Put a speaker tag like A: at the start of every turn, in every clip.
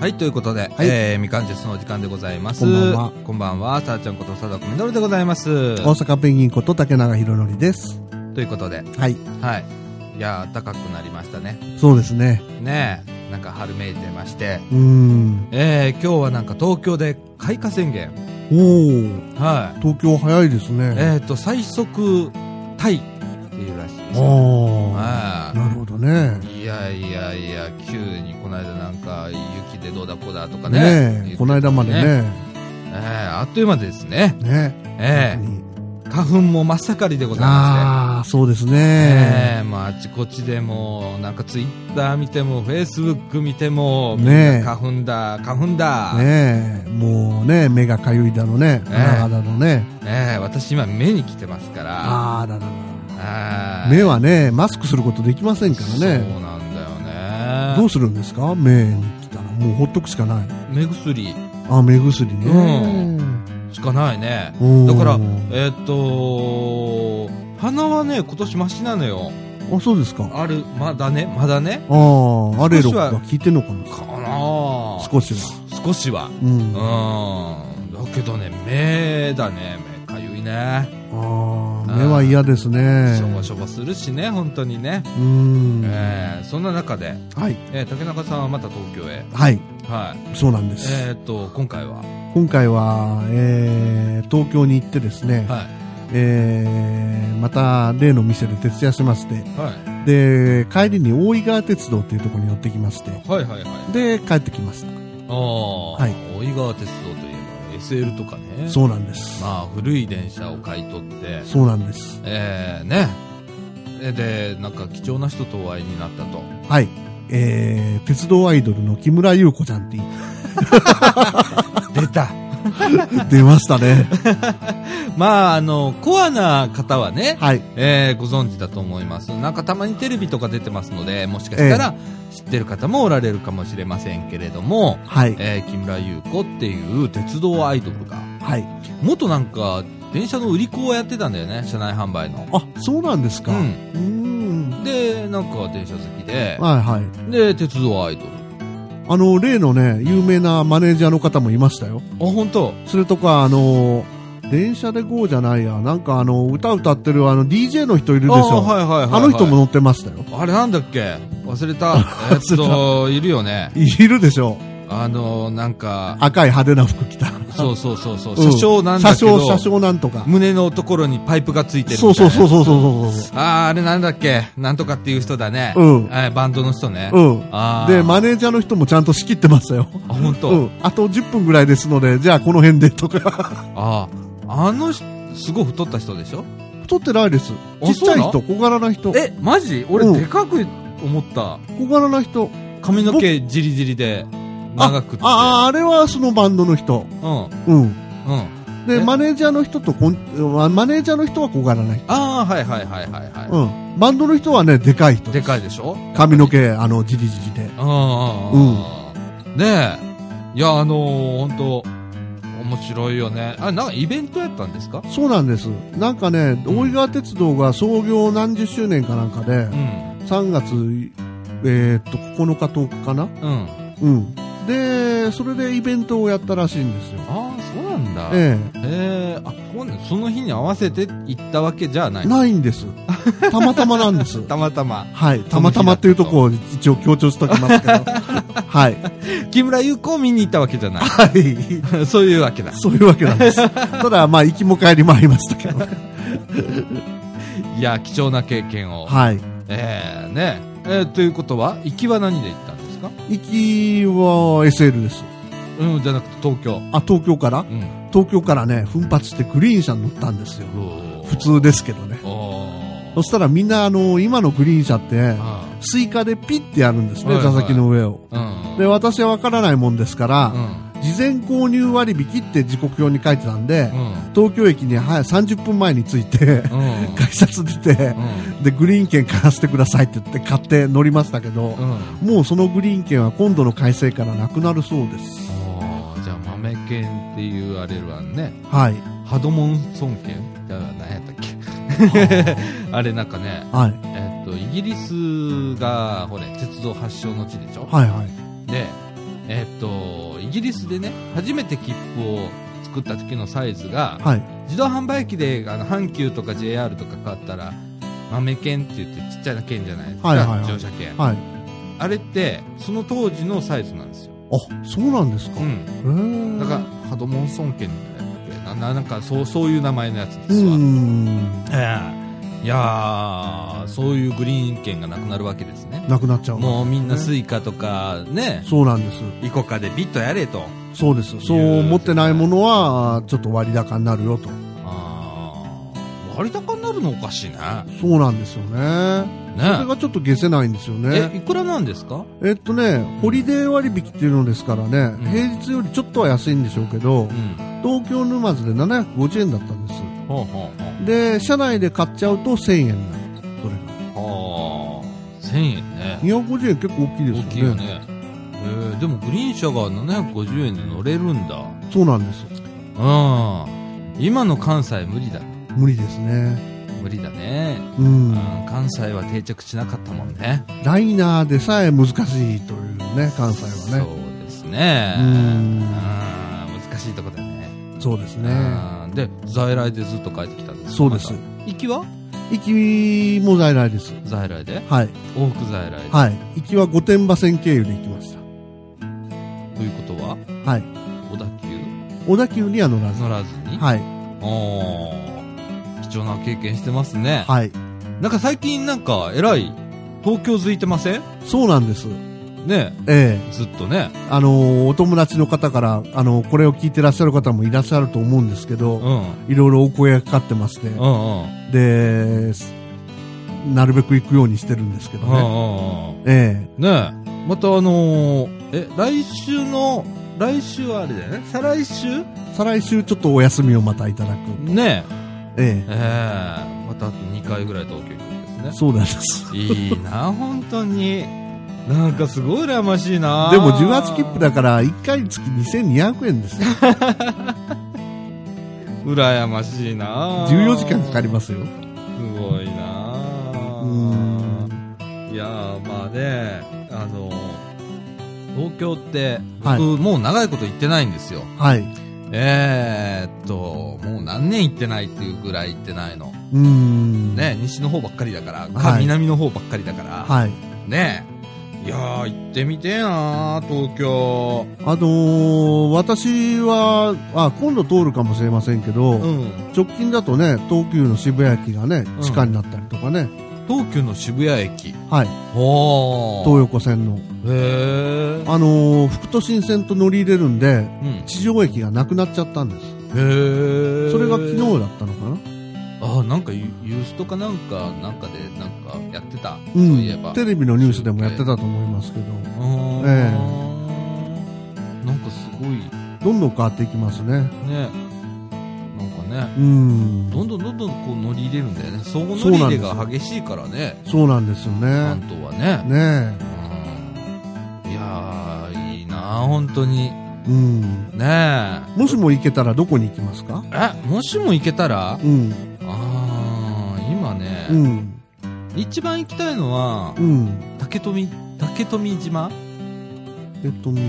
A: はい、ということで、
B: はい
A: えー、みかんジュースのお時間でございます。
B: こんばんは。
A: こんばんは、さあちゃんこと貞子みのるでございます。
B: 大阪ペンギンこと竹永宏典です。
A: ということで、
B: はい。
A: はい。いやー、高くなりましたね。
B: そうですね。
A: ねえ、なんか春めいてまして。
B: うーん。
A: えー、今日はなんか東京で開花宣言。
B: おー、
A: はい。
B: 東京早いですね。
A: えっ、ー、と、最速タイっていうらしいです、ね。
B: あ
A: は
B: ー。なるほどね。
A: い。いやいやいや、急にこの間なんか雪でどうだこうだとかね。
B: ねえ、この間まで
A: え
B: ね。
A: ーあっという間ですね。
B: ね
A: え
B: 本当に
A: ー、花粉も真っ盛りでございますね。
B: ああ、そうです
A: ね
B: ね。
A: えもうあちこちでもうなんかツイッター見てもフェイスブック見ても、
B: ねえ
A: みんな花粉だ花粉だ、ね
B: ねえ、もうね、目がかゆいだのね、
A: え
B: 鼻がだのね。
A: え私今目に来てますから
B: ああ、だだだ。
A: あ
B: 目はね、マスクすることできませんから
A: そ
B: ね。
A: うなんだよね
B: どうするんですか目に来たら。もうほっとくしかない。
A: 目薬
B: あ、目薬
A: う
B: ね。
A: しかないね
B: うん
A: だからえーっと鼻はね今年マシなのよ
B: あ、そうですか。
A: あるまだねまだね
B: ああ、アレロ
A: 少
B: が
A: しは
B: 効いてんのかな
A: かな
B: 少しは。
A: 少しは
B: うん。あ
A: うんだけどね目だね目かゆいね
B: あ、目は嫌ですね
A: しょ。ぼしょぼするしね、本当にね。
B: うん。
A: えーそんな中で、
B: はい。
A: えー竹中さんはまた東京へ。
B: はい。
A: はい。
B: そうなんです。
A: えーっと、今回は、
B: 今回は、えー、東京に行ってですね、
A: は
B: えー、また例の店で徹夜しまして、
A: い。は
B: で、帰りに大井川鉄道っていうところに寄ってきまして、
A: い。はいはいはい。
B: で、帰ってきました。
A: ああ、
B: はい
A: 大井川鉄道といえば SL とかね。
B: そうなんです。
A: まあ、古い電車を買い取って、
B: そうなんです。
A: えー、ね。えで、なんか貴重な人とお会いになったと。
B: はい。えー、鉄道アイドルの木村優子ちゃんって言っ
A: 出た
B: 出ましたね。
A: まあ、あの、コアな方はね、
B: はい。
A: えー、ご存知だと思います。なんかたまにテレビとか出てますので、もしかしたら知ってる方もおられるかもしれませんけれども、
B: はい。
A: えー、木村優子っていう鉄道アイドルが、
B: はい。
A: 元なんか電車の売り子をやってたんだよね、車内販売の。
B: あ、そうなんですか。
A: う。
B: うんーん。
A: で、なんか電車好きで、
B: はいはい。
A: で、鉄道アイドル。
B: あの、例のね、有名なマネージャーの方もいましたよ。
A: あ、本当
B: それとか、あの、電車で GO じゃないや、なんかあの、歌歌ってるあの、DJ の人いるでしょ。
A: あーはいはいはい、はい。
B: あの人も。乗ってましたよ。
A: あれなんだっけ忘れた。えっ
B: れた
A: と、いるよね。
B: いるでしょ。
A: あの、なんか、
B: 赤い派手な服着た。
A: そうそうそうそう、
B: うん
A: 車掌なんだけど、
B: 車掌、車掌なんとか。
A: 胸のところにパイプがついてるみたい
B: そう
A: な。
B: そうそうそうそうそうそ
A: ああ、あれなんだっけなんとかっていう人だね。
B: うん
A: えーバンドの人ね。
B: う。うん。
A: ああ。
B: で、マネージャーの人もちゃんと仕切ってましたよ。
A: あ、本当。
B: うん。あと10分ぐらいですので、じゃあこの辺でとか。
A: ああ。あの人、すごい太った人でしょ
B: 太ってないです。
A: あ
B: ちっちゃ
A: そ
B: い
A: うなの
B: 人、小柄な人。
A: え、マジ俺、
B: うん
A: でかく思った。
B: 小柄な人。
A: 髪の毛じりじりで、長くって。
B: ああ、あれはそのバンドの人。
A: うん。うん。
B: うん。
A: え
B: で、マネージャーの人とこん、ママネージャーの人は小柄な人。
A: ああ、はいはいはいはいはい。
B: うん。バンドの人はね、でかい人
A: ですかいでしょ
B: 髪の毛、あの、じりじりで。
A: うんうんうん。ねえ。いや、あのー、本当面白いよね。あ、なんかイベントやったんですか
B: そうなんです。なんかね、
A: うん
B: 大井川鉄道が創業何十周年かなんかで
A: う、ん。
B: 3月、えーっと、9日10日かな
A: うん。
B: うん。で、それでイベントをやったらしいんですよ。
A: ああ、そうなんだ。
B: え
A: えー、あ今度その日に合わせて行ったわけじゃな
B: え
A: い
B: ないんです。たまたまなんです。
A: たまたま
B: はい。たまたまっていうとこを一応強調しと きますけど。はい。
A: 木村優子を見に行ったわけじゃな
B: はい。
A: い そういうわけだ
B: そういうわけなんです。ただ、まあ、行きも帰りもありました けど。
A: いや貴重な経験を、
B: はい。
A: えー、ねえーということは行きは何で行ったんですか
B: 行きは SL です。
A: うんじゃなくて東京
B: あ、東京から
A: うん
B: 東京からね、奮発してグリーン車に乗ったんですよ。普
A: で
B: 通ですけどね。
A: おー
B: そしたらみんな、あの、今のグリーン車って、
A: あ
B: スイカでピッてやるんですね、
A: はいはい
B: 座席の上を。
A: ーうん
B: で、私はわからないもんですから、
A: うん
B: 事前購入割引って時刻表に書いてたんで、
A: うん
B: 東京駅に早30分前に着いて、
A: うん
B: 改札出て、で、グリーン券買わせてくださいって言って買って乗りましたけど、
A: うんうん
B: もうそのグリーン券は今度の改正からなくなるそうです。
A: おーじゃあ豆犬っていうあれはね
B: はい。
A: ハドモンソン犬だから何やったっけ あれなんかね
B: はい。
A: えっと、イギリスが、ほれ、鉄道発祥の地でしょ
B: はいはい。
A: で、えっと、イギリスでね、初めて切符を作った時のサイズが、
B: はい。
A: 自動販売機であの阪急とか JR とか買ったら、豆券って言ってちっちゃな券じゃないですか、
B: はいはいはい
A: 乗車券。
B: はい。
A: あれって、その当時のサイズなんですよ。
B: あ、そうなんですか。
A: う
B: へ
A: ん。
B: え。
A: なんか、ハドモンソン券みたいなやつだっけなななんかそう、そういう名前のやつで
B: う
A: すわ。
B: ん。
A: ええいやー、そういうグリーン券がなくなるわけですね。
B: なくなっちゃう。
A: もうみんなスイカとかね、
B: そうなんです。
A: イコカでビットやれと。
B: そうです。そう持ってないものは、ちょっと割高になるよと。
A: あー割高になるのおかしいな。
B: そうなんですよね。 それ
A: ね
B: がちょっと消せないんですよ
A: え、
B: ね。
A: いくらなんですか
B: えっとね、ホリデー割引っていうのですからね、
A: ん
B: 平日よりちょっとは安いんでしょうけど、
A: うん。
B: 東京沼津で750円だったんです。
A: ほうほうほう。
B: で、車内で買っちゃうと1000円になる。それが。
A: あー、1000円ね。
B: 250円結構大きい
A: 大
B: ですよね。
A: きいよね。えー、でもグリーン車が750円で乗れるんだ。
B: そうなんです。
A: うん。今の関西無理だ。
B: 無理ですね。
A: 無理だね。
B: うん。
A: うん、関西は定着しなかったもんね。
B: ライナーでさえ難しいというね、関西はね。
A: そうですね。
B: う
A: うん
B: ん。
A: 難しいとこだね。
B: そうですね。
A: うんで、在来でずっと帰ってきたんですか
B: そうです
A: また行きは
B: 行きも在来です。
A: 在来で
B: はい。
A: 往復在来で、
B: はい。行きは御殿場線経由で行きまし
A: ということは
B: た。はい。
A: 小田急
B: 小田急には乗らず。
A: 乗らずに、
B: はい。
A: おー貴重な経験してますね。
B: はい。
A: なんか最近なんか偉い東京づいてません
B: そうなんです。
A: ね
B: ええ
A: ずっとね。
B: あの、お友達の方から、あの、これを聞いてらっしゃる方もいらっしゃると思うんですけ
A: う
B: ど、
A: ん。
B: いろいろお声がかかってまして、
A: うんうん。
B: で、すなるべく行くようにしてるんですけど
A: うん
B: ね。
A: うんうん。
B: え
A: ねえ、またあのー、え、来週の、来週はあれだよね、再来週
B: え再来週ちょっとお休みをまたいただく。
A: ね
B: え
A: え、ええまたあと2回ぐらい東京行くん
B: え
A: ですね。
B: そうなんです。
A: いいな、本当に。なんかすごい羨ましいな。
B: でも18切符だから、1回月2200円ですよ。
A: 羨ましいな。
B: 14時間かかりますよ。
A: すごいな
B: うーん。
A: いやーまあね、あのー東京って、僕、
B: はい
A: もう長いこと行ってないんですよ。
B: はい。
A: えー、っと、もう何年行ってないっていうぐらい行ってないの。
B: うーん。。
A: ね、西の方ばっかりだから、か
B: はい
A: 南の方ばっかりだから、
B: はい。
A: ね。いやー、行ってみてえなー、東京。
B: あのー私は、あ、今度通るかもしれませんけど、
A: うん。
B: 直近だとね、東急の渋谷駅がね、地下になったりとかね、
A: 東急の渋谷駅。
B: はい。
A: ほ
B: 東横線の。
A: へー。
B: あのー、副都心線と乗り入れるんで、
A: うん。へ
B: 地上駅がなくなっちゃったんです。
A: ー。
B: それが昨日だったのかな
A: あー、なんかユユースとかなんか、なんかで、なんかやってた。
B: う
A: そういえば。
B: ん。テレビのニュースでもやって
A: う
B: たと思いますけど、
A: ーん。
B: え
A: なんかすごい、
B: どんどん変わっていきますね。
A: ね。なんかね。
B: うん。
A: どんどんどんどんこう乗り入れるんだよね。相互
B: そうな
A: 乗
B: ん
A: り
B: です
A: 入れが激しいからね、
B: そうなんですよ
A: 関
B: ね。
A: 東はね。
B: ね
A: うんいやー、いいなー、本当に。
B: え。うん。
A: ねえ。
B: もしも行けたらどこに行きますか
A: え、もしも行けたら
B: うん。
A: あー、今ね、
B: うん。
A: 一番行きたいのは
B: う、ん。
A: 竹富、竹富島
B: えっと、富島。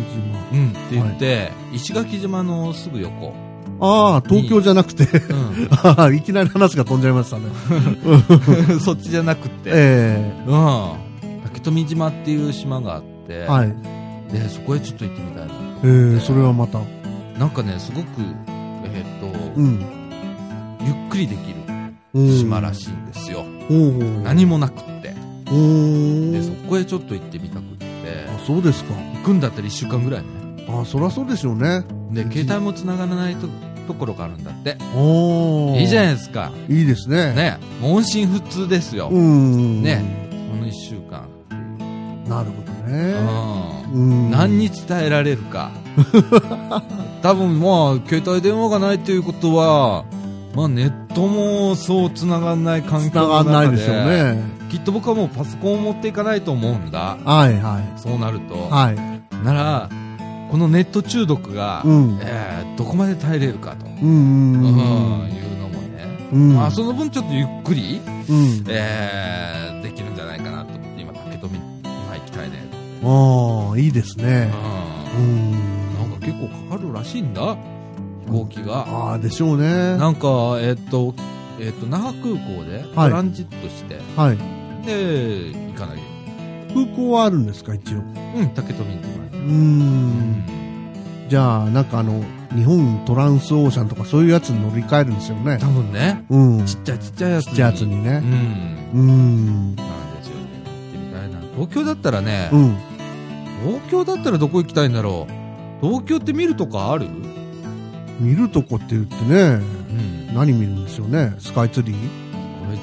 A: うん、って言って、石垣島のすぐ横。
B: ああ、東京じゃなくて、
A: う
B: ああいきなり話が飛んじゃいましたね。
A: ん。 そっちじゃなくて。
B: え
A: うん。竹富島っていう島があって、
B: えはい。
A: で、そこへちょっと行ってみたいな。
B: ええそれはまた。
A: なんかね、すごく、えーっと、
B: うん。
A: ゆっくりでき
B: うん
A: る島らしいんですよ。
B: おう
A: 何もなくって。
B: おう
A: で、そこへちょっと行ってみたくって。
B: あ、そうですか。
A: 行くんだったら1週間ぐらいね。
B: ああ、そらそうでしょうね。
A: で、
B: うん
A: 携帯も繋がらないとところがあるんだって。
B: おお。
A: いいじゃ
B: ん。
A: ないですか。
B: いいですね。。
A: ね。もう音信不通ですよ。
B: うん。
A: ね。この1週間。
B: なるほ
A: う
B: どね。
A: ん。
B: うん。
A: 何に伝えられる か。多分まあ、携帯電話がないということは、まあネットもそう繋がんない環
B: つ
A: 境
B: なが
A: の中
B: ん
A: で
B: ないでしょうね。
A: きっと僕はもうパソコンを持っていかないと思うんだ。
B: はいはい。
A: そうなると。
B: はい。
A: なら、このネット中毒が、
B: うん。
A: えーどこまで耐えれるかと、
B: う。
A: うんん
B: うん
A: いうのもね。
B: うん。
A: まあ、その分ちょっとゆっくり、
B: うん。
A: えーできるんじゃないかなと思って、今、竹富、今行きたいね。
B: ああ、いいです
A: う
B: ね。
A: ん
B: うん
A: なんか結構かかるらしいんだ飛行機が、
B: ああでしょうね
A: なんかえっとえっと那覇空港でトランジットして、
B: はい
A: で行かない
B: 空港はあるんですか一応う
A: うん竹富に行きま
B: ー
A: す
B: んじゃあなんかあの日本トランスオーシャンとかそういうやつに乗り換えるんですよね
A: 多分ね
B: うん
A: ち
B: ち
A: っちゃいちっちゃいやつ
B: っちゃいやつに
A: う
B: ね
A: ん
B: うーん
A: なんですよね行ってみたいな東京だったらね、
B: うん
A: 東京だったらどこ行きたいんだろう東京って見るとかある
B: 見るとこって言ってね
A: うん
B: 何見るんでしょうねスカイツリー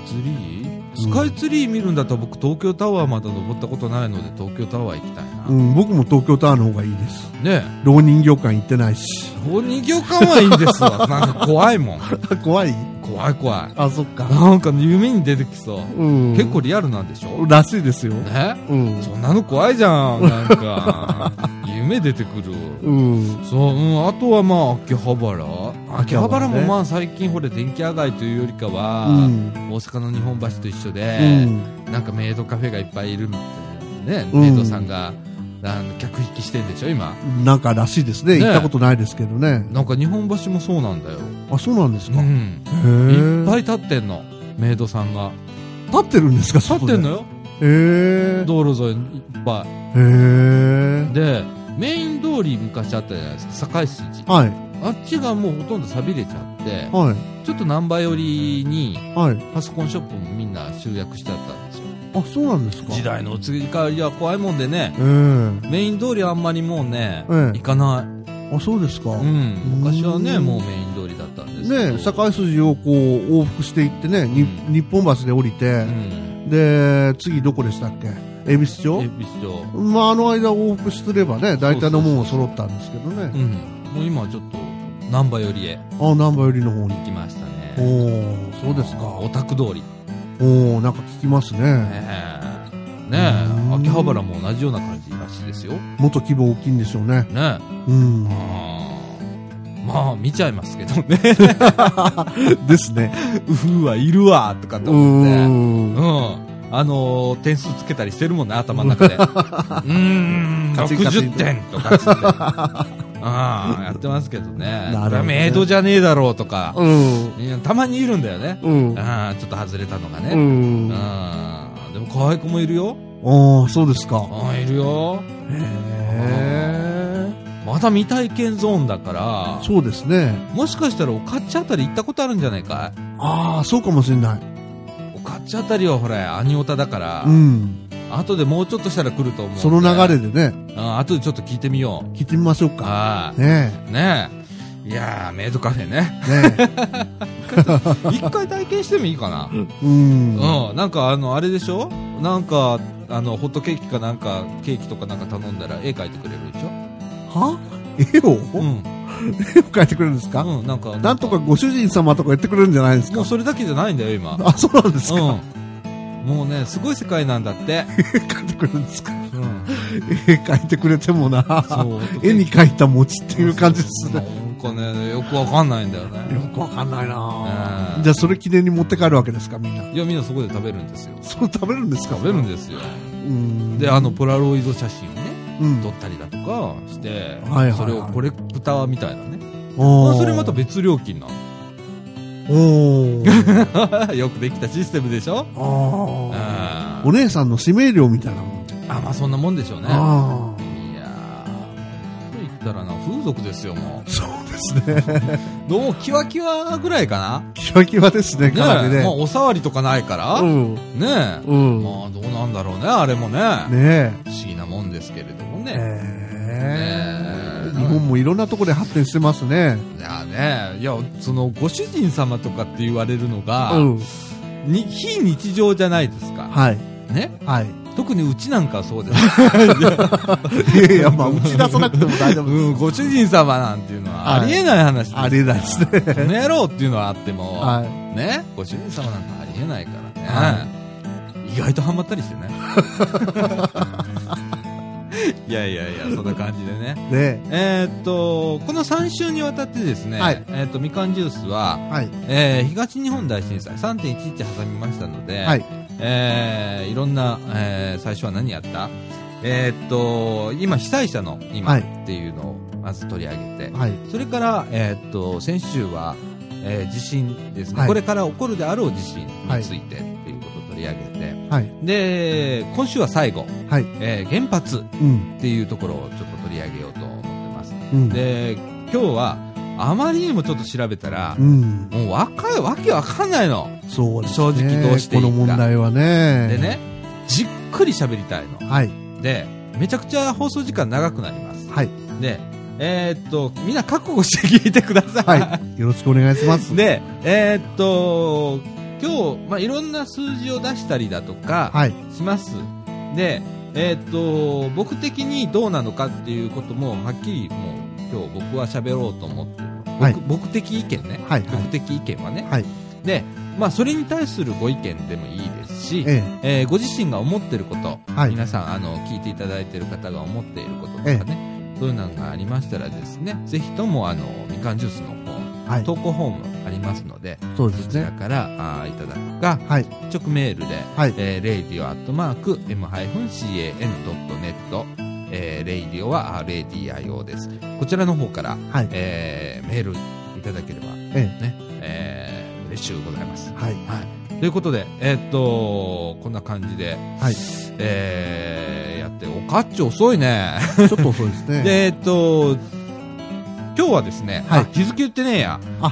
A: スカイツリースカイツリー見るんだったら僕東京タワーまだ登ったことないので東京タワー行きたいな、
B: うん僕も東京タワーの方がいいです
A: ね
B: 浪人業界行ってないし
A: えお人形館はいいですわなんか怖いもん
B: 怖い
A: 怖い怖い
B: あそっか
A: なんか夢に出てきそう、
B: うん
A: 結構リアルなんでしょ
B: らしいですよ
A: ね
B: うん
A: そんなの怖いじゃんなん か夢出てくる
B: うん
A: そう、うん、あとはまあ秋葉原秋
B: 秋
A: 葉
B: 葉
A: 原
B: 原ね
A: もまあ最近ほれ電気屋街というよりかは、
B: うん
A: 大阪の日本橋と一緒
B: う
A: で、
B: ん
A: なんかメイドカフェがいっぱいいるみたいなね、
B: うん
A: メイドさんがあの客引きしてんでしょ今
B: なんからしいですね
A: ね
B: 行ったことないですけどね
A: なんか日本橋もそうなんだよ、
B: あそうなんです
A: う
B: か、へ
A: ん、
B: え
A: いっぱい立ってんのメイドさんが
B: 立ってるんですか
A: 立
B: 外
A: って
B: で
A: んのよ
B: へえ
A: 道路沿いにいっぱ
B: へ
A: いでメイン通り昔あったじゃないですか堺筋
B: えはい
A: あっちがもうほとんど錆びれちゃって
B: はい
A: ちょっと難波寄りに
B: はい
A: パソコンショップもみんな集約しちゃったんですよ
B: あそうなんですか
A: 時代の移り変わりは怖いもんでね
B: ええ
A: メイン通りはあんまりもうね、
B: ええ
A: 行かない、
B: あそうですか、
A: うん、昔はね
B: うん
A: もうメイン通りだったんですけど
B: ね堺筋をこう往復していってね、に
A: うん
B: 日本橋で降り
A: う
B: て、
A: ん
B: で次どこでしたっけ恵比寿
A: 恵
B: 町
A: 比寿町
B: まああの間往復すればね大体のもんは揃ったんですけど
A: う
B: ね
A: んもう今はちょっと難波寄りへ
B: あ難波寄りの方に
A: 行きました
B: お
A: ね
B: おそうですか
A: オタク通りね
B: おおなんか聞きますね
A: えねえ
B: うん
A: 秋葉原も同じような感じらしいですよね
B: もっと規模大きいんでしょうね
A: えあ
B: うん
A: ーまあ見ちゃいますけどね
B: ですね
A: うふわいるわとか
B: う
A: と思って
B: ん
A: うん。あのー点数つけたりしてるもんね、頭の中 で。うーん、
B: カチンカチン
A: 60点とかっつ って。ああ、やってますけどね。
B: なるほどね
A: これはメイドじゃねえだろうとか、
B: うん
A: いやたまにいるんだよね。
B: うん
A: ああ、ちょっと外れたのが
B: う
A: ね。うんん。
B: あ
A: でも可愛い子もいるよ。
B: あそうですか
A: ああ、いるよ。
B: へ
A: まだ未体験ゾーンだから
B: え、そうですね
A: もしかしたらおかっちあたり行ったことあるんじゃないか
B: ああそうかもしれない
A: いおかっちあたりはほら、アニオタだから
B: う、ん
A: 後でもうちょっとしたら来ると思う。
B: その流れでね
A: あ後でちょっと聞いてみよう。
B: 聞いてみましょうか
A: あ
B: ね
A: あ、ねえ。いやー、メイドカフェね。
B: え ね
A: 一回体験してもいいかな。
B: えうん
A: うん、なんかあの、あれでしょなんか、あの、ホットケーキかなんか、ケーキとかなんか頼んだら絵描いてくれるでしょ
B: は絵を
A: うん。
B: 絵を描いてくれるんですか
A: うん、なんか、
B: なんとかご主人様とか言ってくれるんじゃないです
A: も
B: か
A: うそれだけじゃないんだよ、今。
B: あそうなんです
A: うん
B: か。
A: もうね、すごい世界なんだ って。
B: 絵描いてくれるんですか
A: うん。
B: 絵描いてくれてもな
A: そう。
B: 絵に描いた餅っていう感じです
A: な
B: ね。
A: んかね、よくわかんないんだよ
B: よ
A: ね。
B: くわかんないな
A: う
B: ぁ
A: ん
B: じゃあそれ記念に持って帰るわけですか、みんな。
A: いや、みんなそこで食べるんですよ。
B: それ食べるんですか
A: 食べるんですよ。
B: うん。
A: で、あの、、ポラロイド写真をね、
B: うん。
A: 撮ったりだとかして、
B: はいはいはい
A: それをコレクターみたいなね、
B: お
A: まあ
B: ー
A: それまた。別料金な
B: おー
A: の よくできたシステムでしょ
B: あ
A: あ
B: ーお姉さんの指名料みたいなもん。
A: あまあそんなもんでしょうねいや
B: あ
A: ーと言ったらな風俗ですよも
B: あ。そうですね。
A: うどうもキワキワぐらいかな
B: キワキワですね、かなり
A: ねえ、まあ、
B: ね。
A: お触りとかないから、
B: う
A: ね
B: ん。
A: え、
B: うん。
A: まあどうなんだろうねあれもね
B: ね
A: 不思議なもんですけれども
B: え。
A: ね、
B: え
A: え
B: ー日本もいろんなところで発展してますね。
A: いやねいやそのご主人様とかって言われるのが、
B: うん。
A: に非日常じゃないですか、
B: はい。
A: ね
B: はい。
A: 特にうちなんかはそうです。
B: いやいや、まあ、打ち出さなくても大丈夫
A: うん、 ご主人様なんていうのはありえない話です
B: ありえないですね。
A: この野郎っていうのはあっても、
B: は
A: ね、ご主人様なんかありえないからね。
B: は
A: 意外とハマったりして ね。いやいやいや、そんな感じでね。
B: い。ね
A: えーっと、この3週にわたってですね、
B: はい
A: えーっと、みかんジュースは、
B: はい。
A: えー東日本大震災3.11挟みましたので、
B: はい。
A: えーいろんな、えー最初は何やったえーっと、今、被災者の今
B: は
A: っ
B: い
A: ていうのをまず取り上げて、
B: はい。
A: それから、えーっと、先週は、えー地震ですね、
B: はい
A: これから起こるであろう地震についてっていうことを取り上げて、
B: はい。
A: で、今週は最後、
B: はい。
A: えー原発
B: うん。
A: っていうところをちょっと取り上げようと思ってます。
B: うん。
A: で、今日は、あまりにもちょっと調べたら
B: う、ん。
A: もうわかわけわかんないの。
B: そうですね。
A: 正直どうしていい
B: こ
A: か
B: の問題はね。
A: で。ね、じっくり喋りたいの。
B: はい。
A: で、めちゃくちゃ放送時間長くなります。
B: はい。
A: で、えーっと、みんな覚悟して聞いてください。
B: はい。よろしくお願いします。
A: で、えーっと、今日、まあ、いろんな数字を出したりだとか、
B: はい。
A: します。で、えーっと、僕的にどうなのかっていうことも、はっきりもう、今日僕は喋ろうと思ってるの僕、
B: はい
A: 僕的意見ね。
B: はい。は
A: 僕
B: い。
A: 的意見はね。
B: はい
A: で、まあ、それに対するご意見でもいいですし、
B: え
A: えーご自身が思ってること、
B: はい
A: 皆さんあの聞いていただいている方が思っていることとかね、そういうのがありましたらですねぜひともあのみかんジュースの
B: え。
A: 方
B: はい。
A: 投稿フォームありますので、
B: そうで
A: そ
B: す
A: ちら
B: ね。
A: からあーいただくか
B: はい。
A: 直メールで、
B: はい。
A: えー、radio.m-can.net、えー、radio はあ radio ですこちらの方から、
B: はい。
A: えーメールいただければね、
B: え
A: えー嬉しゅうございます
B: はい。
A: はい。ということで、えーっと、こんな感じで、
B: はい
A: えー、やって、おかっち遅い ね。
B: ちょっと遅いです ね。
A: で、えーっと、今日はですね、
B: はい
A: あ日付言ってねえや。
B: あ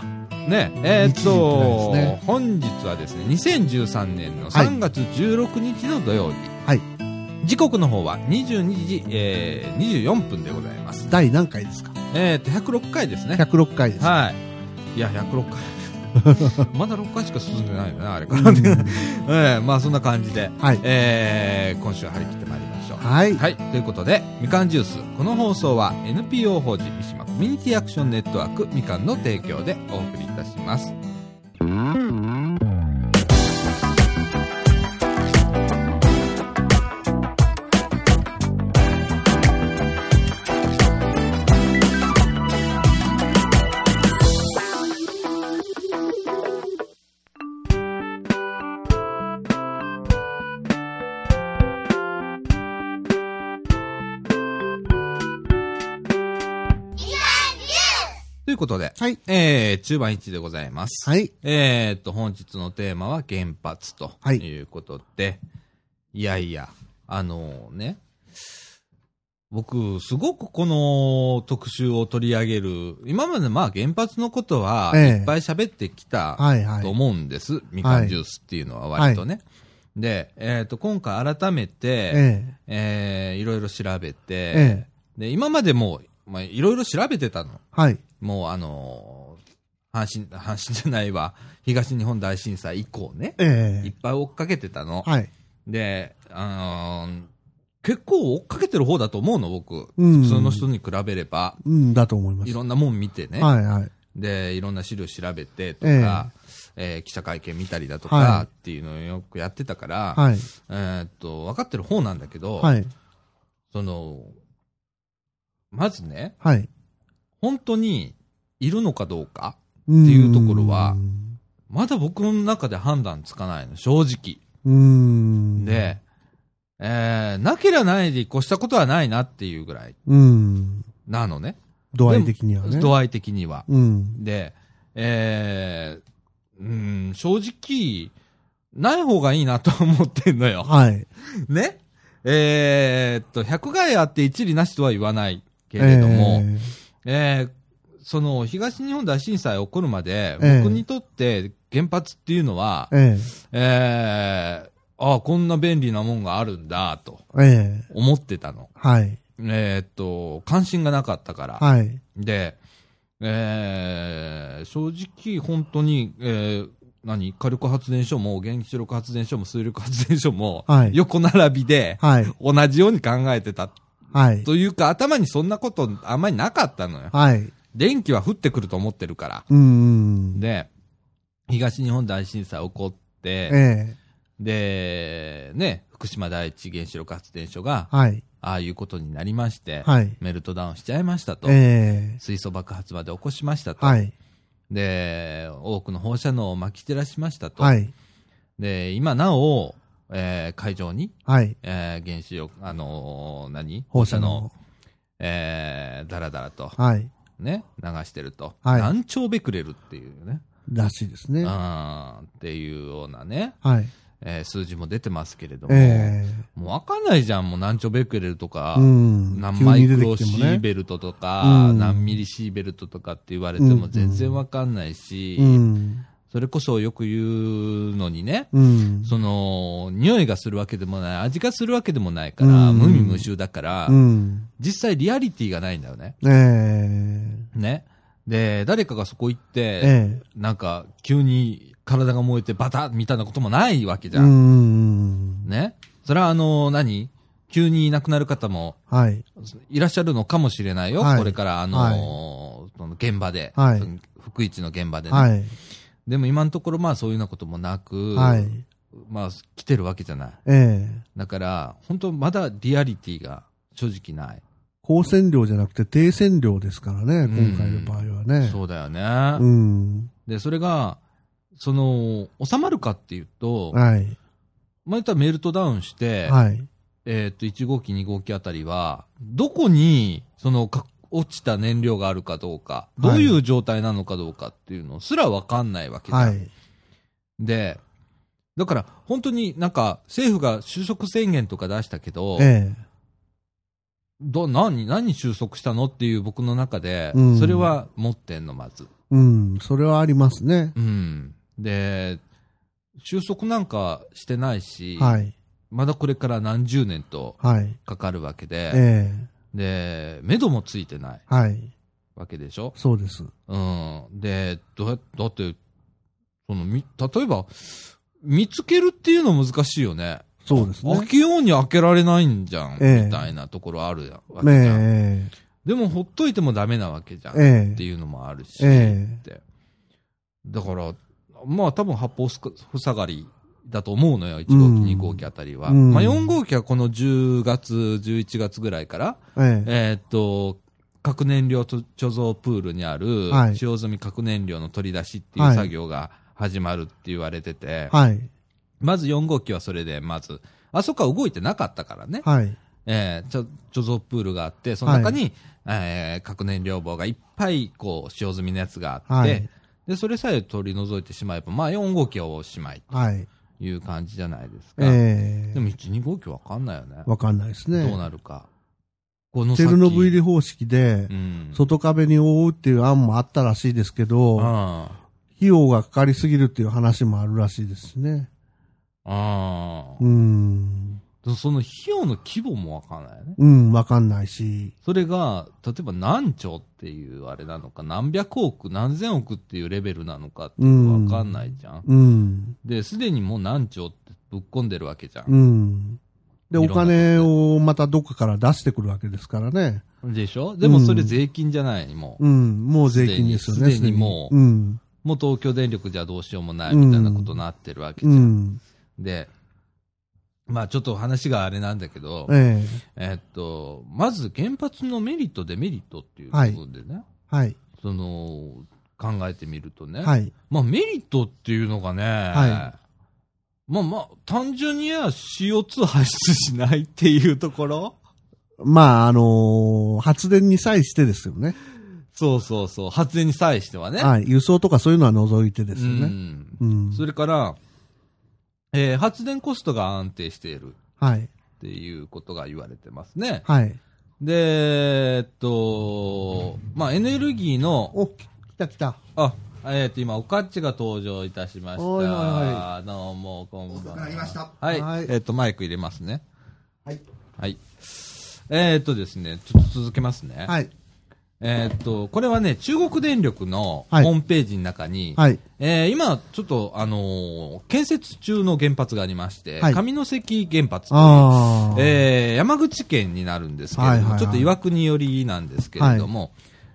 A: ね、えーっと、
B: 日時言ってないです
A: 本日はですね、2013年の
B: はい
A: 3月16日の土曜日。
B: はい
A: 時刻の方は22時、えー、24分でございます。
B: 第何回ですか
A: えーっと、106回ですね。
B: ?106 回です。
A: はい。いや、106回。 まだ6回しか進んでないよな、あれか
B: う
A: らね。
B: ん
A: ええまあそんな感じで、
B: はい。
A: えー、今週は張り切ってまいりましょう。は
B: はい
A: い、。ということで、みかんジュース、この放送は NPO 法人三島コミュニティアクションネットワークみかんの提供でお送りいたします。ということで、
B: はい。
A: えー、中盤1でございます。
B: はい。
A: えーっと、本日のテーマは原発と
B: はい
A: いうことで、い、やいや、あのね、僕、すごくこの特集を取り上げる、今までまあ原発のことは
B: ええ
A: いっぱい喋ってきた
B: はい。は
A: と
B: い。
A: 思うんです。みかんジュースっていうのは割とね。で、えーっと、今回改め
B: え
A: て、
B: え。
A: えーいろいろ調べて、
B: ええ。
A: で、今までもう、まあ、いろいろ調べてたの。
B: はい。
A: もうあのー阪神、阪神じゃないわ、東日本大震災以降ね、
B: え
A: い
B: え
A: っ。ぱい追っかけてたの。
B: はい。
A: で、あのー結構追っかけてる方だと思うの、僕。
B: うん
A: 普通の人に比べれば、
B: うん、だと思います。
A: いろんなもん見てね、
B: はい。はい。
A: で、いろんな資料調べてと
B: え
A: か、えー記者会見見たりだと
B: は
A: か
B: い
A: っていうのをよくやってたから、
B: はい。
A: えーっと、分かってる方なんだけど、
B: はい。
A: その、まずね、
B: はい。
A: 本当にいるのかどうか。
B: って
A: いうところはまだ僕の中で判断つかないの、正直。
B: うーん。、
A: で、えー、なけりゃないで越したことはないなっていうぐらい
B: うん。
A: なのね。
B: 度合い的にはね。
A: 度合い的には。
B: うん。
A: で、えー、うん、正直、ない方がいいなと思ってんのよ。
B: はい。
A: ね。えー、っと、百害あって一理なしとは言わないけれども、え
B: え
A: ーその東日本大震災起こるまで、
B: ええ
A: 僕にとって原発っていうのは、
B: ええ
A: えー、ああ、こんな便利なもんがあるんだ、と
B: ええ
A: 思ってたの。
B: はい。
A: えーっと、関心がなかったから。
B: はい。
A: で、えー、正直本当に、えー、何火力発電所も原子力発電所も水力発電所も、
B: はい
A: 横並びで、
B: はい。
A: 同じように考えてた。
B: はい。
A: というか、頭にそんなことあんまりなかったのよ。
B: はい。
A: 電気は降ってくると思ってるから。
B: うーん。
A: で、東日本大震災起こって、
B: ええ
A: で、ね、福島第一原子力発電所が、
B: はい。
A: ああいうことになりまして、
B: はい。
A: メルトダウンしちゃいましたと、
B: ええ
A: 水素爆発まで起こしましたと、
B: はい。
A: で、多くの放射能をまき散らしましたと、
B: はい。
A: で、今なお、えー会場に、
B: はい。
A: えー原子力、あのー何
B: 放射能。。
A: えー、だらだらと、
B: はい。
A: ね、流してると。
B: はい
A: 何兆ベクレルっていうね。
B: らしいですね。
A: あ
B: は
A: ーっていうようなね、
B: い。
A: えー数字も出てますけれども、
B: え
A: もうわかんないじゃん、もう何兆ベクレルと
B: え
A: か、
B: うん。
A: 何マイクロ
B: 急
A: シ
B: に出てきても
A: ー
B: ね。
A: ベルトとか、
B: うん
A: 何ミリシーベルトとかって言われて
B: うんう
A: も
B: ん
A: 全然わかんないし、
B: うん。
A: それこそよく言うのにね、
B: うん。
A: その、匂いがするわけでもない、味がするわけでもないから、
B: うん
A: 無味無臭だから、
B: うん。
A: 実際リアリティがないんだよね。
B: ええ
A: ね。で、誰かがそこ行って、
B: え
A: なんか、急に体が燃えてバタッみたいなこともないわけ
B: え
A: じゃ。
B: うんん。
A: ね。それはあの、何急にいなくなる方も
B: はい。
A: いらっしゃるのかもしれないよ。
B: はい
A: これから、あのその現場で、
B: はい
A: その福市の現場でね。
B: はい。
A: でも今のところ、まあそういうようなこともなく、
B: はい。
A: まあ来てるわけじゃない。
B: ええ
A: だから、本当まだリアリティが正直ない。
B: 高線量じゃなくて低線量ですからね、
A: ん
B: 今回の場合はね。
A: そうだよね。
B: うん。
A: で、それが、その、収まるかっていうと、
B: はい。
A: まあ言ったらメルトダウンして、
B: はい。
A: えーっと、1号機、2号機あたりは、どこに、その、か落ちた燃料があるかどうか、どういう状態なのかどうかっていうのすらわかんないわけじゃん。
B: はい。
A: で、だから、本当になんか、政府が収束宣言とか出したけど、
B: え
A: ど何、何収束したのっていう僕の中で
B: う、ん
A: それは持ってんの、まず。
B: えうん。それはありますね。
A: うん。で、収束なんかしてないし、
B: はい。
A: まだこれから何十年と
B: はい。
A: かかるわけ
B: え
A: で、
B: え
A: で、目処もついてない
B: はい。
A: わけでしょ
B: そうです。
A: うん。で、どうやだって、その、み、例えば、見つけるっていうの難しいよね。
B: そうですね
A: 開。けように開けられないんじゃん、
B: ええ
A: みたいなところあるやわけじゃん。
B: ね
A: でも、ほっといてもダメなわけじゃん。
B: ええ
A: って
B: え
A: いうのもあるし、
B: ええ
A: って。だから、まあ多分八方塞がりだと思うのよ、1号
B: うん
A: 機、2号機あたりは。
B: うん
A: まあ4号機はこの10月、11月ぐらいから、
B: ええ
A: えーっと、核燃料と貯蔵プールにある
B: はい
A: 使用済み核燃料の取り出しっていう
B: はい
A: 作業が始まるって言われてて、
B: はい。
A: まず4号機はそれで、まず、あそこは動いてなかったからね。
B: はい。
A: えー、ちょ貯蔵プールがあって、その中に、えー核燃料棒がいっぱいこう使用済みのやつがあっ
B: は
A: て、
B: い。
A: でそれさえ取り除いてしまえば、まあ、4号機はおしまい
B: はい。
A: という感じじゃないですか。
B: ええ
A: でも1、2号機わかんないよね。
B: わかんないですね。
A: どうなるか。この
B: チ
A: 先
B: ェルノブイリ方式で
A: う、ん。
B: 外壁に覆うっていう案もあったらしいですけど、費
A: あ
B: 用がかかりすぎるっていう話もあるらしいですね。
A: あ。あ
B: うーん。
A: あ。その費用の規模もわかんないよね。
B: うん、わかんないし。
A: それが、例えば何兆っていうあれなのか、何百億、何千億っていうレベルなのかって
B: うん
A: わかんないじゃん。
B: うん。
A: で、すでにもう何兆ってぶっ込んでるわけじゃん
B: う。ん。で、
A: いろんな
B: お
A: ことね
B: 金をまたどっかから出してくるわけですからね。
A: でしょでもそれ税金じゃない、もう。
B: うん、もう税金ですよね。
A: すでにもう
B: うん。
A: もう東京電力じゃどうしようもないみたいなことになってるわけじ
B: う
A: ゃん。
B: ん。
A: で、まあちょっと話があれなんだけど、
B: ええ
A: えっと、まず原発のメリット、デメリットっていうと
B: はい
A: ころでね、
B: はい。
A: その、考えてみるとね、
B: はい。
A: まあメリットっていうのがね、
B: は
A: まあまあ、単純には CO2 排出しないっていうところ
B: まあ、あのー発電に際してですよね。
A: そうそうそう、発電に際してはね。
B: はい。輸送とかそういうのは除いてです
A: う
B: よね。
A: ん。
B: うん。
A: それから、えー発電コストが安定している
B: はい。
A: っていうことが言われてますね。
B: はい。
A: で、えっと、まあ、エネルギーの、
B: お、きたきた。
A: あ、えっと、今、おかっちが登場いたしました。
B: はいは
A: どうも、こんばんは。
C: 遅くなりました
A: はい。
B: はい
A: えっと、マイク入れますね。
C: はい。
A: はい。えっとですね、ちょっと続けますね。
B: はい。
A: えっと、これはね、中国電力のホ
B: はい
A: ームページの中に、
B: はい。
A: えー今、ちょっと、あのー建設中の原発がありまして、
B: はい
A: 上関原発という
B: ああ。
A: えー山口県になるんですけれども、
B: はいはいはい
A: ちょっと岩国寄りなんですけれども、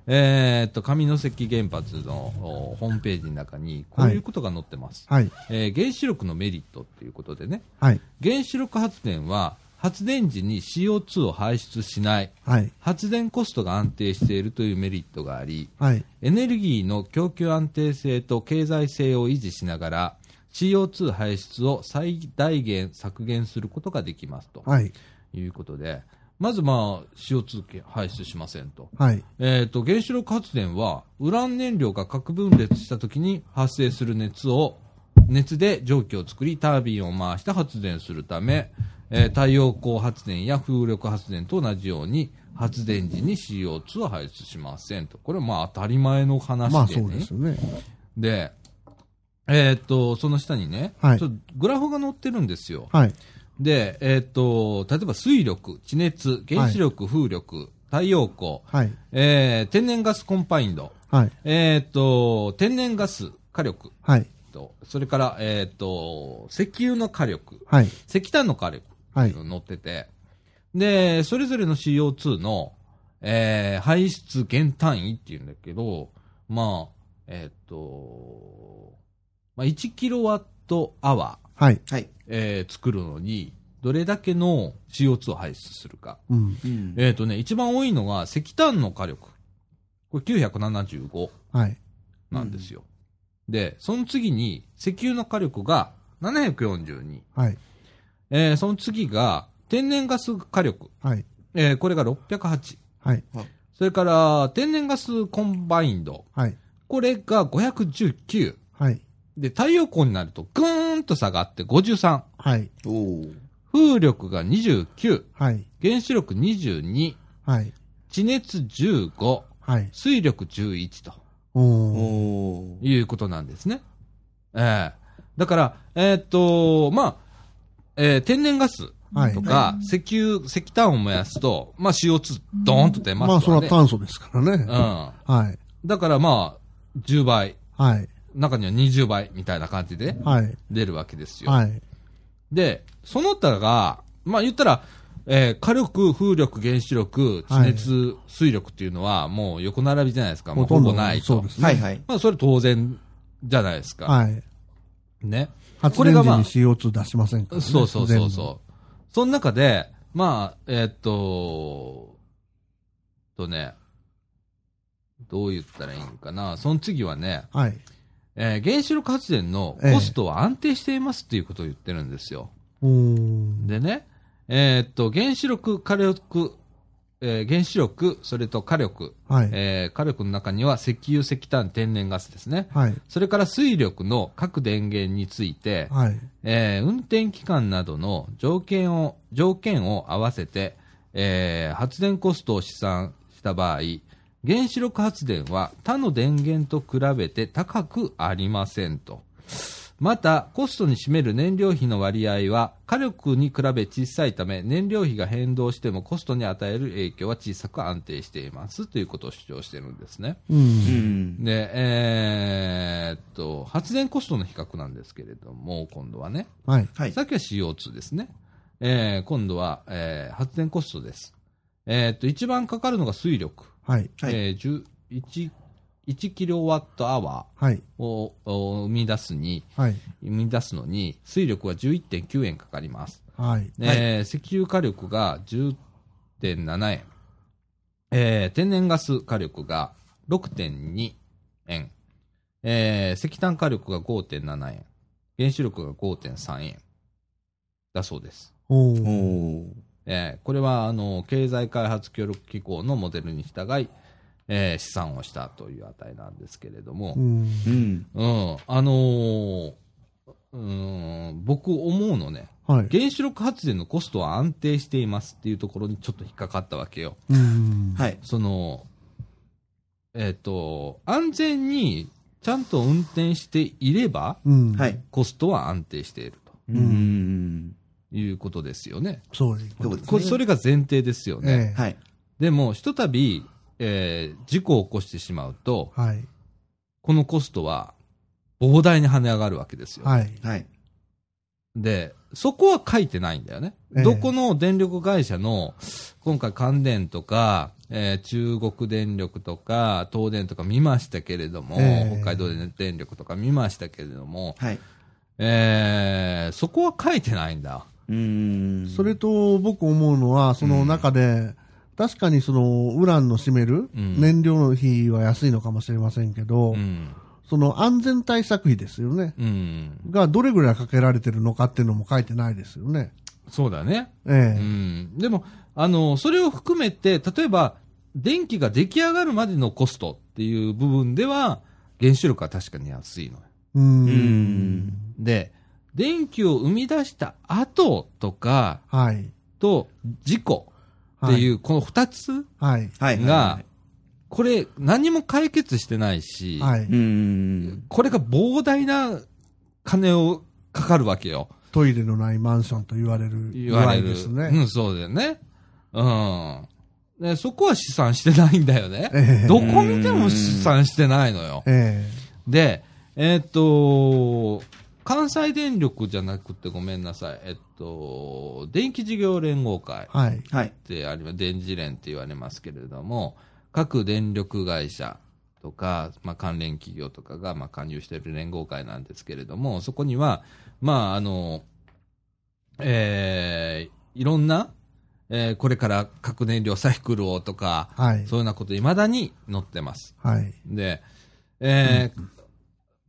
A: えーっと、上関原発のおホームページの中に、こういうことが載ってます、
B: はい。
A: えー原子力のメリットっていうことでね、
B: はい。
A: 原子力発電は発電時に CO2 を排出しない、
B: はい。
A: 発電コストが安定しているというメリットがあり、
B: はい。
A: エネルギーの供給安定性と経済性を維持しながら、 CO2 排出を最大限削減することができますと
B: はい。
A: いうことで、まずまあ CO2 排出しませんと。
B: はい。
A: えっ、と、原子力発電は、ウラン燃料が核分裂した時に発生する熱を、熱で蒸気を作り、タービンを回して発電するため、えー太陽光発電や風力発電と同じように、発電時に CO2 を排出しませんと。これはまあ当たり前の話で、ね。
B: まあそうですよね。
A: で、えっ、と、その下にね、
B: はい
A: ちょっとグラフが載ってるんですよ。
B: はい。
A: で、えっ、と、例えば水力、地熱、原子力、風力、太陽光、
B: はい。
A: えー天然ガスコンパインド、
B: はい。
A: えーっと、天然ガス火力
B: はい。
A: と、それから、えーっと、石油の火力、
B: はい。
A: 石炭の火力、
B: はい。
A: 乗ってて、で、それぞれの CO2 の、えー排出減単位っていうんだけど、まあ、えーっと、まあ、1キロワットアワー、
B: はい。
C: はい。
A: えー作るのに、どれだけの CO2 を排出するか。
B: うん。
C: うん。
A: えー、とね、一番多いのが石炭の火力。これ975
B: はい。
A: なんですよ。で、その次に石油の火力が742。
B: はい。
A: えー、その次が天然ガス火力。
B: はい。
A: えー、これが608。
B: はい。
A: それから天然ガスコンバインド。
B: はい。
A: これが519。
B: はい。
A: で、太陽光になるとぐーんと下がって53。
B: はい。
C: おお。
A: 風力が29。
B: はい。
A: 原子力22。
B: はい。
A: 地熱15。
B: はい。
A: 水力11と。
B: お
C: お
B: お。
C: お。
A: いうことなんですね。ええだから、えーっと、まあ、えー天然ガス
B: はい
A: と。か、石油、石炭を燃やすと、まあ CO2 ドーンと出ます
B: まあそれ
A: わ
B: は
A: ね。
B: 炭素ですからね。はい。
A: うん。だからまあ、10倍、
B: はい。
A: 中には20倍みたいな感じで
B: はい。
A: 出るわけですよ。
B: はい。
A: で、その他が、まあ言ったら、えー火力、風力、原子力、地熱、水力っていうのはもう横並びじゃないですか。もうほぼない
B: そ
A: と
B: うで。す
C: はい
B: ね。
C: はい。
A: まあそれ当然じゃないですか。
B: はい。
A: ね。
B: 発電時に CO2 出しませんからね。
A: そうそうそう
B: 全部。
A: そう。その中で、まあ、えーっと、とね、どう言ったらいいんかな。その次はね、
B: はい。
A: えー原子力発電のコストは安定していますっていうことを言ってるんですよ。
B: おー
A: でね、えーっと、原子力、火力、えー原子力、それと火力、
B: はい。
A: えー火力の中には石油、石炭、天然ガスですね。
B: はい。
A: それから水力の各電源について、
B: はい。
A: えー運転期間などの条件を条件を合わせて、えー発電コストを試算した場合、原子力発電は他の電源と比べて高くありませんと。また、コストに占める燃料費の割合は火力に比べ小さいため、燃料費が変動してもコストに与える影響は小さく安定していますということを主張してるんですね。
B: う。
C: うんん。
A: で、えーっと、発電コストの比較なんですけれども、今度はね。
B: はい。
C: はい。
A: さっきは CO2 ですね。えー今度は、えー発電コストです。えーっと、一番かかるのが水力。
B: はい。
C: はい
A: えー11 1キロワットアワ
B: はい。
A: ーをを生み出すに、
B: はい。
A: 生み出すのに、水力は11.9円かかります。
B: はい。
A: えー石油火力が10.7円。えー天然ガス火力が6.2円。えー石炭火力が5.7円。原子力が5.3円。だそうです。
B: お
C: お
B: ー
C: お。
A: えーこれは、あの、経済開発協力機構のモデルに従い、えー試算をしたという値なんですけれども、
B: うん。
C: うん。
A: うん、あのーうーん、僕思うのね、
B: はい。
A: 原子力発電のコストは安定していますっていうところにちょっと引っかかったわけよ。
B: うん。
C: はい。
A: その、えっ、と、安全にちゃんと運転していれば、
B: うん。
C: は。い。
A: コストは安定している
C: うん。
A: ということですよね。
B: そうです。
C: そうです
A: こ
C: ね。
A: それが前提ですよね。
B: ええ。
C: はい。
A: でも、ひとたび、えー事故を起こしてしまうと、
B: はい。
A: このコストは膨大に跳ね上がるわけですよ。
B: はい。
C: はい。
A: で、そこは書いてないんだよね。
B: ええ
A: どこの電力会社の、今回関電とか、えー中国電力とか、東電とか見ましたけれども、
B: ええ
A: 北海道電力とか見ましたけれども、
C: はい。
A: えーそこは書いてないんだ。
C: うん。
B: それと僕思うのは、その中で、確かにそのウランの占める
A: うん
B: 燃料の費は安いのかもしれませんけど、
A: うん。
B: その安全対策費ですよね。
A: うん。
B: がどれぐらいかけられてるのかっていうのも書いてないですよね。
A: そうだね。
B: え
A: う
B: え
A: ん。でも、あの、それを含めて、例えば、電気が出来上がるまでのコストっていう部分では、原子力は確かに安いのよ。
B: う。
C: うんん。
A: で、電気を生み出した後とか
B: はい。
A: と事故って
B: は
A: いう、
B: い。
A: この二つ
B: はい。
C: はい。
A: が、これ何も解決してないし、
B: は
C: う
B: い。
C: ん。
A: これが膨大な金をかかるわけよ。
B: トイレのないマンションと言われる
A: 言われ
B: 具
A: る。
B: 合ですね。
A: うん、そうだよね。うん。ね、そこは試算してないんだよね。
B: ええ
A: どこ見ても試算してないのよ。
B: え
A: で、えーっと、関西電力じゃなくてごめんなさい。えっと、電気事業連合会
B: えはい。
C: はい。
A: ってあります、電磁連って言われますけれども、各電力会社とか、まあ、関連企業とかが、まあ、加入している連合会なんですけれども、そこには、まあ、あの、えーいろんな、えーこれから核燃料サイクルをとか、
B: は
A: そう
B: い。
A: いうようなこと、未だに載ってます。
B: はい。
A: で、えー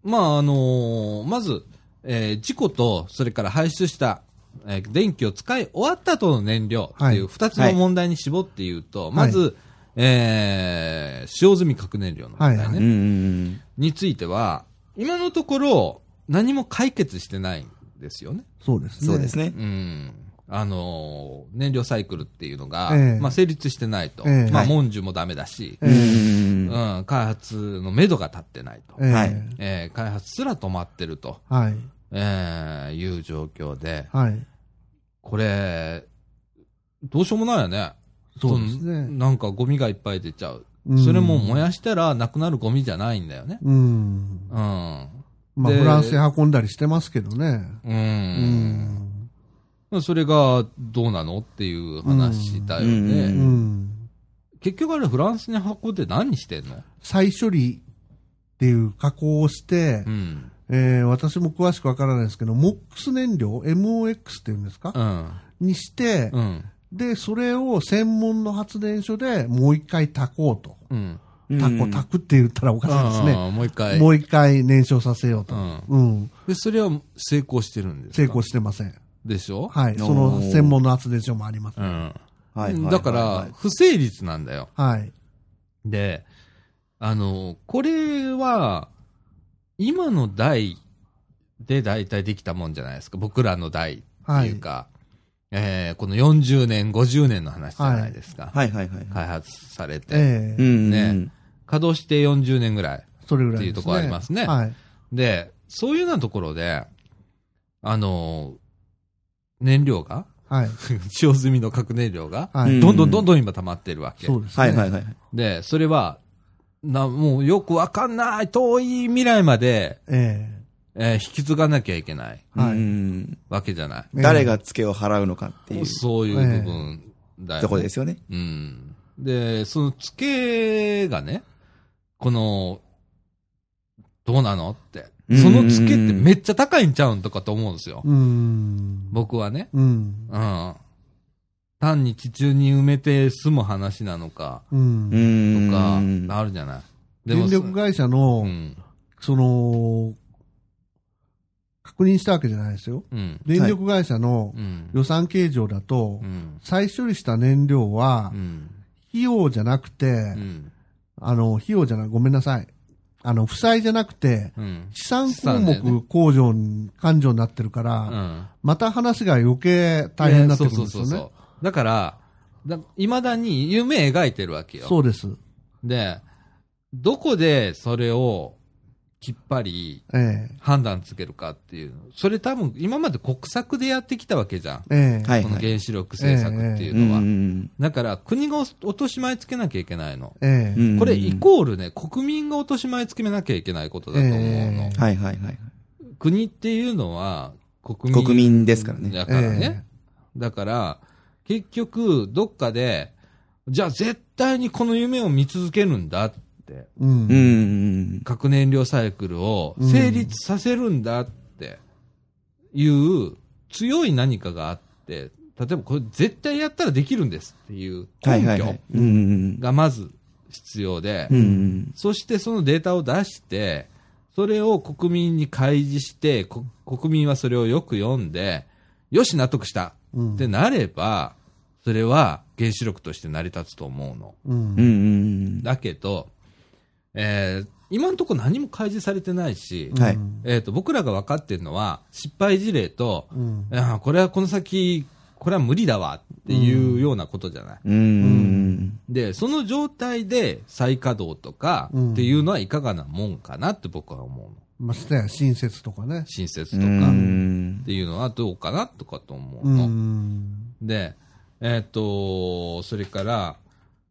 A: まあ、あのーまず、えー事故と、それから排出した、えー電気を使い終わった後の燃料って
B: はい
A: いう二つの問題に絞って言うと、まず、えー使用済み核燃料の問題ね、
B: はいは
C: うん。
A: については、今のところ何も解決してないんですよね。
B: そうですね。
C: そうですね
A: う。ん。あのー燃料サイクルっていうのが、
B: ええ
A: まあ、成立してないと。
B: ええ
A: まあ、
C: はい
A: 文殊もダメだし、
B: え
C: うん。
A: うん、開発の目処が立ってないと。
B: ええ
C: はい
A: えー開発すら止まってると、
B: はい。
A: えーいう状況で、
B: はい。
A: これ、どうしようもないよね。
B: そうです
A: その
B: ね。
A: なんかゴミがいっぱい出ちゃう。
B: うん
A: それも燃やしたらなくなるゴミじゃないんだよね。
B: うん。
A: うん。
B: まあ、
A: で
B: フランスへ運んだりしてますけどね。
A: う。
B: うんん。
A: それがどうなのっていう話だよね。
C: うんう
B: うんん。
A: 結局あれフランスに運んで何してんの
B: 再処理っていう加工をして
A: う、ん。
B: えー私も詳しくわからないですけど、MOX 燃料、MOX っていうんですか、
A: うん。
B: にして、
A: うん。
B: で、それを専門の発電所でもう一回炊こうと。
A: うん。
B: 炊こう、炊くって言ったらおかしいですね。
A: あーもう一回。
B: もう一回燃焼させようと。
A: うん
B: うん。
A: で、それは成功してるんですか
B: 成功してません。
A: でしょ
B: はい。
C: おー
B: その専門の発電所もあります。
A: うん。
C: はい。
A: だから、不成立なんだよ。
B: はい。
A: で、あの、これは、今の代で大体できたもんじゃないですか。僕らの代っていうか、えーこの40年、50年の話じゃないですか。
C: はいはいはい。
A: 開発されて、
B: ええ
C: うん。
A: 稼働して40年ぐらい。
B: それぐらいです、ね。
A: っていうとこありますね
B: はい。
A: で、そういうようなところで、あの、燃料が、
B: はい。
A: 使用済みの核燃料が、
B: はい。
C: うん
A: どんどんどんどん今溜まってるわけ。
B: そうですね。
C: はいはいはい。
A: で、それは、な、もうよくわかんない遠い未来まで、
B: え
A: えー引き継がなきゃいけない
C: うん。
A: わけじゃない。
B: え
C: 誰が付けを払うのかっていう
A: そういう部分だよ、ね
C: とこですよね。
A: うん。で、その付けがね、この、どうなのって。その付けってめっちゃ高いんちゃうんとかと思うんですよ。
B: うん。
A: 僕はね。
B: うん。
A: うん。単に地中に埋めて済む話なのか、
B: うん
C: う。
A: と
C: ん。
A: か、あるじゃない。
B: 電力会社の、
A: うん。
B: その、確認したわけじゃないですよ。
A: うん。
B: 電力会社の
A: うん。
B: 予算計上だと、
A: うん。
B: 再処理した燃料は
A: う、ん。
B: 費用じゃなくて、
A: うん。
B: あの、費用じゃない、ごめんなさい。あの、負債じゃなくて、
A: うん。
B: 資産
A: 資
B: 項
A: 産だよ
B: 目
A: ね
B: 控除に、勘定になってるから、
A: うん。
B: また話が余計大変になってくるんです
A: そうそ
B: よ
A: うそう
B: ね
A: そ。う。だから、いまだに夢描いてるわけよ。
B: そうです。
A: で、どこでそれをきっぱり
B: え
A: 判断つけるかっていう。それ多分今まで国策でやってきたわけじゃん。
B: えええ
C: はい
A: この
C: はい。
A: 原子力政策っていうのは。
C: ん。
A: だから国が落とし前つけなきゃいけないの。
B: ええ
A: これイコールね、国民が落とし前つけなきゃいけないことだと思うの。
B: え
C: はいはいはい。
A: 国っていうのは国民
C: 国民ですからね。
A: だから
B: え
A: ね。だから、結局、どっかで、じゃあ絶対にこの夢を見続けるんだって、
B: う。
C: うんん。
A: 核燃料サイクルを成立させるんだっていう強い何かがあって、例えばこれ絶対やったらできるんですっていう
C: はい
A: 根
C: はいは
A: 拠
C: い。うん。
A: がまず必要で
C: う、ん。
A: そしてそのデータを出して、それを国民に開示して、こ国民はそれをよく読んで、よし、納得した
B: うん
A: ってなれば、それは原子力として成り立つと思うの。
B: うん
C: うんうん
A: だけど、えー今のところ何も開示されてないし、
C: うん。はい。
A: えー、と僕らが分かってるのは、失敗事例と、
B: うん
A: あーこれはこの先、これは無理だわっていうようなことじゃない。
C: うんうん
A: で、その状態で再稼働とか
B: うん
A: っていうのはいかがなもんかなって僕は思うの。
B: ましてや親切とかね。
A: 新設
C: う
A: とか
C: ん
A: っていうのはどうかなとかと思う
B: う
A: の。
B: ん。
A: で、えっ、と、それから、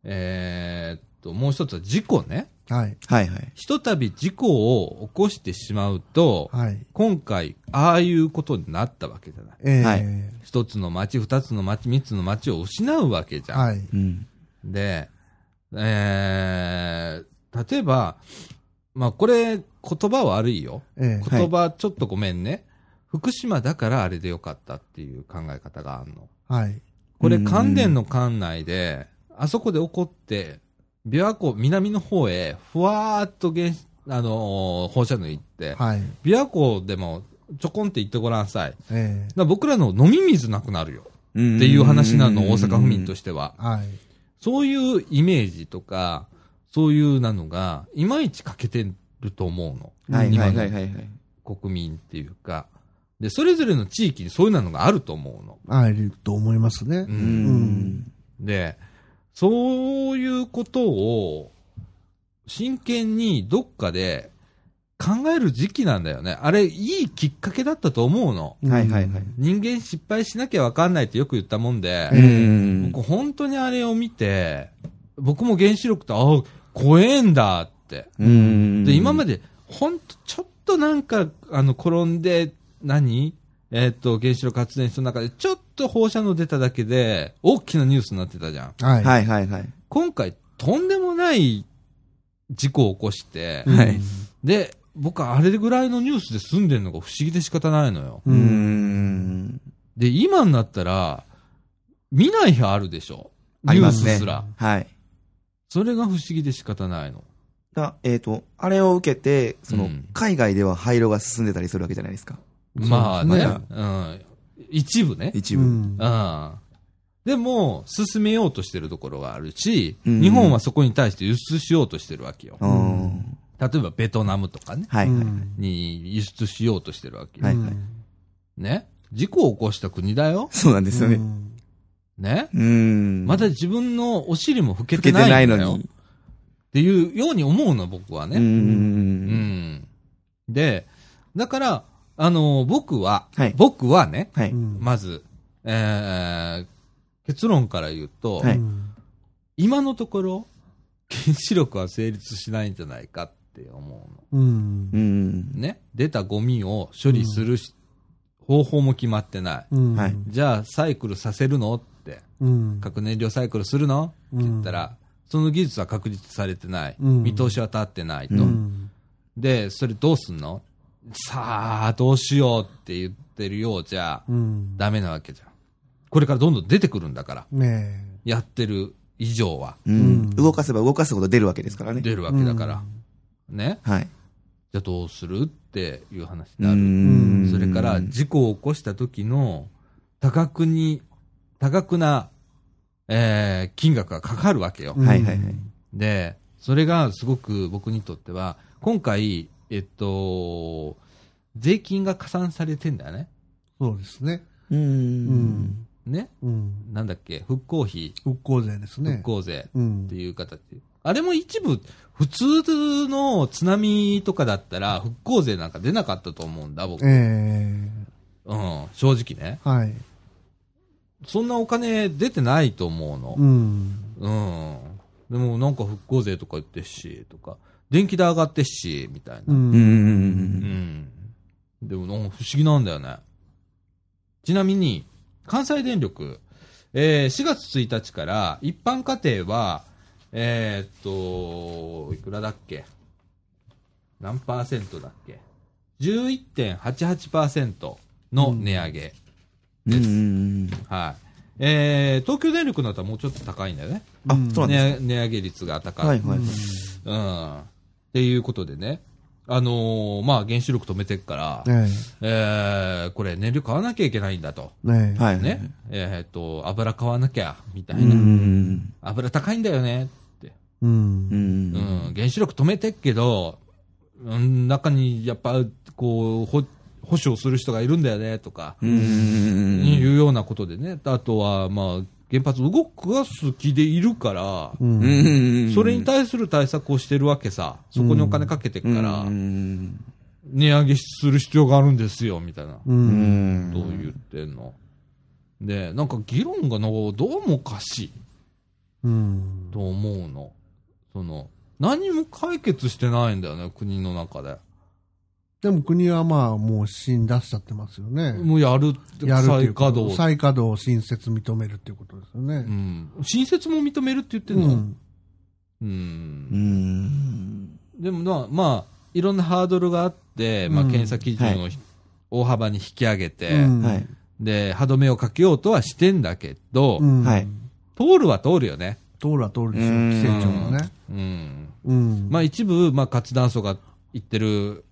A: えっと、もう一つは事故ね。
B: はい。
C: はいはい。
A: ひとたび事故を起こしてしまうと、
B: はい。
A: 今回、ああいうことになったわけじゃない。
B: ええ
C: はい
A: 一つの町、二つの町、三つの町を失うわけじゃん。
B: はい。
C: うん。
A: で、えー、例えば、まあこれ、言葉悪いよ。
B: ええ
C: こ
A: 言葉ちょっとごめんね。福島だからあれでよかったっていう考え方があるの。
B: はい。
A: これ、
C: うん
A: 関電の管内で、あそこで起こって、琵琶湖南の方へ、ふわーっと原子あのー放射能行って、
B: はい。
A: 琵琶湖でもちょこんって行ってごらんさい。だか
B: ええ
A: ら僕らの飲み水なくなるよ。
C: って
A: っていう話なの、大阪府民としては。
B: はい。
A: そういうイメージとか、そういうなのが、いまいち欠けてると思うの。
C: はいはい
A: 今
C: はい
A: の
C: はいはい。
A: 国民っていうか。で、それぞれの地域にそういうなのがあると思うの。
B: あると思いますね
A: う。
C: うんん。
A: で、そういうことを、真剣にどっかで考える時期なんだよね。あれ、いいきっかけだったと思うの。
B: うん
C: はいはいはい。
A: 人間失敗しなきゃわかんないってよく言ったもんで、
B: え
C: ん
A: 僕本当にあれを見て、僕も原子力と、あ怖えんだって。
C: うん
A: で、今ま
C: で、
A: で、ほんとちょっとなんか、あの、転んで、何えっ、と、原子力発電所の中で、ちょっと放射能出ただけで、大きなニュースになってたじゃん。
B: はい。
C: はいはいはい。
A: 今回、とんでもない事故を起こして、
B: うん
C: はい
A: で、僕はあれぐらいのニュースで住んでるのが不思議で仕方ないのよ。
B: う。
C: うんん。
A: で、今になったら、見ない日あるでしょ。
C: あ
A: ニ
C: り
A: ュー
C: ます
A: ス
C: ね
A: すら。
C: はい。
A: それが不思議で仕方ないの。
C: だえっ、と、あれを受けて、そうの
A: ん、
C: 海外では廃炉が進んでたりするわけじゃないですか。
A: まあね、
B: そう
A: うん。一部ね。
C: 一
B: う
C: 部。
B: ん。
A: うん。でも、進めようとしてるところはあるし、
C: うん
A: 日本はそこに対して輸出しようとしてるわけよ。
C: う
A: 例
C: ん。
A: えばベトナムとかね、
C: はいはい。
A: に輸出しようとしてるわけよ。
C: はい
B: うん
C: はい
A: ね。事故を起こした国だよ。
C: そうなんですよ
B: う
C: ね。
B: ん
A: ね。
C: うん。
A: まだ自分のお尻も老けて
C: 受けて
A: ない
C: ないの
A: んだよ
C: に
A: っ。ていうように思うの、僕は
C: う。
A: ね。うんん。で、だから、あの僕は、
C: はい
A: 僕はね、
C: は
B: う
C: い。
B: ん
A: まず、えー、結論から言うと、
C: はい
B: うん
A: 今のところ、原子力は成立しないんじゃないかって思う
B: うん
C: う。
A: の。
C: ん。
A: ね。出たゴミを処理するし、方法も決まってない。
B: うん
C: はい
A: じゃあ、サイクルさせるのって、
B: うん。
A: 核燃料サイクルするのって言ったら、その技術は確立されてない。
B: うん
A: 見通しは立ってないと。
C: う
B: うん。
A: で、それどうすんのさあ、どうしようって言ってるようじゃ、
B: うん。
A: ダメなわけじゃん。これからどんどん出てくるんだから。
B: ね
A: やってる以上は。
C: うん
B: うん
C: 動かせば動かすほど出るわけですからね。
A: 出るわけだから。ね。
C: はい。
A: じゃあどうするっていう話になる。
B: ん
A: それから、事故を起こした時の多額に、多額な、えー金額がかかるわけよ
B: え。。
C: はいはいはい
A: で、それがすごく僕にとっては、今回、えっと、税金が加算されてんだよね。
B: そうですね。
C: う。
B: うんん。
A: ね。
B: うん。
A: なんだっけ、復興費、
B: 復興税ですね。
A: 復興税
B: う
A: っ
B: ん
A: て。いう形。あれも一部、普通の津波とかだったら、復興税なんか出なかったと思うんだ、僕。うん、
B: え
A: 正直ね。
B: え。はい。
A: そんなお金出てないと思うの
B: う。ん。
A: うん。でもなんか復興税とか言ってっし、とか、電気代上がってっし、みたいな。う
B: う。
A: ん。
C: うんん。
A: でもなんか不思議なんだよね。ちなみに、関西電力、えー、4月1日から一般家庭は、えーっと、いくらだっけ何パーセントだっけ ?11.88% の値上げ。
C: うん。
A: はい。えー、東京電力の後はもうちょっと高いんだよね。
C: あ、そうなんで
A: 値
C: す
A: 値上げ率が高い。
C: か。はいはい。
A: うん。っていうことでね、あのーまあ、原子力止めてっから、
B: え
A: えーこれ、燃料買わなきゃいけないんだと。
B: え。ねえ。
C: はい。
A: ね。えーっと、油買わなきゃ、みたいうな。
C: ん。
A: 油高いんだよねって。
B: う。
C: うんん
A: う。ん、原子力止めてっけど、うん、中にやっぱ、こう、ほ保守をする人がいるんだよね、とか、
C: うん。
A: いうようなことでね。あとは、まあ、原発動かす気でいるから、
B: うん。
C: う
B: うん
C: ん。
A: それに対する対策をしてるわけさ、そこにお金かけてっから、
C: うん。
A: 値上げする必要があるんですよ、みたいな。
B: う。
C: うんん。
A: どう言ってんの。で、なんか議論がのどうもおかしい
B: うん。
A: と思うの。その、何も解決してないんだよね、国の中で。
B: でも国はまあ、もう新出しちゃってますよね。
A: もうやる、
B: やるってい
A: 再
B: うか
A: 稼働。
B: 再稼働を新設認めるっていうことです
A: う
B: よね。
A: ん。新設も認めるって言ってん
B: う
A: の、うん、
B: ん。
C: うん。
A: でもな、まあ、いろんなハードルがあって、まあ、
B: うん
A: 検査基準をひ、大幅に引き上げて、
B: うん
C: はい。
A: で、歯止めをかけようとはしてんだけど、
B: うん
C: はい。
A: 通るは通るよね。
B: 通るは通るでしょ、
C: うん
B: 規制庁もね。
A: うん。
B: うん。
A: まあ、一部、まあ、活断層が言ってる、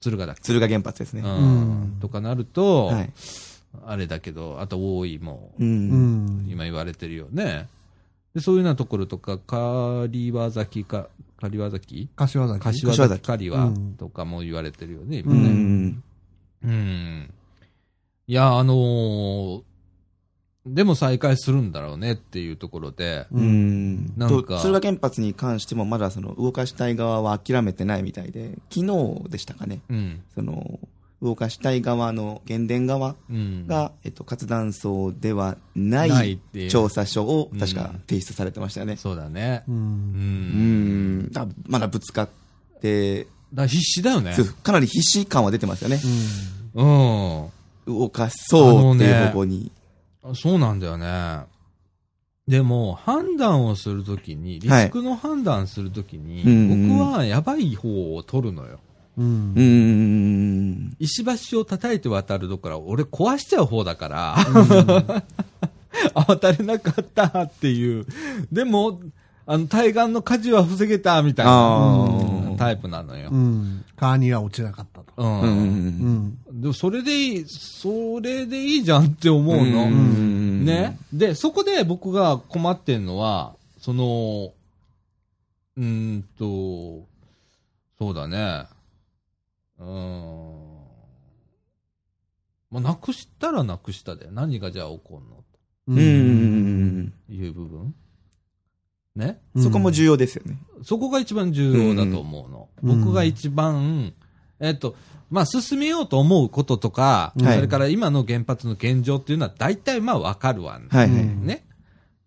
A: 敦賀だっけ、
C: 敦賀原発ですね
A: う。
B: うん
A: ん、とかなると、
C: はい。
A: あれだけど、あと多いも、
C: う。
B: うんん。
A: 今言われてるよね。でそういうようなところとか、わ崎か、わ崎
B: 柏崎。
A: 柏
C: 柏崎
A: 崎狩りは
B: うん
A: とかも言われてるよね、
C: う
A: 今ね。
C: ん。
A: うん。いや、あのーでも再開するんだろうねっていうところで、
C: うん。
A: な
C: なんん
A: か
C: か。敦賀原発に関してもまだその動かしたい側は諦めてないみたいで、昨日でしたかね。
A: うん。
C: その、動かしたい側の原電側
A: うん。
C: が、えっと、活断層では
A: な
C: ないい
A: っていう。
C: 調査書を確か
A: うん
C: 提出されてましたよね。
A: そうだね。
B: う。
A: うん。
C: うんん。だまだぶつかっ
A: だ
C: て、
A: から必死だよね。
C: そうかなり必死感は出てますよね。
A: うん。
C: 動かそうっていう方向に。
A: あそうなんだよね。でも、判断をするときに、リスクの判断するときに、
C: はいうんうん
A: 僕はやばい方を取るのよ。
B: うん
C: う。ん。
A: 石橋を叩いて渡るどころか、俺壊しちゃう方だから、 渡れなかったっていう。でも、あの、対岸の火事は防げたみたいな
C: あ
A: うん
C: あ。
A: タイプなのよ
B: う。ん。川には落ちなかったと。
A: うん。
C: うん
B: う。ん。
A: でもそれでいい、それでいいじゃんって思うの。
C: ん
A: ね。。で、そこで僕が困ってんのは、その、うーんと、そうだね。うーん。まあ、なくしたらなくしたで、何がじゃあ起こるの
B: う
C: うんうん。
A: という部分ね。
C: そこも重
B: 要。
C: 要ですよね。
A: そこが一番重要だと思うの。
B: うん
A: 僕が一番、えっと、まあ、進めようと思うこととか、
B: はい
A: それから今の原発の現状っていうのは大体まあわかるわね。
C: はいはい。
B: うん
A: ね。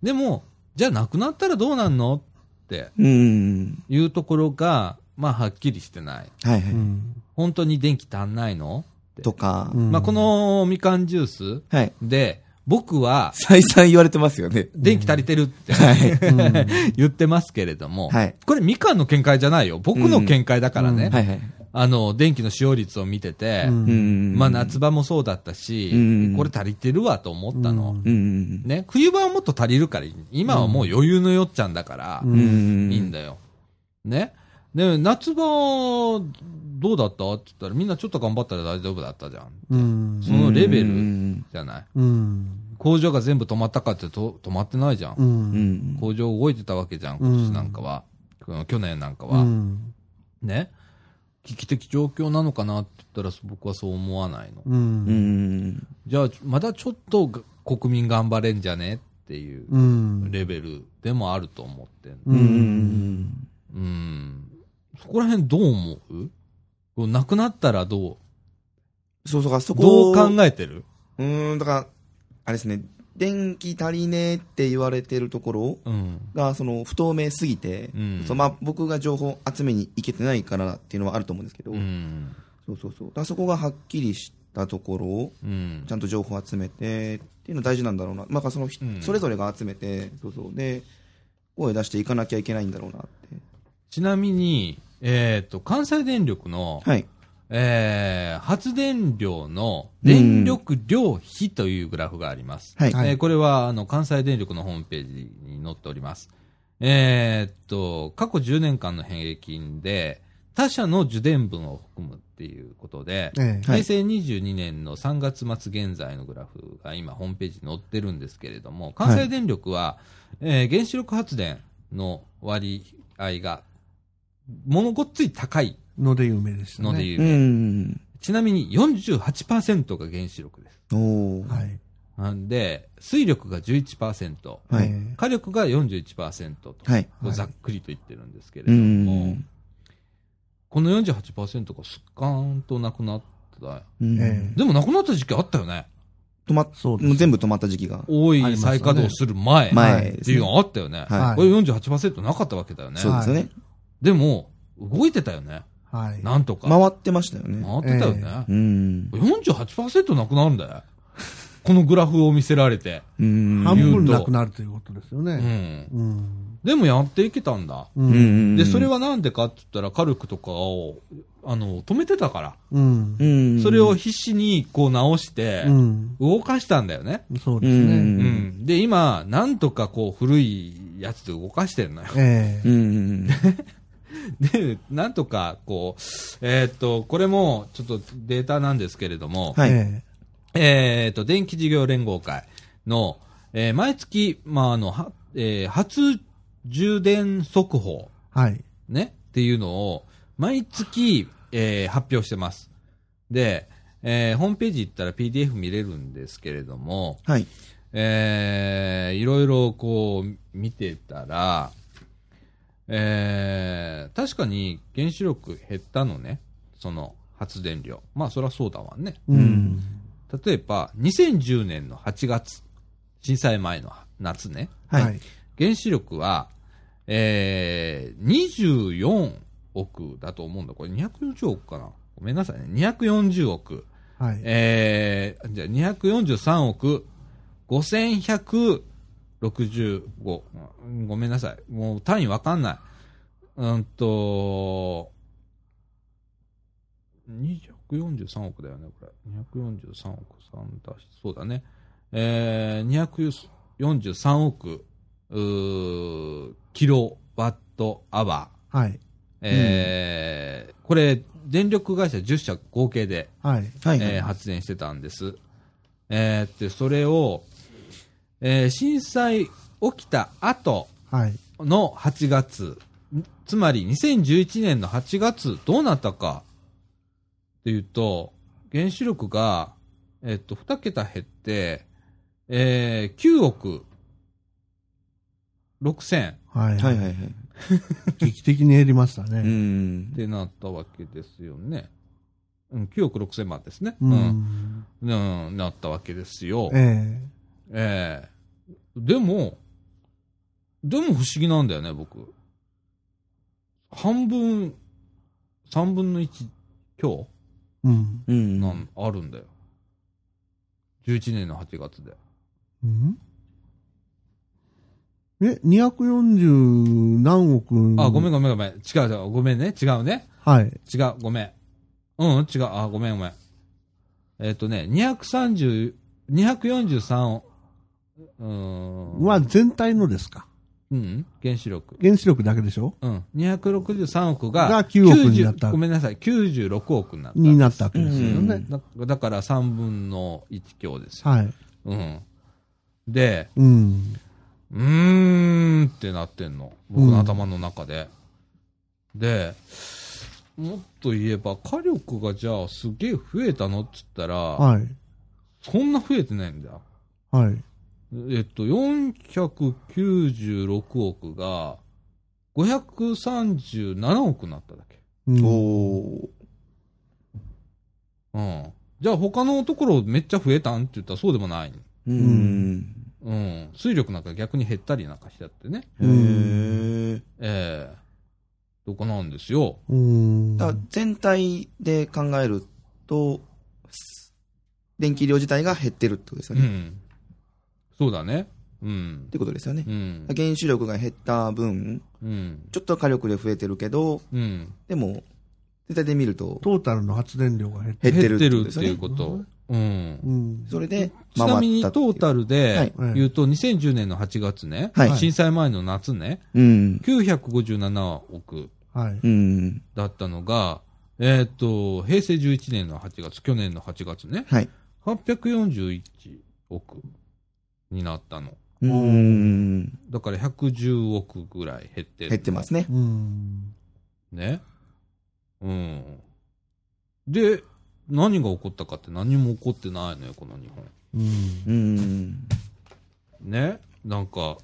A: でも、じゃあなくなったらどうなんのって
C: うん。
A: いうところが、まあはっきりしてない。
C: はいうは
B: ん。
A: 本当に電気足んないの、
C: い。とか。
B: うん
A: まあこのみかんジュース
C: はい。
A: で、僕は
C: 再三言われてますよね。
A: 電気足りてるって、
C: はい。
B: うん
A: 言ってますけれども、
C: はい
A: これみかんの見解じゃないよ。僕の見解だからね。
B: うん
C: はいはい。
A: あの、電気の使用率を見てて、
B: うん
C: ん
A: まあ夏場もそうだったし、
C: うん
A: これ足りてるわと思ったの。
B: うん
C: うん。
A: ね、冬場はもっと足りるからいい、今はもう余裕のよっちゃんだから、
B: うん
C: うん。
A: いいんだよ。ね。で、夏場、どうだったって言ったら、みんなちょっと頑張ったら大丈夫だったじゃん。
B: うん。
A: そのレベル
C: うん。
A: じゃない。
B: うん。
A: 工場が全部止まったかってと止まってないじゃん。
B: うん。
A: 工場動いてたわけじゃん、
B: うん
A: 今年なんかは。うん去年なんか
B: う
A: は。
B: ん。
A: ね。危機的状況なのかなって言ったら、僕はそう思わないの。
B: うん。
C: うん。
A: じゃあ、まだちょっとが国民頑張れんじゃねっていう
B: うん。
A: レベルでもあると思ってんの
C: うん。
A: うん。そこら辺どう思うこうなくなったらどう
C: そうそうか、そ
A: ど
C: こ
A: う考えてる
C: うーん、だから、あれですね、電気足りねえって言われてるところ
A: うん。
C: が、その、不透明すぎて、
A: うん
C: そうまあ、僕が情報集めに行けてないからっていうのはあると思うんですけど、
A: うん。
C: そうそうそう。だからそこがはっきりしたところを、
A: うん
C: ちゃんと情報集めてっていうの大事なんだろうな。まあ、その、ひ
A: うん
C: それぞれが集めて、そうそう。で、声出していかなきゃいけないんだろうなって。
A: ちなみに、えっ、と、関西電力の、
C: はい。
A: えー発電量の電力量比というグラフがあります。
C: はい。
B: はい
A: えーこれはあの関西電力のホームページに載っております。えーっと、過去10年間の平均で、他社の受電分を含むっていうことで、
B: ええ
C: は
A: 平
C: い
A: 成22年の3月末現在のグラフが今、ホームページに載ってるんですけれども、関西電力は、えー原子力発電の割合が、ものごっつい高い
B: ので有名でしたね。
A: ので言う
C: う、ん。
A: ちなみに48%が原子力です。
C: おー。
B: はい。
A: なんで、水力が11%、
C: はい
B: ええ
A: 火力が41%と、
C: はい。
A: こう
B: はい
A: ざっくりと言ってるんですけれ
C: う
A: ども、
C: ん。
A: この48%がすっかーんとなくなった。
C: うん
B: ええ
A: でもなくなった時期あったよね。
C: 止まっ、
B: そうです
C: もう全部止まった時期が。
A: 多
B: あり
A: い
B: ましたね
A: 再稼働する前
C: 前で
A: っ
C: す
A: ていう
C: ね。
A: のがあったよね。
C: はい
B: はい
A: これ48%なかったわけだよね。
C: そうですよね。
A: でも、動いてたよね。
B: はい。
A: なんとか。
C: 回ってましたよね。
A: 回ってたよね。
C: うん。
A: 48%なくなるんだよ。このグラフを見せられて。
C: うん。
B: 半分なくなるということですよ
A: う
B: ね。
A: ん。
B: うん。
A: でもやっていけたんだ。
B: う。
C: うんうんん。
A: で、それはなんでかって言ったら、火力とかを、あの、止めてたから。
B: うん。
C: うん、
A: それを必死にこう直して、
B: うん。
A: 動かしたんだよね。
B: そうです
C: う
B: ね。
C: ん
A: うん、で、今、なんとかこう古いやつで動かしてるのよ。
B: え
C: う
B: え。
C: んうん
A: で、なんとかこう、えーっと、これもちょっとデータなんですけれども、
C: はい
B: え
A: えーっと、電気事業連合会の、えー毎月、まあ、あの、はえー初充電速報、
B: え。はい。
A: ね、っていうのを、毎月、えー発表してます。で、えーホームページ行ったら PDF 見れるんですけれども、
C: うん。はい。
A: えーいろいろこう見てたら、えー確かに原子力減ったのね、その発電量。まあそりゃそうだわね。
B: うん。
A: 例えば、2010年の8月、震災前の夏ね、
C: はい。
B: はい。
A: 原子力は、えー24億だと思うんだ。これ240億かなごめんなさいね。240億。
B: はい。
A: えー、じゃあ243億5165。うんごめんなさい。もう単位わかんない。うんと、243億だよね、これ。243億3足し、そうだね。えー、243億、うーキロワットアワー。
B: はい。
A: えーこれ、電力会社10社合計で
B: はい。
C: はい。
A: えー発電してたんです。えーって、それを、えー震災起きた後
B: はい。
A: の8月、んつまり2011年の8月、どうなったかっていうと、原子力が、えっと、2桁減って、えー9億6000っ
B: はい。
C: は
B: はいい。
C: はいはい。
B: 劇的に減りました
C: う
B: ね。
C: ん。
A: てなったわけですよね。うん、9億6000万ですね。
B: う
A: うん。
B: ん。
A: うん、なったわけですよ。
B: え
A: ええでも、でも不思議なんだよね、僕。半分、三分の一今
B: え。うん。
C: うん。
A: 日なん、あるんだよ。11年の8月で。
B: うんえ、240何億
A: あ、ごめん
B: ん。
A: ごめんごめん。違う違う。ごめんね。違うね。
B: はい。
A: 違う。ごめん。うん、違う。あ、ごめんごめん。えっ、とね、230、243を、うーん。
B: は全体のですか。
A: うん、原子力。
B: 原子力だけでしょ
A: うん、263億が
B: が9億になった
A: 90ごめんなさい、96億になった。
B: になったわけですよ
C: う
B: ね
C: ん。
A: だだから3分の1強ですよ。
B: はい。
A: うん。で、
B: うん。
A: うーんってなってんの。僕の頭の中で。で、もっと言えば、火力がじゃあすげえ増えたのっつったら、
B: はい。
A: そんな増えてないんだよ。
B: はい。
A: えっと、496億が、537億になっただけ。
B: うん
C: お
A: うん。じゃあ他のところめっちゃ増えたんって言ったらそうでもない。
C: ー。うん。
A: うん。水力なんか逆に減ったりなんかしちゃってね。
C: へー。
A: ええとかなんですよ。
B: うん。
C: だから全体で考えると、電気量自体が減ってるってことですよ
A: う
C: ね。っ
A: ん。そうだね。うん。
C: てことですよね
A: う。ん。
C: 原子力が減った分、
A: うん。
C: ちょっと火力で増えてるけど、
A: うん。
C: でも、全体で見ると
B: トータルの発電量が減って。
C: 減ってる
A: 減っててる
C: っことで
A: っ
C: す
A: てい
C: よ
A: う
C: ね。
A: こと。うん。
B: うん。
C: それで、
A: ちなみに
C: 回
A: ト
C: ったっていう
A: ータルで言うと2010年の8月ね、
C: はい
A: 震災前の夏ね、
C: うん。
A: 957億
B: はい。
C: うん。
A: だったのが、えーっと、平成11年の8月、去年の8月ね、
C: はい。
A: 841億になったの。
C: うん。
A: だから110億ぐらい減ってる。
C: 減ってますね。
B: うん。
A: ね。うん。で、何が起こったかって何も起こってないのよ、この日本。
B: うん。
C: うん。
A: ね。なんか、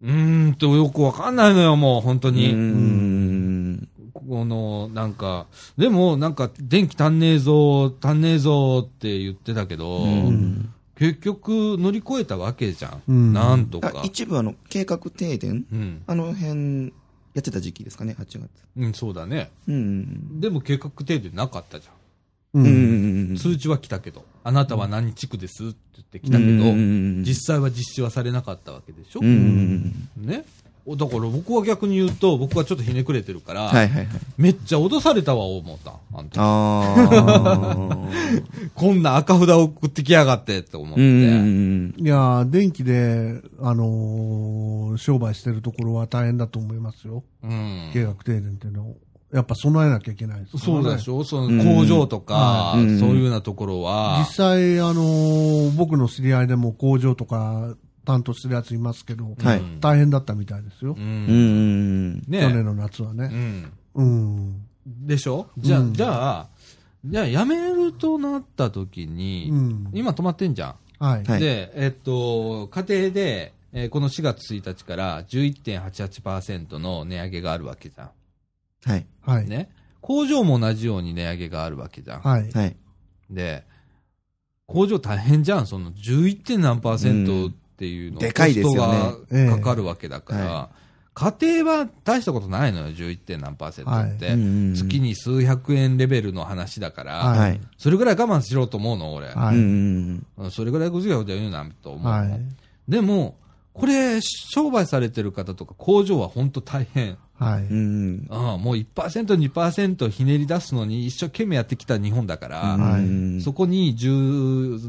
A: うーんとよくわかんないのよ、もう、本当に。
C: うん。
A: この、なんか、でも、なんか、電気足んねえぞ、足んねえぞって言ってたけど、
C: うん
A: 結局、乗り越えたわけじゃん。
B: うん
A: なんと
C: あ
A: か。
C: 一部あの、計画停電
A: うん。
C: あの辺、やってた時期ですかね、8月。
A: うん、そうだね。
C: うん。
A: でも、計画停電なかったじゃん。
B: う。
C: うんん。
A: 通知は来たけど、あなたは何地区ですって言って来たけど、
C: うん
A: 実際は実施はされなかったわけでしょ、
C: うん。
A: ねおだから僕は逆に言うと、僕はちょっとひねくれてるから、
C: はいはいはい。
A: めっちゃ脅されたわ、思った。あんた
C: ああ。
A: こんな赤札送ってきやがってって思って。
C: うん。
B: いやー電気で、あのー商売してるところは大変だと思いますよ。
A: うん
B: 計画停電っていうのを。やっぱ備えなきゃいけないですから
A: そ
B: ね
A: うでしょ、その工場とか、
C: うん
A: そういうようなところは
B: 実、際、あのー僕の知り合いでも工場とか担当してるやついますけど、
C: はい
B: 大変だったみたいですよ。
A: うん
C: うん。
A: ね
B: 去年の夏は
A: う
B: ね。
A: ん、
B: うん。
A: でしょじゃあ、
B: うん
A: じゃあ、じゃあやめるとなった時に、
B: うん
A: 今止まってんじゃん。
B: はい。
C: はい
A: で、えっと、家庭で、えーこの4月1日から11.88%の値上げがあるわけじゃ
C: はい。
B: はい。
A: ん。ね。工場も同じように値上げがあるわけじゃん。
B: はい。
C: はい。
A: で、工場大変じゃん、その 11. 何パーセントっていうの、
C: でかいですよね
A: コストがかかるわけだから、
C: ええは
A: 家庭は大したことないのよ、11. 何パーセントって、
C: はいうん
A: 月に数百円レベルの話だから、
B: はい
C: はい。
A: それぐらい我慢しろと思うの、俺。
B: はい。
C: うん。
A: うんそれぐらいご自由で言うなと思うの、
B: はい。
A: でも、これ、商売されてる方とか工場は本当大変。
B: はい。
C: うん。
A: ああもう1%、2%ひねり出すのに一生懸命やってきた日本だから、
C: はい
A: そこに十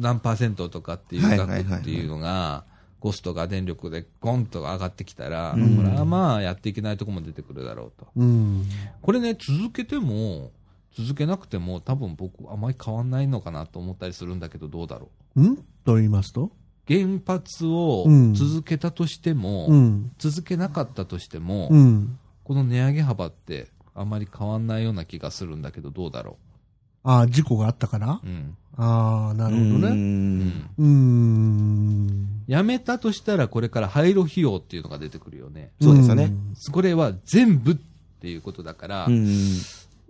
A: 何パーセントとかっていう
C: はいは
A: 額
C: いはいはい
A: っていうのが、コストが電力でゴンと上がってきたら、
C: うん
A: これはまあやっていけないとこも出てくるだろうと。
B: うん。
A: これね、続けても、続けなくても、多分僕、あまり変わんないのかなと思ったりするんだけど、どうだろ
B: んと言いますと
A: う。原発を
B: うん
A: 続けたとしても、
B: うん。
A: 続けなかったとしても、
B: うん。
A: この値上げ幅って、あまり変わんないような気がするんだけど、どうだろ
B: ああ、事故があったから
A: う。うん。
B: ああ、なるほどね。
A: う
C: ね。
A: ん。
B: うーん。
A: やめたとしたら、これから廃炉費用っていうのが出てくるよね。
C: そうですよね
A: これは全部っていうことだから、
C: うん。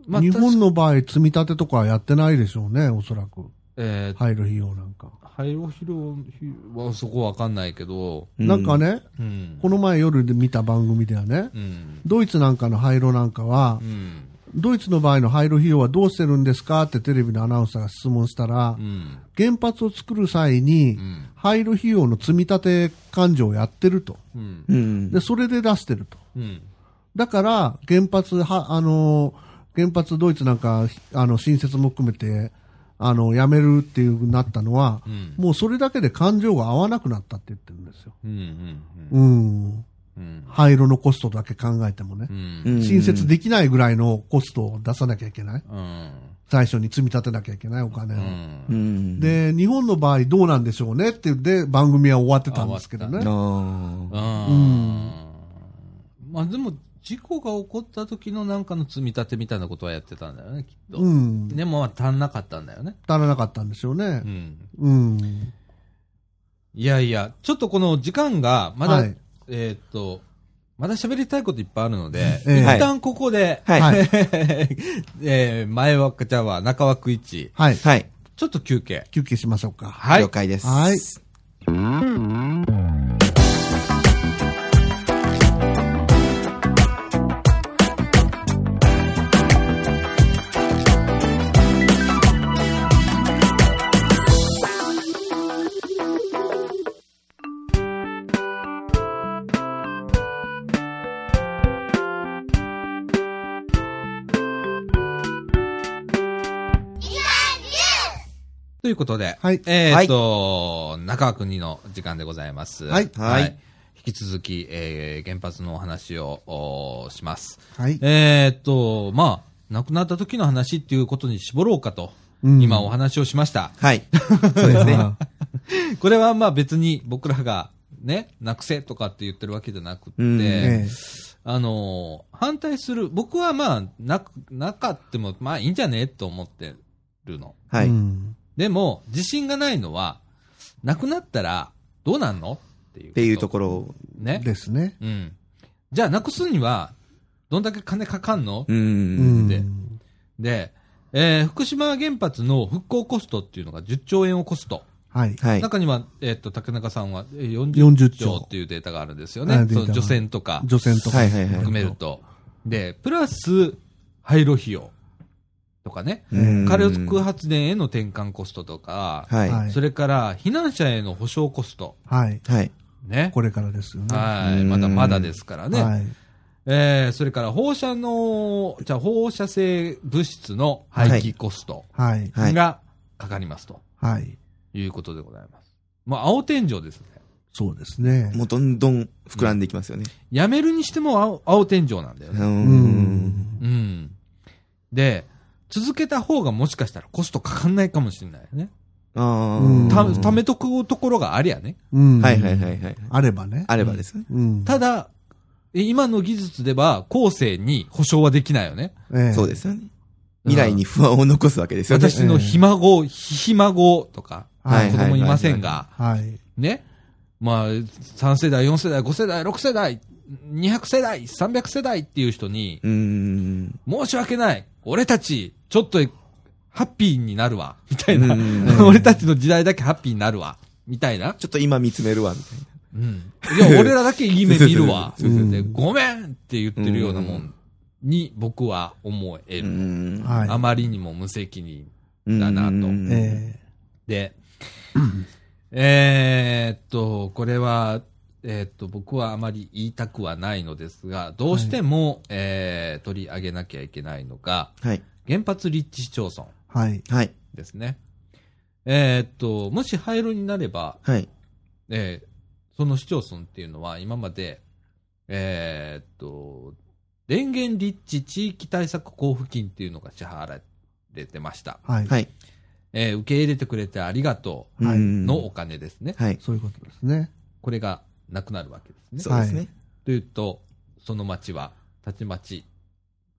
B: うん。日本の場合、積み立てとかはやってないでしょうね、おそらく。
A: えー
B: 入る費用なんか。
A: 廃炉費用はそこわかんないけど、
B: なんか
C: ね。
B: ね、
A: うん。
B: この前夜で見た番組ではね、
A: うん。
B: ドイツなんかの廃炉なんかは
A: う、ん。
B: ドイツの場合の廃炉費用はどうしてるんですかってテレビのアナウンサーが質問したら
A: う、ん。
B: 原発を作る際に
A: う、ん。
B: 廃炉費用の積み立て勘定をやってると。
A: うん。
C: うん。
B: で、それで出してると。
A: うん。
B: だから、原発は、あの、原発ドイツなんか、あの、新設も含めて、あの、やめるっていうなったのは、
A: うん。
B: もうそれだけで感情が合わなくなったって言ってるんですよ。
A: うん。うん。
B: うん。
A: うん。
B: 廃炉のコストだけ考えてもね
A: う。ん。
C: うん
B: 新設できないぐらいのコストを出さなきゃいけない。
A: うん。
B: 最初に積み立てなきゃいけないお金を。
A: うん。
C: うん。、
B: で、日本の場合どうなんでしょうねっていうんで、番組は終わってたんですけど
A: 終わ
B: ね。
C: ああ。
A: まあでも、事故が起こった時のなんかの積み立てみたいなことはやってたんだよね、きっと。
B: うん。
A: でも、まあ足んなかったんだよね。
B: 足らなかったんでしょうね
A: う。ん。
B: うん。
A: いやいや、ちょっとこの時間が、まだ、
B: はい
A: えーっと、まだ喋りたいこといっぱいあるので、
B: ええ
A: 一旦ここで、
C: はい。
B: は
C: はいい。
A: えー前枠ちゃは中枠1、
B: はい。
C: はい。
A: ちょっと休憩。
B: 休憩しましょうか。
A: はい
C: 了。解です。
B: はい
A: ということで、
B: はい
A: えーっと、中川くんにの時間でございます。
B: はい
C: はい
A: 引き続き、えー原発のお話をおーします。
B: はい。
A: えーっと、まあ、亡くなった時の話っていうことに絞ろうかと、
B: うん
A: 今お話をしました。
C: はい。そうですね。
B: あ
A: これはまあ別に僕らがね、なくせとかって言ってるわけじゃなくって、
C: うん
B: ーえ
A: あのー反対する、僕はまあ、なく、なかっても、まあいいんじゃねと思ってるの。
B: え
C: はい。
B: うん
A: でも、自信がないのは、なくなったらどうなんのっていう。
C: っていうところを、
A: ね。
B: ですね。
A: うん。じゃあ、なくすには、どんだけ金かかんの、
C: う。
B: うんん。
A: でで、えー福島原発の復興コストっていうのが10兆円をコスト。
B: はい。
C: はい。
A: 中には、えっ、と、竹中さんはえー40
B: 40
A: 兆
B: 兆
A: っていうデータがあるんですよね。
B: あ
A: そ
B: データ
A: の
B: が
A: 除染とか
B: 除染とか。
C: はいはいはい
A: 含めると。で、プラス、廃炉費用とかね。
C: うん
A: 火力発電への転換コストとか、
C: はい。
B: はい
A: それから避難者への保障コスト。
B: はい。
C: はい。
A: ね。
B: これからですよね。
A: はい。
C: うん
A: まだまだですからね。
B: はい。
A: えーそれから放射能、じゃあ放射性物質の廃棄コスト
B: はい。
C: はい
A: がかかりますと
B: はい。
A: いうことでございます。もう青天井ですね。
B: そうですね。
C: もうどんどん膨らんでいきますよね。
A: やめるにしても青青天井なんだよ
C: う。
A: ね。
B: うんん。
A: うん。で、続けた方がもしかしたらコストかかんないかもしれないよね。
C: あ
B: うん
A: た、
C: ー
A: ためとくところがありゃね。
B: うん。
C: はいはいはいはい。
B: あればね。
C: あればですね。
B: うん。
A: ただ、え今の技術では後世に保証はできないよね。
B: ええ
C: そうですよね。未来に不安を残すわけですよね。
A: 私のひ孫、ひひ孫とか、
B: はい
A: 子供いませんが、
B: はい。
A: ね。まあ、3世代、4世代、5世代、6世代、200世代、300世代っていう人に、
C: うーん。
A: 申し訳ない。俺たち、ちょっと、ハッピーになるわ。みたいうな。
C: ん
A: 俺たちの時代だけハッピーになるわ。みたいな。
C: ちょっと今見つめるわ、みたい
A: う
C: な。
A: ん。い や、俺らだけいい目見るわ。
C: そう
B: そうそう
A: でごめんって言ってるようなも
C: うん
A: に僕は思え
C: う
A: る。
C: ん
B: はい。
A: あまりにも無責任
C: うん
A: だなと
C: うん
B: え
A: で、えーっと、これは、えーっと、僕はあまり言いたくはないのですが、どうしても、えー取り上げなきゃいけないのが、
C: はい。
A: 原発立地市町村
B: えはい。
C: はい。
A: ですね。えーっと、もし廃炉になれば、
C: はい。
A: えーその市町村っていうのは今まで、えーっと、電源立地地域対策交付金っていうのが支払われてました。
B: はい。
C: はい。
A: えー受け入れてくれてありがとう
B: はい
C: うん
A: のお金ですね。
C: はい。
B: そういうことですね。
A: これがなくなるわけですね。
C: そうです
B: は
C: ね。
A: というと、その町は、たちまち、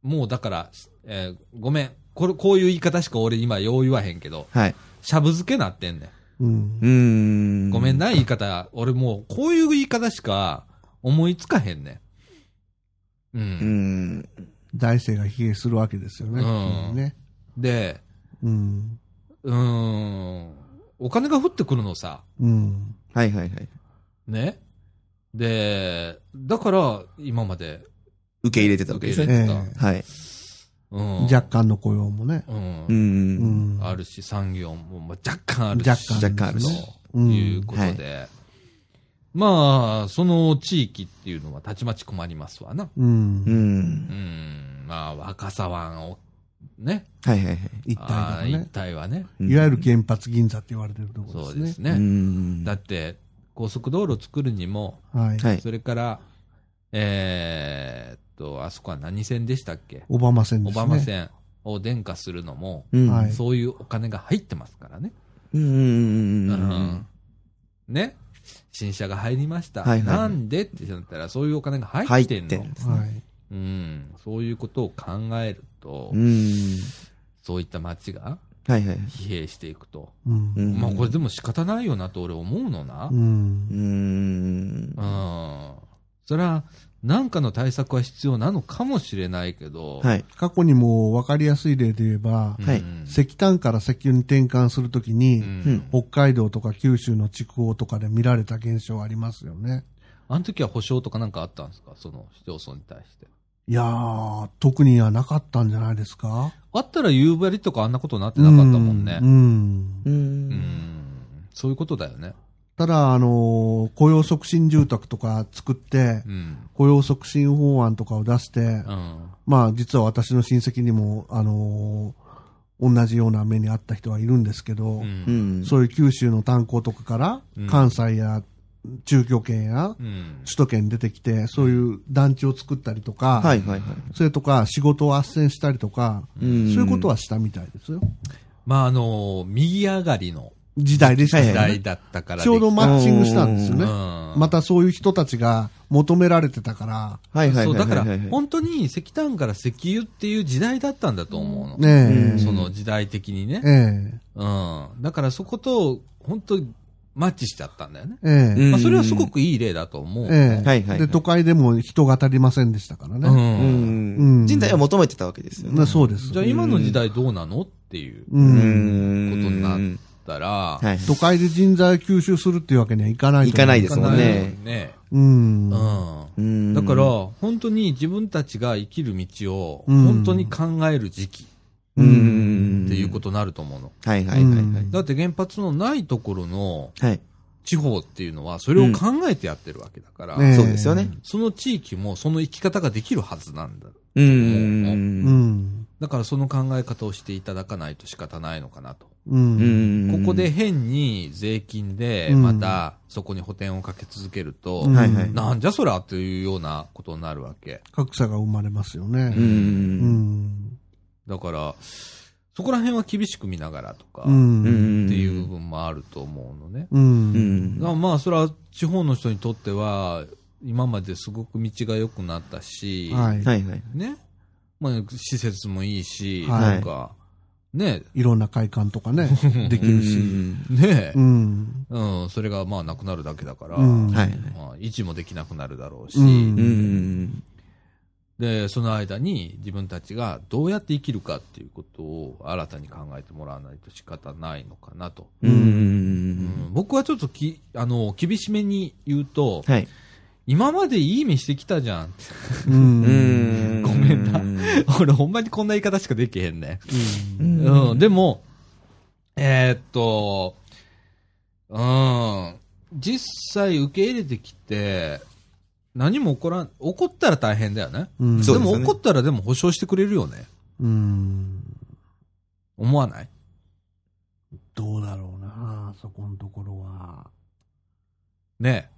A: もうだから、えーごめんこれ、こういう言い方しか俺今よう言わへんけど、
C: はい。
A: しゃぶ漬けなってんね
B: うん
C: う。ーん。
A: ん。ごめんな、言い方。俺もう、こういう言い方しか思いつかへんねん。う。
C: うんん。
B: 財政が疲弊するわけですよね。
A: うん
B: ね。
A: で、
B: うん。
A: うーん、お金が降ってくるのさ、
B: うん。
C: はいはいはい。
A: ね。で、だから、今まで
C: 受け入れてたわけ
A: 受
C: で
A: け
C: す
A: 入
C: ね。
A: れてた。
B: え
C: はい。
A: うん。
B: 若干の雇用もね。
A: うん
C: う。。
B: うんん。
A: あるし、産業もまあ若干あるし、
B: 若干。
C: 若干あるし
A: ということで、まあ、その地域っていうのはたちまち困りますわな。
B: う。
C: うん。
A: うんん、まあ、若狭湾を、ね、
C: はいはいはい。
B: 一体
A: あ
B: だ
A: あ
B: とね
A: 一。帯はね、
C: うん
B: いわゆる原発銀座って言われてるところ
A: そう
B: です
A: で
B: ね。
A: す
B: ね。
A: ね。
C: うん。
A: だって、高速道路を作るにも、
B: はい。
C: はい。
A: それから、えーっと、あそこは何線でしたっけ、
B: オバマ線で
A: オ
B: すね。
A: バマ線を電化するのも、
C: うん。
B: はい
A: そういうお金が入ってますからね。
C: うんうんうん
A: う
C: うんん。
A: ね新車が入りました。
C: はいはいはい
A: なんでってなったら、そういうお金が入
C: 入
A: っ
C: ってて
A: ん
C: ん
A: の。
C: ですね。
B: はい。
A: うん。そういうことを考えると、
C: うん。
A: そういった街が
C: はいはい。
A: 疲弊していくと。
B: うん
C: う。ん
A: まあこれでも仕方ないよなと俺思うのな。
B: う
A: うん。
B: ん
C: う。ん。
A: それは、なんかの対策は必要なのかもしれないけど、
C: はい。
B: 過去にも分かりやすい例で言えば、
A: うん
C: はい
B: 石炭から石油に転換するとき
A: う
B: に、
A: ん。
B: 北海道とか九州の地区とかで見られた現象ありますよね。
A: あの時は保証とかなんかあったんですかその市町村に対して。
B: いやー、特にはなかったんじゃないですか
A: あったら夕張とかあんなことなってなかったもんね。
B: うんうん。
C: ん
A: うんそういうことだよね。
B: ただ、あのー雇用促進住宅とか作って、
A: うん。
B: 雇用促進法案とかを出して、
A: うん。
B: まあ実は私の親戚にも、あのー同じような目に遭った人はいるんですけど、
A: うん
C: うん。
B: そういう九州の炭鉱とかから、
A: うん
B: 関西や中京圏や
A: うん。
B: 首都圏に出てきて、そういう団地を作ったりとか、
C: はいはいはい。
B: それとか仕事を斡旋したりとか、
C: う
B: そうんいうことはしたみたいですよ。
A: まあ、あのー右上がりの
B: 時代でした
A: 時
B: よ
A: 代
B: ね。
A: だったから
B: ちょうど
A: で
B: マッチングしたんですよね
A: う。ん
B: またそういう人たちが求められてたから、
C: はいはいはいはいはい。
A: そう、だから
C: はい、
A: 本当に石炭から石油っていう時代だったんだと思うの。
B: ね
A: その時代的にね
B: え、。え
A: うん。だからそこと、本当にマッチしちゃったんだよね。
B: え、え
C: うん
A: まあ、それはすごくいい例だと思う。
B: え、ええ。
C: はいはいはい
B: で、都会でも人が足りませんでしたから
A: う。
B: ね。
C: うん
B: うん
C: ん。人材は求めてたわけですよね。
B: ねそうです
A: じ。ゃあ今の時代どうなのっていう
B: う。
C: うんん。
A: ことになったら、
C: はい。
B: 都会で人材を吸収するっていうわけにはいかないと思う。
C: いかないですもんね
A: ね。
B: うん。
A: うん。
C: うん
A: だから、、本当に自分たちが生きる道を、
B: うん
A: 本当に考える時期
C: うん。
A: っていうことになると思うの。
C: と。はいはいはいは
B: うん
C: い。
A: だって原発のないところの
C: はい。
A: 地方っていうのは、それを考えてやってるわけだから、
B: ねえ
C: そうですよね。
A: その地域もその生き方ができるはずなんだ。
B: う
C: う。
B: んん。
A: だからその考え方をしていただかないと仕方ないのかなと。
B: う。
C: うんん
A: ここで、変に税金で、
B: うん
A: またそこに補填をかけ続けると、
B: うん
C: はいはい。
A: なんじゃそらというようなことになるわけ。
B: 格差が生まれますよね
C: う。。
B: うんん。
A: だから、そこら辺は厳しく見ながらとか、
B: う。
A: っ
C: うん
A: て
C: ん。
A: いう部。分もあると思うのね。
B: う。
C: うんん。
A: だからまあ、それは地方の人にとっては、今まですごく道が良くなったし、
B: は。
C: はいいはい。
A: ね。まあ、施設もいいし、
B: はい
A: なんか、ね、
B: いろんな会館とかね、できるし。
A: ね
B: う、ん。
A: うん、それがまあなくなるだけだから、
B: うん
C: はいはい。
A: まあ、維持もできなくなるだろうし、
B: うん
C: うん。
A: で、その間に自分たちがどうやって生きるかっていうことを新たに考えてもらわないと仕方ないのかなと。
C: う。
A: うんん、僕はちょっとき、あの、厳しめに言うと、
C: はい。
A: 今までいい目してきたじゃん って。
B: う。
C: うんん。
A: ごめんな
C: な。
A: 俺ほんまにこんな言い方しかできへんね。うん、でも、えーっと、うん、実際受け入れてきて、何も起こらん、起こったら大変だよね。
B: うん。
C: そう
A: で
C: ですよね
A: も起こったらでも保証してくれるよね。
B: うん。
A: 思わない
B: どうだろうな、そこのところは。
A: ね。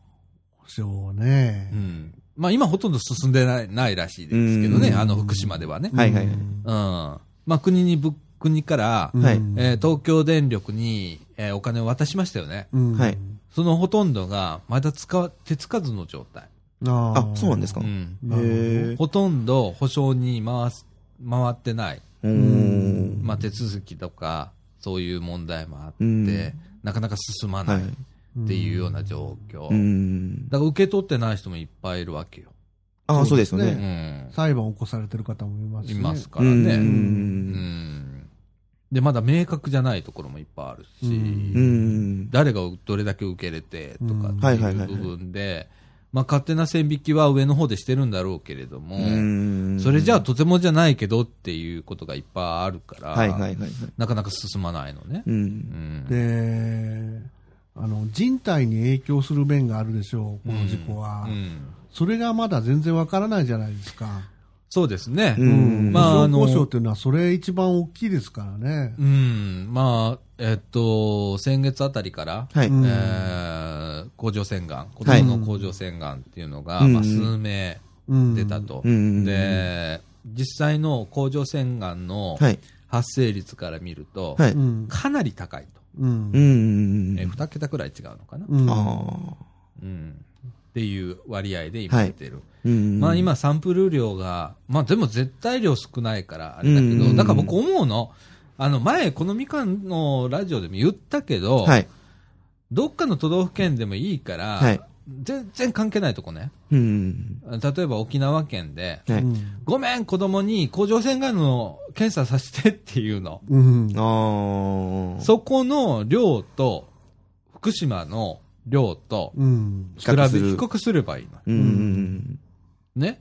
B: 保証
A: う
B: ね。
A: ん。まあ今ほとんど進んでないないらしいですけどね、
C: うん
A: あの福島ではね。
C: はいはいはい
B: うん
A: うん。まあ国にぶ、国から、
C: んはい
A: えー東京電力に、えーお金を渡しましたよね。
B: うん
C: はい。
A: そのほとんどがまだ使わ、手つかずの状態。
B: あ
C: あ、そうなんです
A: う
C: か。
A: ん。
B: なる
A: ほとんど保証に回す、回ってない。
C: うん。
A: まあ手続きとか、そういう問題もあって、
C: うん
A: なかなか進ま
C: は
A: ない
C: い。
B: ほど
A: っていうような状況。
C: うん。
A: だから受け取ってない人もいっぱいいるわけよ。
C: あ、そうですよ
A: う
B: う
C: ね。
A: ん。
B: 裁判を起こされてる方もいますし
A: い
B: ね。
A: ますか
C: う
A: らね。うん
C: ん。
A: で、まだ明確じゃないところもいっぱいあるし、
B: うん
C: うん。
A: 誰がどれだけ受け入れてとか
B: うん
A: って
C: はいはいいうはいはい
A: 部分で、まあ勝手な線引きは上の方でしてるんだろうけれども、
C: うん
A: それじゃあ、とてもじゃないけどっていうことがいっぱいあるから、
C: はいはいはいはい。
A: なかなか進まないのね。
C: う。
A: うんん
B: で、あの、人体に影響する面があるでしょう、この事故は
A: う。ん
B: それがまだ全然わからないじゃないですか。
A: そうですね。
C: う
A: うんん、
B: ま
A: ま
B: あ、
A: あ
B: 保
A: あの
B: 証っていうのはそれ一番大きいですからね。
A: まあ、えっと、先月あたりから、
C: はい。
B: うん
C: う
A: えー甲状腺がん、今年の甲状腺がんっていうのが、
C: うん
A: まあ、数名
B: うん
A: 出た。と。
C: ん。
A: で、実際の甲状腺がんの
C: はい。
A: 発生率から見ると、
C: はい。
B: うん。
A: かなり高いと。
B: うん
C: う。ん。
A: えー、2桁くらい違うのかな、
B: うん
C: ああ。
A: うんっていう割合で今出てる。
C: うん。
A: まあ今サンプル量が、まあでも絶対量少ないからあれだけ
C: うんうんう
A: ど、
C: ん
A: だから僕思うの、あの前このみかんのラジオでも言ったけど、
C: はい。
A: どっかの都道府県でもいいから、
C: はい
A: 全然関係ないとこね。
C: うん。
A: 例えば沖縄県で、
C: はい。
A: ごめん子供に甲状腺がんの検査させてっていうの。
B: うん。
C: ああ。
A: そこの量と、福島の量と、
B: うん。
A: 比
C: 比
A: べ、
C: 較
A: 比
C: する
A: 較すればいいの。
C: う。うん。
A: ね。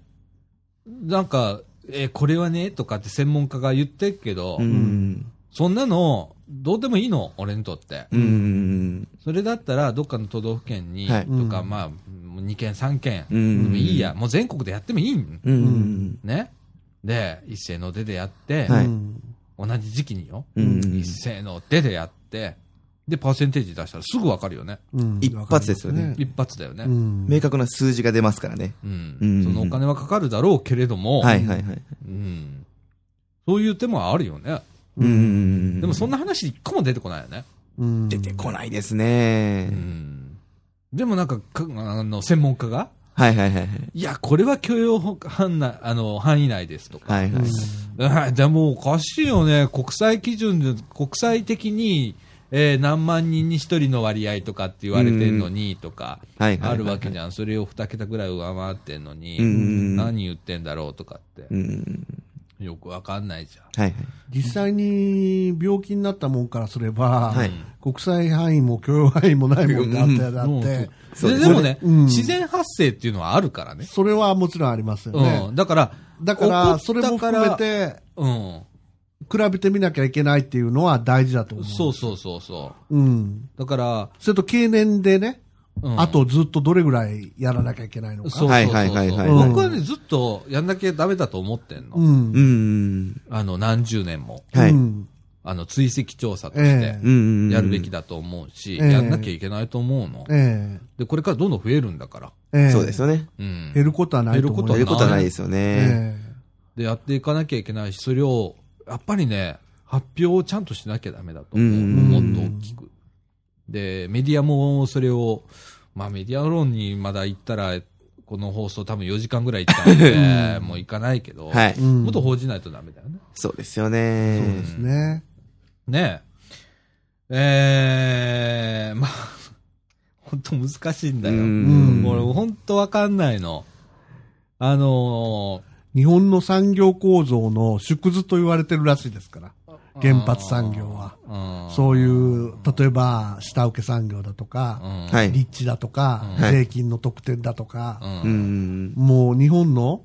A: なんか、えーこれはね、とかって専門家が言ってるけど、
C: うん。
A: そんなの、どうでもいいの、俺にとって。
C: うん。
A: それだったら、どっかの都道府県に、
C: はい
A: とか、
B: うん
A: まあ、2県、3県、
C: う
A: で
C: ん。
A: もいいや、。もう全国でやってもいいん。
C: うん。
A: ね。で、一斉の手でやって、
C: はい
B: うん
A: 同じ時期によ、
C: うん。
A: 一斉の手でやって、で、パーセンテージ出したらすぐわかるよね。
B: うん
C: 一発ですよ
B: わ
C: ね
B: かり
A: 一発だよね。
B: ますねうん
C: 明確な数字が出ますからね。
A: うん
C: うん
A: そのお金はかかるだろうけれども、
C: はいはいはい。
A: うん、そういう手もあるよね。
C: うんうんうん。
A: でもそんな話一個も出てこないよね。
B: うん
C: 出てこないです
A: う
C: ね。
A: ん、でもなんかかあの、専門家が、
C: はいはいはいはい。
A: いや、これは許容範内あの範囲内ですとか、
C: はいはい。
A: うんでもおかしいよね、国際基準で、国際的に、えー何万人に一人の割合とかって言われてんのにとか、
C: はいはい。
A: あるわけじ
C: ゃ
A: ゃん、それを2桁ぐらい上回ってんのに、
C: うんうんうん
A: 何言ってんだろうとかって
C: う、ん。
A: よくわかんないじゃん。
C: はいはい。
B: 実際に病気になったもんからすれば、
C: はい
B: 国際範囲も許容範囲もないもんだって、だっ
A: うん
B: て、
C: そう
A: でで
C: で
A: すもね、
B: うん
A: 自然発生っていうのはあるからね。
B: それはもちろんありますよね。
A: うん、だから、
B: だから、
A: 怒
B: そ
A: っ
B: れ
A: た
B: も
A: か
B: 含
A: ら
B: め、て、
A: うん、
B: 比べてみなきゃいけないっていうのは大事だと思う。。
A: そうそうそうそう
B: うん。
A: う。だから、
B: それと経年でね、
A: うん
B: あとずっとどれぐらいやらなきゃいけないのか。
A: そうそうそうそう、
C: はいはいはいはい
A: 僕はね、ずっとやんなきゃダメだと思ってんの。
B: うん。
C: うんうん
A: あの、何十年も。
C: うん。はい。
B: う
C: うん
B: ん
A: あの、追跡調査として
B: ええ
C: うんうん。
A: やるべきだと思うし、
B: ええ
A: やんなきゃいけないと思うの。
B: え
A: で、これからどんどん増えるんだから。
B: えええ
C: そうですよね。
A: うん。
B: 減ることはないと思
A: 減
C: と
B: う
C: い
A: る
C: うことはないですよね。
B: え
A: で、やっていかなきゃいけないし、それを、やっぱりね、発表をちゃんとしなきゃダメだと思う。
C: うん
A: もっと大きく。で、メディアもそれを、まあメディア論にまだ行ったら、この放送多分4時間ぐらい行っちゃうん で、もう行かないけど、
C: はい
B: え。うん
A: もっと報じないとダメだよね。
C: そうですよね。
A: そうです
B: ね。
A: ねえ。えー、まあ、本当難しいんだよ。
C: うん
A: 俺、本当わかんないの。あの
B: 日本の産業構造の縮図と言われてるらしいですから。
A: ー
B: 原発産業は。
A: うん
B: そういう、例えば、下請け産業だと
A: う
B: か、
A: ん
C: はい
B: 立地だとか、
C: うん
B: 税金の特典だと
A: う
B: か、
A: ん
C: うんうん。
B: もう日本の、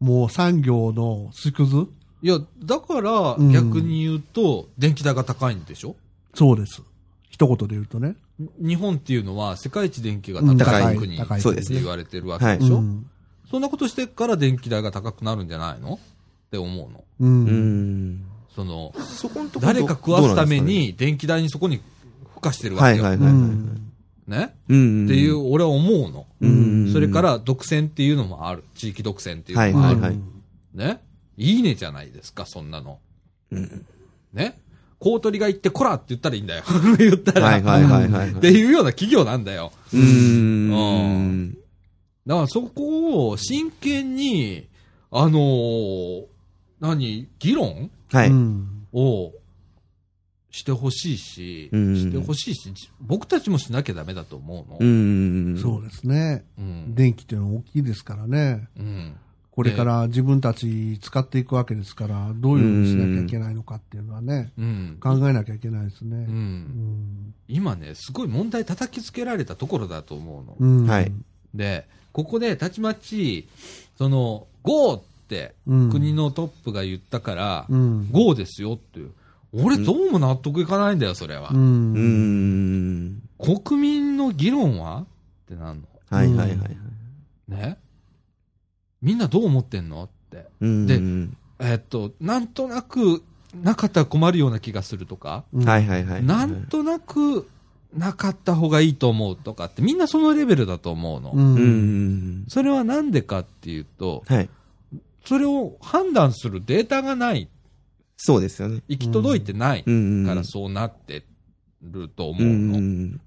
B: もう産業の縮図
A: いや、だから、
B: うん
A: 逆に言うと、電気代が高いんでしょ
B: そうです。一言で言うとね。
A: 日本っていうのは世界一電気が
B: うん
A: 高
C: 高
A: い
B: い
A: 国っ
B: 高
A: て
B: い
C: そうですね
A: 言われてるわけで
B: う
A: しょ、
B: ん。
A: そんなことしてから電気代が高くなるんじゃないのって思うの。
B: う。
C: うんん。
A: その、
C: そこんとこ
A: 誰か食わすため、に電気代にそこに付加してる
C: どう
A: わ
C: なん
A: け
C: です
A: よ。
C: かねはい
B: うん
C: はいはいはい。
A: ね、
C: うん。
A: っていう、。俺は思うの。
C: うん。
A: それか、ら、独占っていうのもある。地域独占っていう
C: はい
A: のもあ
C: は
A: る。
C: いはい。
A: ねいいねじゃないですか、そんなの。
C: うん
A: ねコートリが行って、こらって言ったらいいんだよ。 言ったら、
C: はいはいはいはい。
A: っていうような企業なんだよ。
C: うーん。
A: だからそこを真剣に、あのー何、議論
C: はい。
B: うん
A: をしてほしいし、
C: うん
A: してほしいし、じ僕たちもしなきゃダメだと思うの。
C: うん。
B: そうですね。
A: うん。
B: 電気っていうのは大きいですからね。
A: うん。
B: これから自分たち使っていくわけですから、どういうふうにしなきゃいけないのかっていうのはね、
A: うん。
B: 考えなきゃいけないです
A: う
B: ね。
A: ん今ね、すごい問題叩きつけられたところだと思うの。
B: うん
C: はい。
A: で、ここでたちまち、その、GO って
B: うん
A: 国のトップが言ったから、
B: うん。
A: GO ですよっていう。俺どうも納得いかないんだよ、それは
B: う。。
C: うんん。
A: 国民の議論はってなんの
C: はいはいはいはい。
A: ねみんなどう思ってんのって。
C: うん。
A: でえっと、なんとなく、なかったら困るような気がするとか、
B: うん
C: はいはいはい。
A: なんとなく、なかった方がいいと思うとかって、みんなそのレベルだと思うの。
B: うん
C: うんうん。
A: それはなんでかっていうと、
C: はい。
A: それを判断するデータがない、
C: そうですよね。
A: 行き届いてないか
C: うん。
A: らそうなってると思
C: う
A: うの。
C: ん。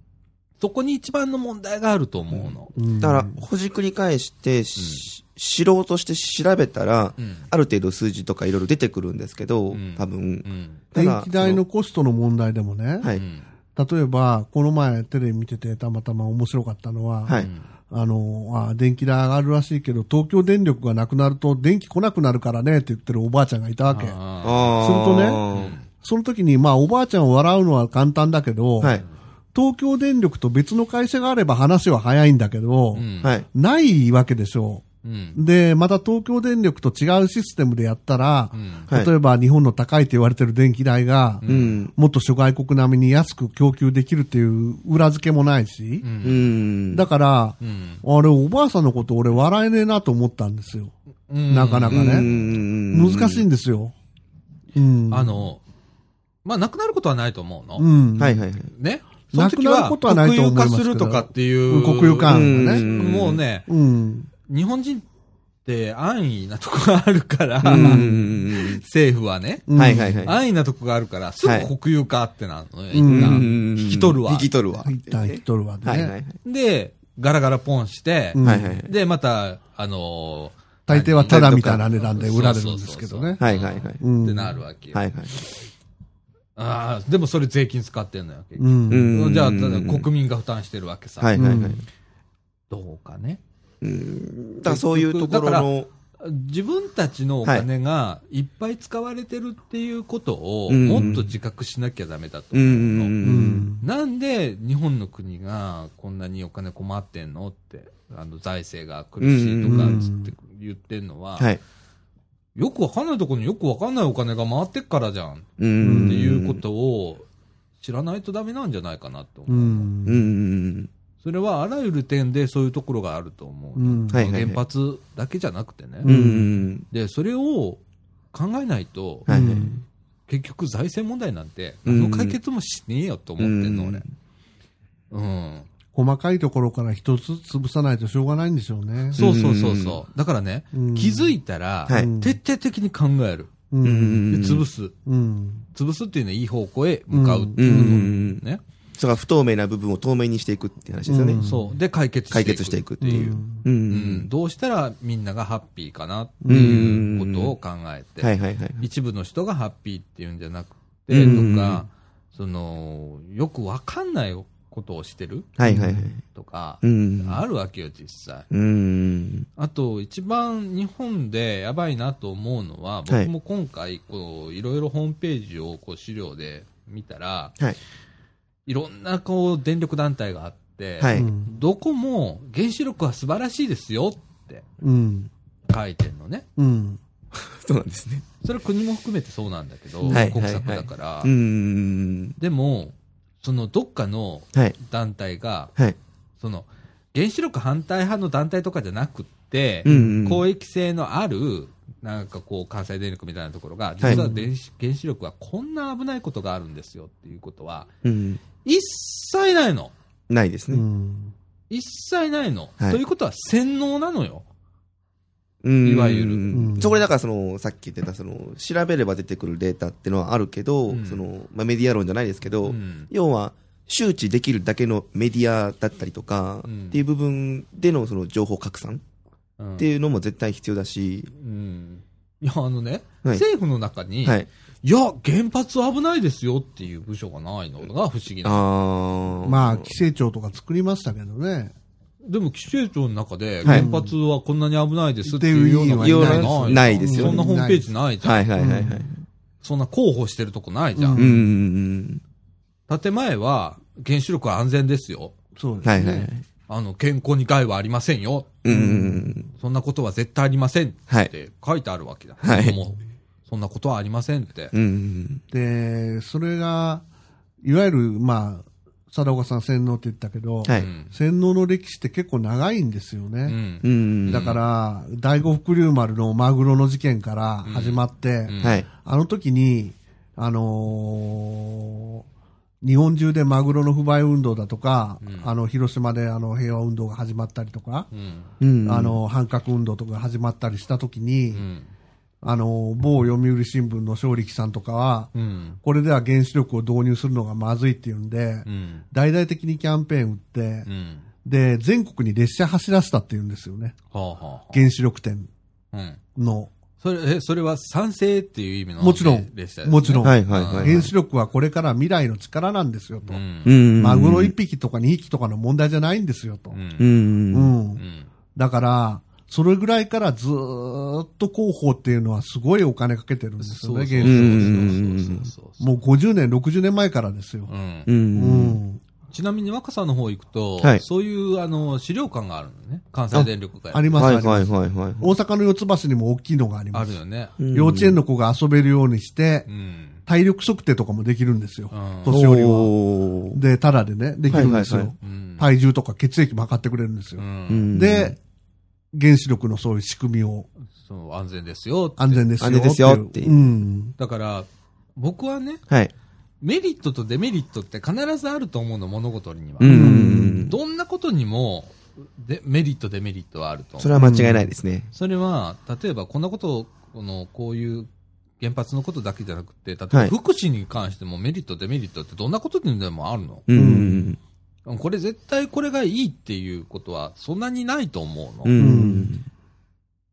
A: そこに一番の問題があると思うの。
B: うん
C: だから、ほじくり返して、し知ろうとして調べたら、
A: うん
C: ある程度数字とかいろいろ出てくるんですけど、多分
A: う。ん
C: ただ
B: 電気代のコストの問題でもね、
C: は
A: う
C: い。
A: ん
B: 例えば、この前テレビ見ててたまたま面白かったのは、
C: は
A: う
C: い。
A: ん
B: あの、あ電気代上がるらしいけど、東京電力がなくなると電気来なくなるからねって言ってるおばあちゃんがいたわけ。
A: あ
C: あ
A: ー
C: あ。
B: その時に、まあ、おばあちゃんを笑うのは簡単だけど、
C: はい。
B: 東京電力と別の会社があれば話は早いんだけど、
A: うん
C: はい。
B: ないわけでしょ
A: うん
B: う。で、また東京電力と違うシステムでやったら、
A: うん
C: はい
B: 例えば日本の高いと言われてる電気代が、
C: うん。
B: もっと諸外国並みに安く供給できるっていう裏付けもないし、
A: うん
C: うん。
B: だから、
A: うん
B: あれ、おばあさんのこと俺笑えねえなと思ったんですよ。
A: うん
B: なかなかね。
C: ね
B: 難しいんですよ。うん。
A: あの、まあ、なくなることはないと思うの。
B: うん。
C: はいはいはい。
A: ね。その時は
B: なくなることはないと思いますけど
A: 国有化するとかっていう。
B: 国有化案が
C: う
B: ね。
C: ん
A: もうね、
B: うん。
A: 日本人って安易なとこがあるから、
C: うんうんうん
A: 政府はね、
C: うんはいはいはい。
A: 安易なとこがあるから、すぐ国有化ってなるのね、
B: い
A: 一
B: うん
A: 旦
C: 引
A: 引き取るわ
C: 引き取るわ。
B: 一旦引き取るわね。
C: はいはいはい。
A: で、ガラガラポンして、
B: うん
C: はいはいはい。
A: で、また、あのー
B: 大抵はただみたいな値段で売られるんですけどね。
C: はいはいはい。
B: う
A: っ
B: ん
A: てなるわけよ。
C: はいはい。
A: ああ、でもそれ税金使ってんのよ、結
B: う
A: 局
B: ん。
C: うん
A: じゃあ、ただ国民が負担してるわけさ。
C: はいはいはい。
A: どうかね。
C: うんだからそういうところ
A: だから
C: の、
A: 自分たちのお金がいっぱい使われてるっていうことを、
C: うん
A: もっと自覚しなきゃダメだと
C: う
A: 思
C: ん
A: う
C: う
A: の。
C: んう。
B: うんん。
A: なんで日本の国がこんなにお金困ってんのって、あの財政が苦しいとか
C: うん
B: うん
A: つって言ってんのは、
C: はい。
A: よくわかんないところによくわかんないお金が回ってっからじゃんっ
C: う
A: て
C: ん
A: いうことを知らないとダメなんじゃないかなって思う。
B: うん
C: うんうん
A: それはあらゆる点でそういうところがあると思う。
B: うん
C: はいはいはい
A: 原発だけじゃなくてね。
C: うん。うんうん
A: で、それを考えないと、
C: はいはい
B: うん
A: 結局財政問題なんて、
C: うん
A: 何の解決もしねえよと思ってんの、
C: うん
A: 俺。うん。
B: 細かいところから一つ潰さないとしょうがないんでしょうね。
A: そうそうそうそう。だからね、
B: うん
A: 気づいたら、
C: はい
A: 徹底的に考える。
B: う
C: うんうん
B: ん。
A: で
C: うん。
A: 潰す。
B: うん。
A: 潰すっていうのはいい方向へ向かうって
C: うん
A: いううの、
C: ん
A: ね、
C: それが不透明な部分を透明にしていくって話ですよね
B: う。ん。
A: そう。で、解決してい
C: 解
A: く。
C: 決していくっていううんう
A: うんん。。どうしたらみんながハッピーかなって
C: うん
A: いうことを考えて、
C: はいはいはい。
A: 一部の人がハッピーっていうんじゃなくて、
C: うんうんうん
A: とか、その、よくわかんないことをしてる
C: はいはいはい。
A: とか
C: う、ん。
A: あるわけよ、実際。
C: うん。
A: あと、一番日本でやばいなと思うのは、
C: はい
A: 僕も今回、こう、いろいろホームページをこう資料で見たら、
C: はい。
A: いろんなこう、電力団体があって、
C: はい
B: うん
A: どこも原子力は素晴らしいですよって
B: うん。
A: 書いてんのね。
B: うん。
C: そうなんですね。
A: それ国も含めてそうなんだけど、
C: はい
A: 国策だから
C: う。ん。
A: でも、そのどっかの
C: はい。
A: 団体が、
C: はい。
A: その、原子力反対派の団体とかじゃなくって、
C: うんうん
A: 公益性のある、なんかこう、関西電力みたいなところが、実は電子原子力はこんな危ないことがあるんですよっていうことは、
C: うん。
A: 一切ないの。
C: ないです
B: う
C: ね。
B: ん。
A: 一切ないの。
C: はい
A: ということは洗脳なのよ。
C: うん
A: いわゆる
B: うん
C: そこでだからその、さっき言ってた、その、調べれば出てくるデータってのはあるけど、
A: うん
C: その、まあ、メディア論じゃないですけど、
A: うん
C: 要は、周知できるだけのメディアだったりとか、
A: うん
C: っていう部分でのその情報拡散
A: うん
C: っていうのも絶対必要だし、
A: うんいや、あのね、
C: はい
A: 政府の中に、、
C: はいい。
A: や、原発は危ないですよっていう部署がないのが不思議
C: あ
A: な。
C: ー
B: まあ、規制庁とか作りましたけどね。
A: でも、規制庁の中で、
C: は
A: 原
C: い
A: 発はこんなに危ないですっていうような
B: っていう委員は
A: ない
B: ない
A: の
C: ないですよ
A: そん
C: ね
A: なホームページないじゃん。
C: はいはいはいはい。
A: そんな候補してるとこないじゃ。
C: うんんうん
A: 建前は、原子力は安全ですよ。
B: そう
C: うん。
B: ですね。
C: はいはいはい。
A: あの、健康に害はありませんよ。
C: うんうんうん。
A: そんなことは絶対ありませんって書いてあるわけだ。
C: はい
A: もうそんなことはありませんって。
C: うんうん
B: で、それが、いわゆる、まあ、貞岡さん洗脳って言ったけど、
C: うん。は
A: う
C: い。
A: ん。
B: 洗脳の歴史って結構長いんですよ
A: う
B: ね。
A: ん
C: う。ん。
B: だから、第五福竜丸のマグロの事件から始まって、
A: ん
C: はい。
B: あの時に、あのー日本中でマグロの不買運動だとか、あの、広島であの平和運動が始まったりとか、
A: うん。
C: うん。
B: あ、の、反核運動とかが始まったりした時に、
A: うん。
B: あの、某読売新聞の勝力さんとかは、
A: うん。
B: これでは原子力を導入するのがまずいっていうんで、
A: うん。
B: 大々的にキャンペーン打って
A: う、ん。
B: で、全国に列車走らせたっていうんですよね。
A: はあ、はあは
B: 原子力店
A: あ、うん。
B: の。
A: それ、え、それは賛成っていう意味の
B: もちろん
A: 列車、
B: もちろん、
C: はいはいはいはい。
B: 原子力はこれから未来の力なんですよと。
A: ん
C: う。ん。
B: マグロ1匹とか2匹とかの問題じゃないんですよと。
A: う。
C: うんん。
B: う
C: うん。
B: ん。
A: うん。
B: だから、それぐらいからずーっと広報っていうのはすごいお金かけてるんですよね、原子
C: 力
A: そうそうそうそうそう
B: もう50年、60年前からですよ
A: う。ん
C: う。
B: うんん。
A: ちなみに若さんの方行くと、
C: はい
A: そういうあの資料館があるのね。関西電力会
B: あります、
C: はい
B: ありま
C: はい
B: す。
C: はいはい。
B: 大阪の四つ橋にも大きいのがあり
A: あ
B: ます
A: る。よね。
B: 幼稚園の子が遊べるようにして
A: う、ん。
B: 体力測定とかもできるんですよ。
A: うん
B: 年寄りは。
C: おー
B: で、タダでね、できるんですよ。
C: はいはいはい
A: うん。
B: 体重とか血液も測ってくれるんですよ。
A: うん
C: うん、
B: で、原子力のそういう仕組みを、
A: そう、安全ですよ。
B: 安全ですよ。
C: 安全ですよっていう
B: うん。
A: だから、僕はね、
C: はい。
A: メリットとデメリットって必ずあると思うの、物事には。
C: うんうんうん
A: どんなことにもで、メリット、デメリットはあると。
C: それは間違いないですね。
A: それは、例えばこんなことを、この、こういう原発のことだけじゃなくて、例え
C: は
A: ば
C: い
A: 福祉に関してもメリット、デメリットってどんなことにでもあるの、
C: うんうん
A: これ絶対これがいいっていうことはそんなにないと思うの。
C: うんうんうん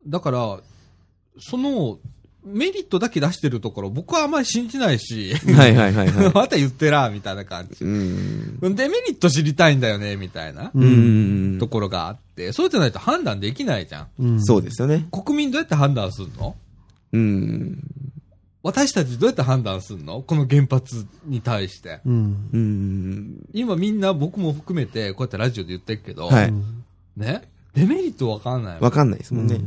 A: だから、その、メリットだけ出してるところ、僕はあんまり信じないし、
C: うんはいはいはいはい。
A: また言ってら、みたいな感じ。
C: うん
A: デメリット知りたいんだよね、みたいな
B: う
C: うんうん
B: ん
C: うん
A: ところがあって、そうじゃないと判断できないじゃん。
B: うん
C: そうですよね。
A: 国民どうやって判断するの
C: うん。
A: 私たちどうやって判断するのこの原発に対して。
B: うん
C: うん。
A: 今みんな僕も含めて、こうやってラジオで言ってるけど、
C: はい。
A: ね、デメリットわかんないもん
C: わかんないですもんね。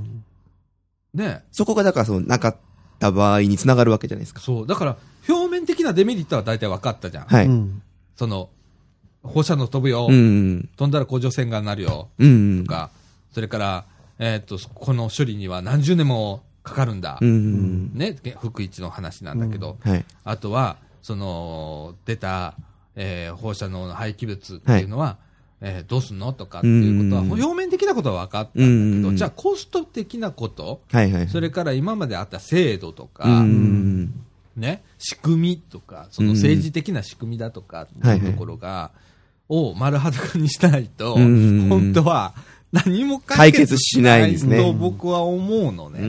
A: ね。
C: そこがだからそのなかった場合につながるわけじゃないですか。
A: そう。だから、表面的なデメリットは大体わかったじゃん。
C: は
B: う
C: い。うん
B: ん
A: その、放射能飛ぶよ。
C: うん。
A: 飛んだら甲状腺がんになるよ。
C: うん。
A: とか、それから、えっ、と、この処理には何十年もかかるんだ。
C: うんうん
A: ね、福一の話なんだけど、
C: うん。はい。
A: あとは、その、出た、えー放射能の廃棄物っていうのは、えーどうすんのとかっていうことは、
C: うんうんうん
A: 表面的なことは分かったんだけど、
C: うんうんうん
A: じゃあコスト的なこと、
C: はいはい。
A: それから今まであった制度とか、
C: うん。
A: ね、仕組みとか、その政治的な仕組みだとかって
C: はいはい
A: いうところが、を丸裸にしないと、
C: うんうんうん
A: 本当は何も解決しな
C: 解
A: い
C: 決しないです
A: と
C: ね
A: 僕は思うの
C: うんうんう
A: ね。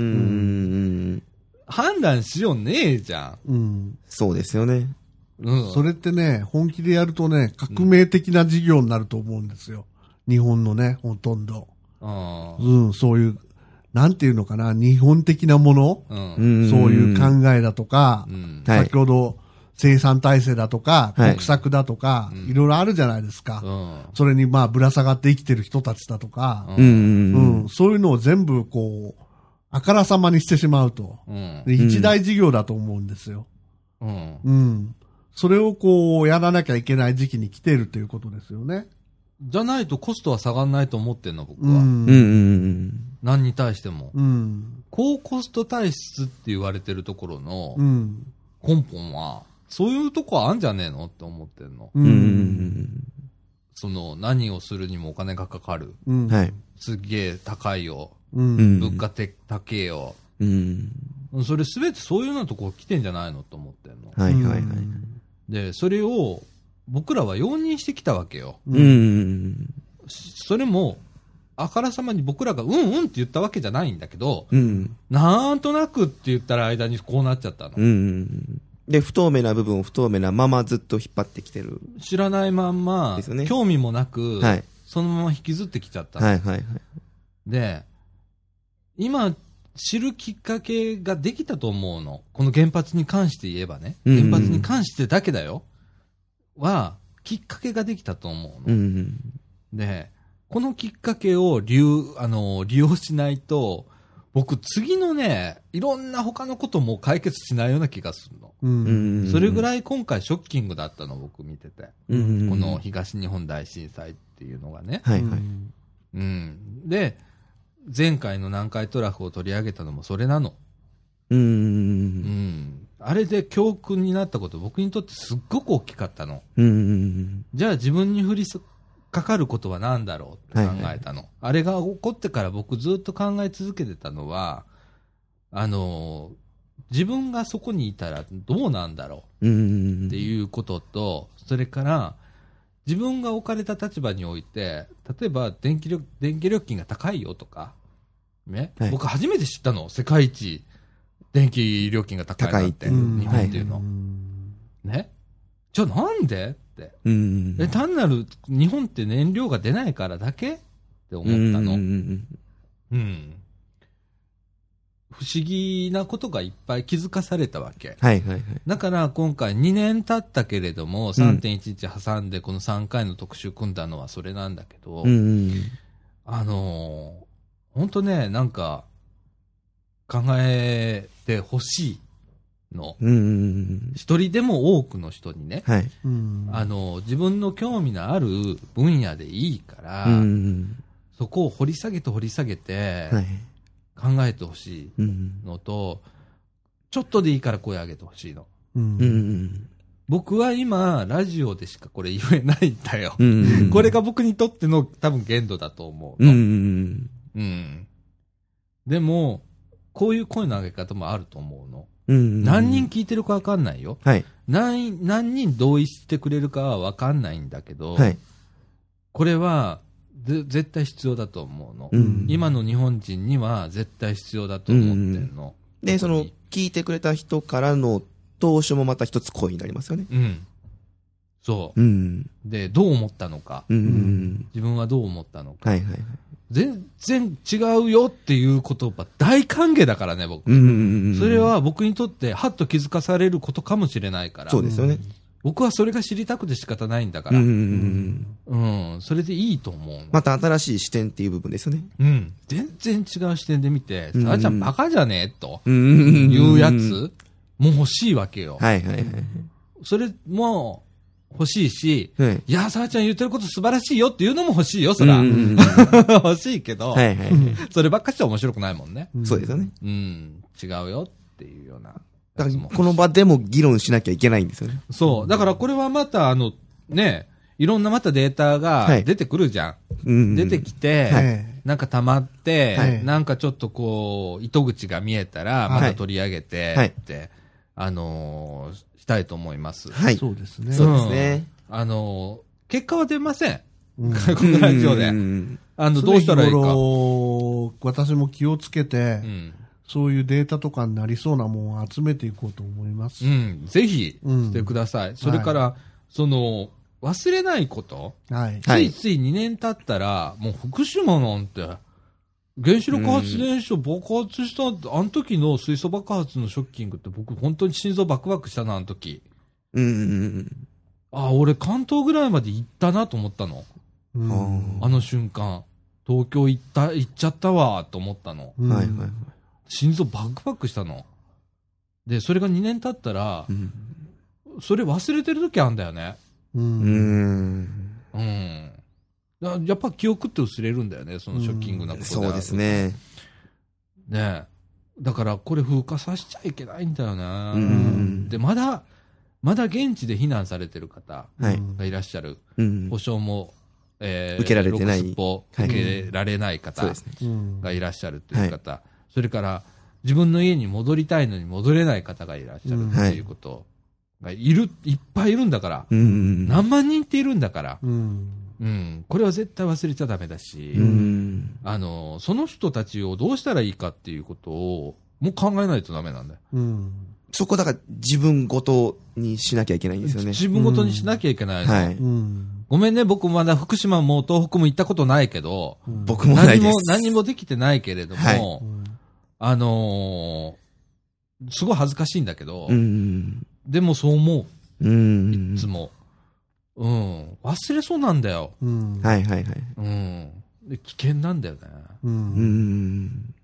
C: ん。
A: 判断しようねえじゃ
B: うん
C: そうですよね。
A: ん。うん。
B: それってね、本気でやるとね、革命的な事業になると思うんですよ。日本のね、ほとんど。
A: うん。
B: うん、そういう、なんていうのかな、日本的なもの、
A: うん。
C: ん
B: そういう考えだとか、
A: うん。
C: はい
B: 先ほど生産体制だとか、
C: はい
B: 国策だとか、いろいろあるじゃないですか。
A: うん。
B: それにまあ、ぶら下がって生きてる人たちだとか、
C: うんうん
B: う
C: うん
B: ん、そういうのを全部こう、あからさまにしてしまうと。
A: うん
B: で一大事業だと思うんですよ。
A: うん。
B: うん。それをこう、やらなきゃいけない時期に来てるということですよね。
A: じゃないとコストは下がらないと思ってんの、僕
B: う
A: は。
C: うんうん
B: ん。
A: 何に対しても。
B: うん。
A: 高コスト体質って言われてるところの
B: うん。
A: 根本は、そういうとこあんじゃねえのって思ってんの。
B: う
C: うんうんうん
B: ん。
A: その、何をするにもお金がかかる。
B: うん。
C: うんはい。
A: すっげえ高いよ。
B: う。
C: うんん
A: 物価て高えよ。
C: うん
A: それすべてそういうようなとこ来てんじゃないのと思ってんの。
C: はいはいはい。
A: で、それを僕らは容認してきたわけよ。
C: うんうん
A: それも、あからさまに僕らがうんうんって言ったわけじゃないんだけど、
C: うんうん
A: なんとなくって言ったら間にこうなっちゃったの
C: うんう。んで、不透明な部分を不透明なままずっと引っ張ってきてる。
A: 知らないまんま
C: ですよ、ね
A: 興味もなく、
C: はい
A: そのまま引きずってきちゃったの。
C: はいはいはい。
A: で、今、知るきっかけができたと思うの。この原発に関して言えばね。
C: うんうん
A: 原発に関してだけだよ。は、きっかけができたと思う
C: う
A: の。
C: ん
A: で、このきっかけを利用、あの、利用しないと、僕、次のね、いろんな他のことも解決しないような気がするの。
B: う。
C: うんんうん。
A: それぐ
C: い、
A: らい今回ショッキングだったの、僕見てて。
C: こ
A: この、東日本大震災っていうのがね。
C: は
B: はい
C: はい。
A: うん。で、前回の南海トラフを取り上げたのもそれなの。
C: うん
A: う
C: うん
A: ん。あれで教訓になったこと、僕にとってすっごく大きかったの。
C: うん。うんうん
A: じゃあ自分に降りかかることは何だろうって考えたの。あれが起こってから僕ずっと考え続けてたのは、あの、自分がそこにいたらどうなんだろ
C: うんうん。
A: うっていうことと、それから、自分が置かれた立場において、例えば電気料電気料金が高いよとか、ね、
C: はい
A: 僕初めて知ったの、世界一電気料金が高いなって、
C: 高
B: いって
A: 日本っていうの。
B: うん
A: ね。じゃあなんでって。
C: うんうんうん。
A: え、単なる日本って燃料が出ないからだけって思ったの。
C: う
A: うん
C: うんん
A: 不思議なことがいっぱい気づかされたわけ。
C: はいはいはい。
A: だから今回2年経ったけれども、3.11挟んでこの3回の特集組んだのはそれなんだけど、
C: うんうん
A: あのー、ほんとね、なんか、考えてほしいの。
C: うん。うんうん
A: 一人でも多くの人にね、
C: うん。はい。
B: うん。
A: あのー、自分の興味のある分野でいいから、
C: うんうん
A: そこを掘り下げて掘り下げて
C: うん。はい。
A: 考えてほし
C: うん
A: いのと、ちょっとでいいから声上げてほしいの。
B: う
C: うん。うん
B: ん。
C: うん
A: 僕は今、ラジオでしかこれ言えないんだよ。
C: うんうんうん
A: これが僕にとっての多分限度だと思う
C: うん
A: の。
C: うんうん
A: うんでも、こういう声の上げ方もあると思うの。
C: うんうん
A: 何人聞いてるかわかんないよ。
C: はい
A: 何、何人同意してくれるかはわかんないんだけど、
C: はい
A: これはぜ絶対必要だと思うの、
C: うん
A: 今の日本人には絶対必要だと思ってんの。
C: でその聞いてくれた人からの投資もまた一つ声になりますよね
A: うん。そ
C: うん
A: う。で、どう思ったのか。
C: うんうんうん
A: 自分はどう思ったのか。
C: はいはいはい
A: 全然違うよっていう言葉、大歓迎だからね、僕。
C: うんうんうんうん
A: それは僕にとって、はっと気づかされることかもしれないから
C: そ。うですよね
A: 僕はそれが知りたくて仕方ないんだか
C: うん
A: ら。うん
C: ううん
A: ん。
C: うん
A: それでいいと思うの。
C: また新しい視点っていう部分ですよね
A: うん。全然違う視点で見て、
C: うん
A: さあちゃんバカじゃねえと
C: うんうんうん
A: いうやつ、もう欲しいわけよ。
C: はいはいはい
A: それも欲しいし、
C: はい
A: いや、さあちゃん言ってること素晴らしいよっていうのも欲しいよ、そら。
C: うんうん うん
A: 欲しいけど、
C: はいはいは
A: そればっかしは面白くないもんね。
C: いそうですよね
A: うん、違うよっていうような
C: だ
A: や
C: か
A: つ
C: ら
A: も。
C: この場でも議論しなきゃいけないんですよね
A: そう。だからこれはまた、あの、ね、いろんなまたデータ
C: は
A: が
C: い
A: 出てくるじゃん。
C: うんうん
A: 出てきて、
B: はい
A: なんか溜まって、
B: はい
A: なんかちょっとこう、糸口が見えたら、ま
B: は
A: た
B: い
A: 取り上げて、
C: はい
A: って、あのーしたいと思います。
C: はい
B: そうですね。
C: そうですね
A: うんあのー結果は出ません。
B: うん
A: このラジオで
C: うんう。ん
A: あの、どうしたらいい
B: 常日
A: か。
B: 頃私も気をつけて、
A: うん。
B: そういうデータとかになりそうなものを集めていこうと思います。
A: うん。ぜひ、してください。それから、その、忘れないこと。
B: はい。
C: はい
A: ついつい2年経ったら、もう福島なんて、原子力発電所爆発した、あの時の水素爆発のショッキングって僕本当に心臓バクバクしたな、あの時。
C: うんうんうん
A: あ、俺関東ぐらいまで行ったなと思ったの。
B: う
C: うん
B: ん
C: あ
A: あの瞬間。東京行った、行っちゃったわ、と思ったの。
B: うん
C: ーはいはいはい
A: 心臓バクバクしたの。で、それが2年経ったら
C: う、ん
A: それ忘れてる時あるんだよね。
B: う
C: うんん
A: うん。だやっぱ記憶って薄れるんだよね、そのショッキングなことである
C: そうです。ね
A: ねえだからこれ風化させちゃいけないんだよな、
C: うん
A: でまだまだ現地で避難されてる方
C: はい
B: うん
A: がいらっしゃる
C: うん
A: 保証も、え
C: 受けられてない
A: ロクスポ
C: はい
A: 受けられない方
C: そうですね
B: うん
A: がいらっしゃるという方、それから自分の家に戻りたいのに戻れない方がいらっしゃる
B: うん
A: っていうことがいる、い、っぱいいるんだから、
C: うんうん
A: 何万人っているんだから、
B: うん
A: うん、これは絶対忘れちゃダメだし、
C: うんうん
A: あの、その人たちをどうしたらいいかっていうことを、もう考えないとダメなんだよ。
B: うん
C: そこだから自分ごとにしなきゃいけないんですよね。
A: 自分ごとにしなきゃいけないの、
C: はい。
B: うん
A: ごめんね、僕まだ福島も東北も行ったことないけど、
B: うん
C: 僕もない
A: 何
C: で
A: も
C: す。、
A: 何もできてないけれども、
C: はい
B: うん
A: あのーすごい恥ずかしいんだけど、
C: うん
A: でもそう思
C: うんうん。うん
A: う、
C: うん
A: いつも。うん、忘れそうなんだよ。
B: うん
C: はいはいはい。
A: うん。で危険なんだよね。
B: う
C: うんうんん。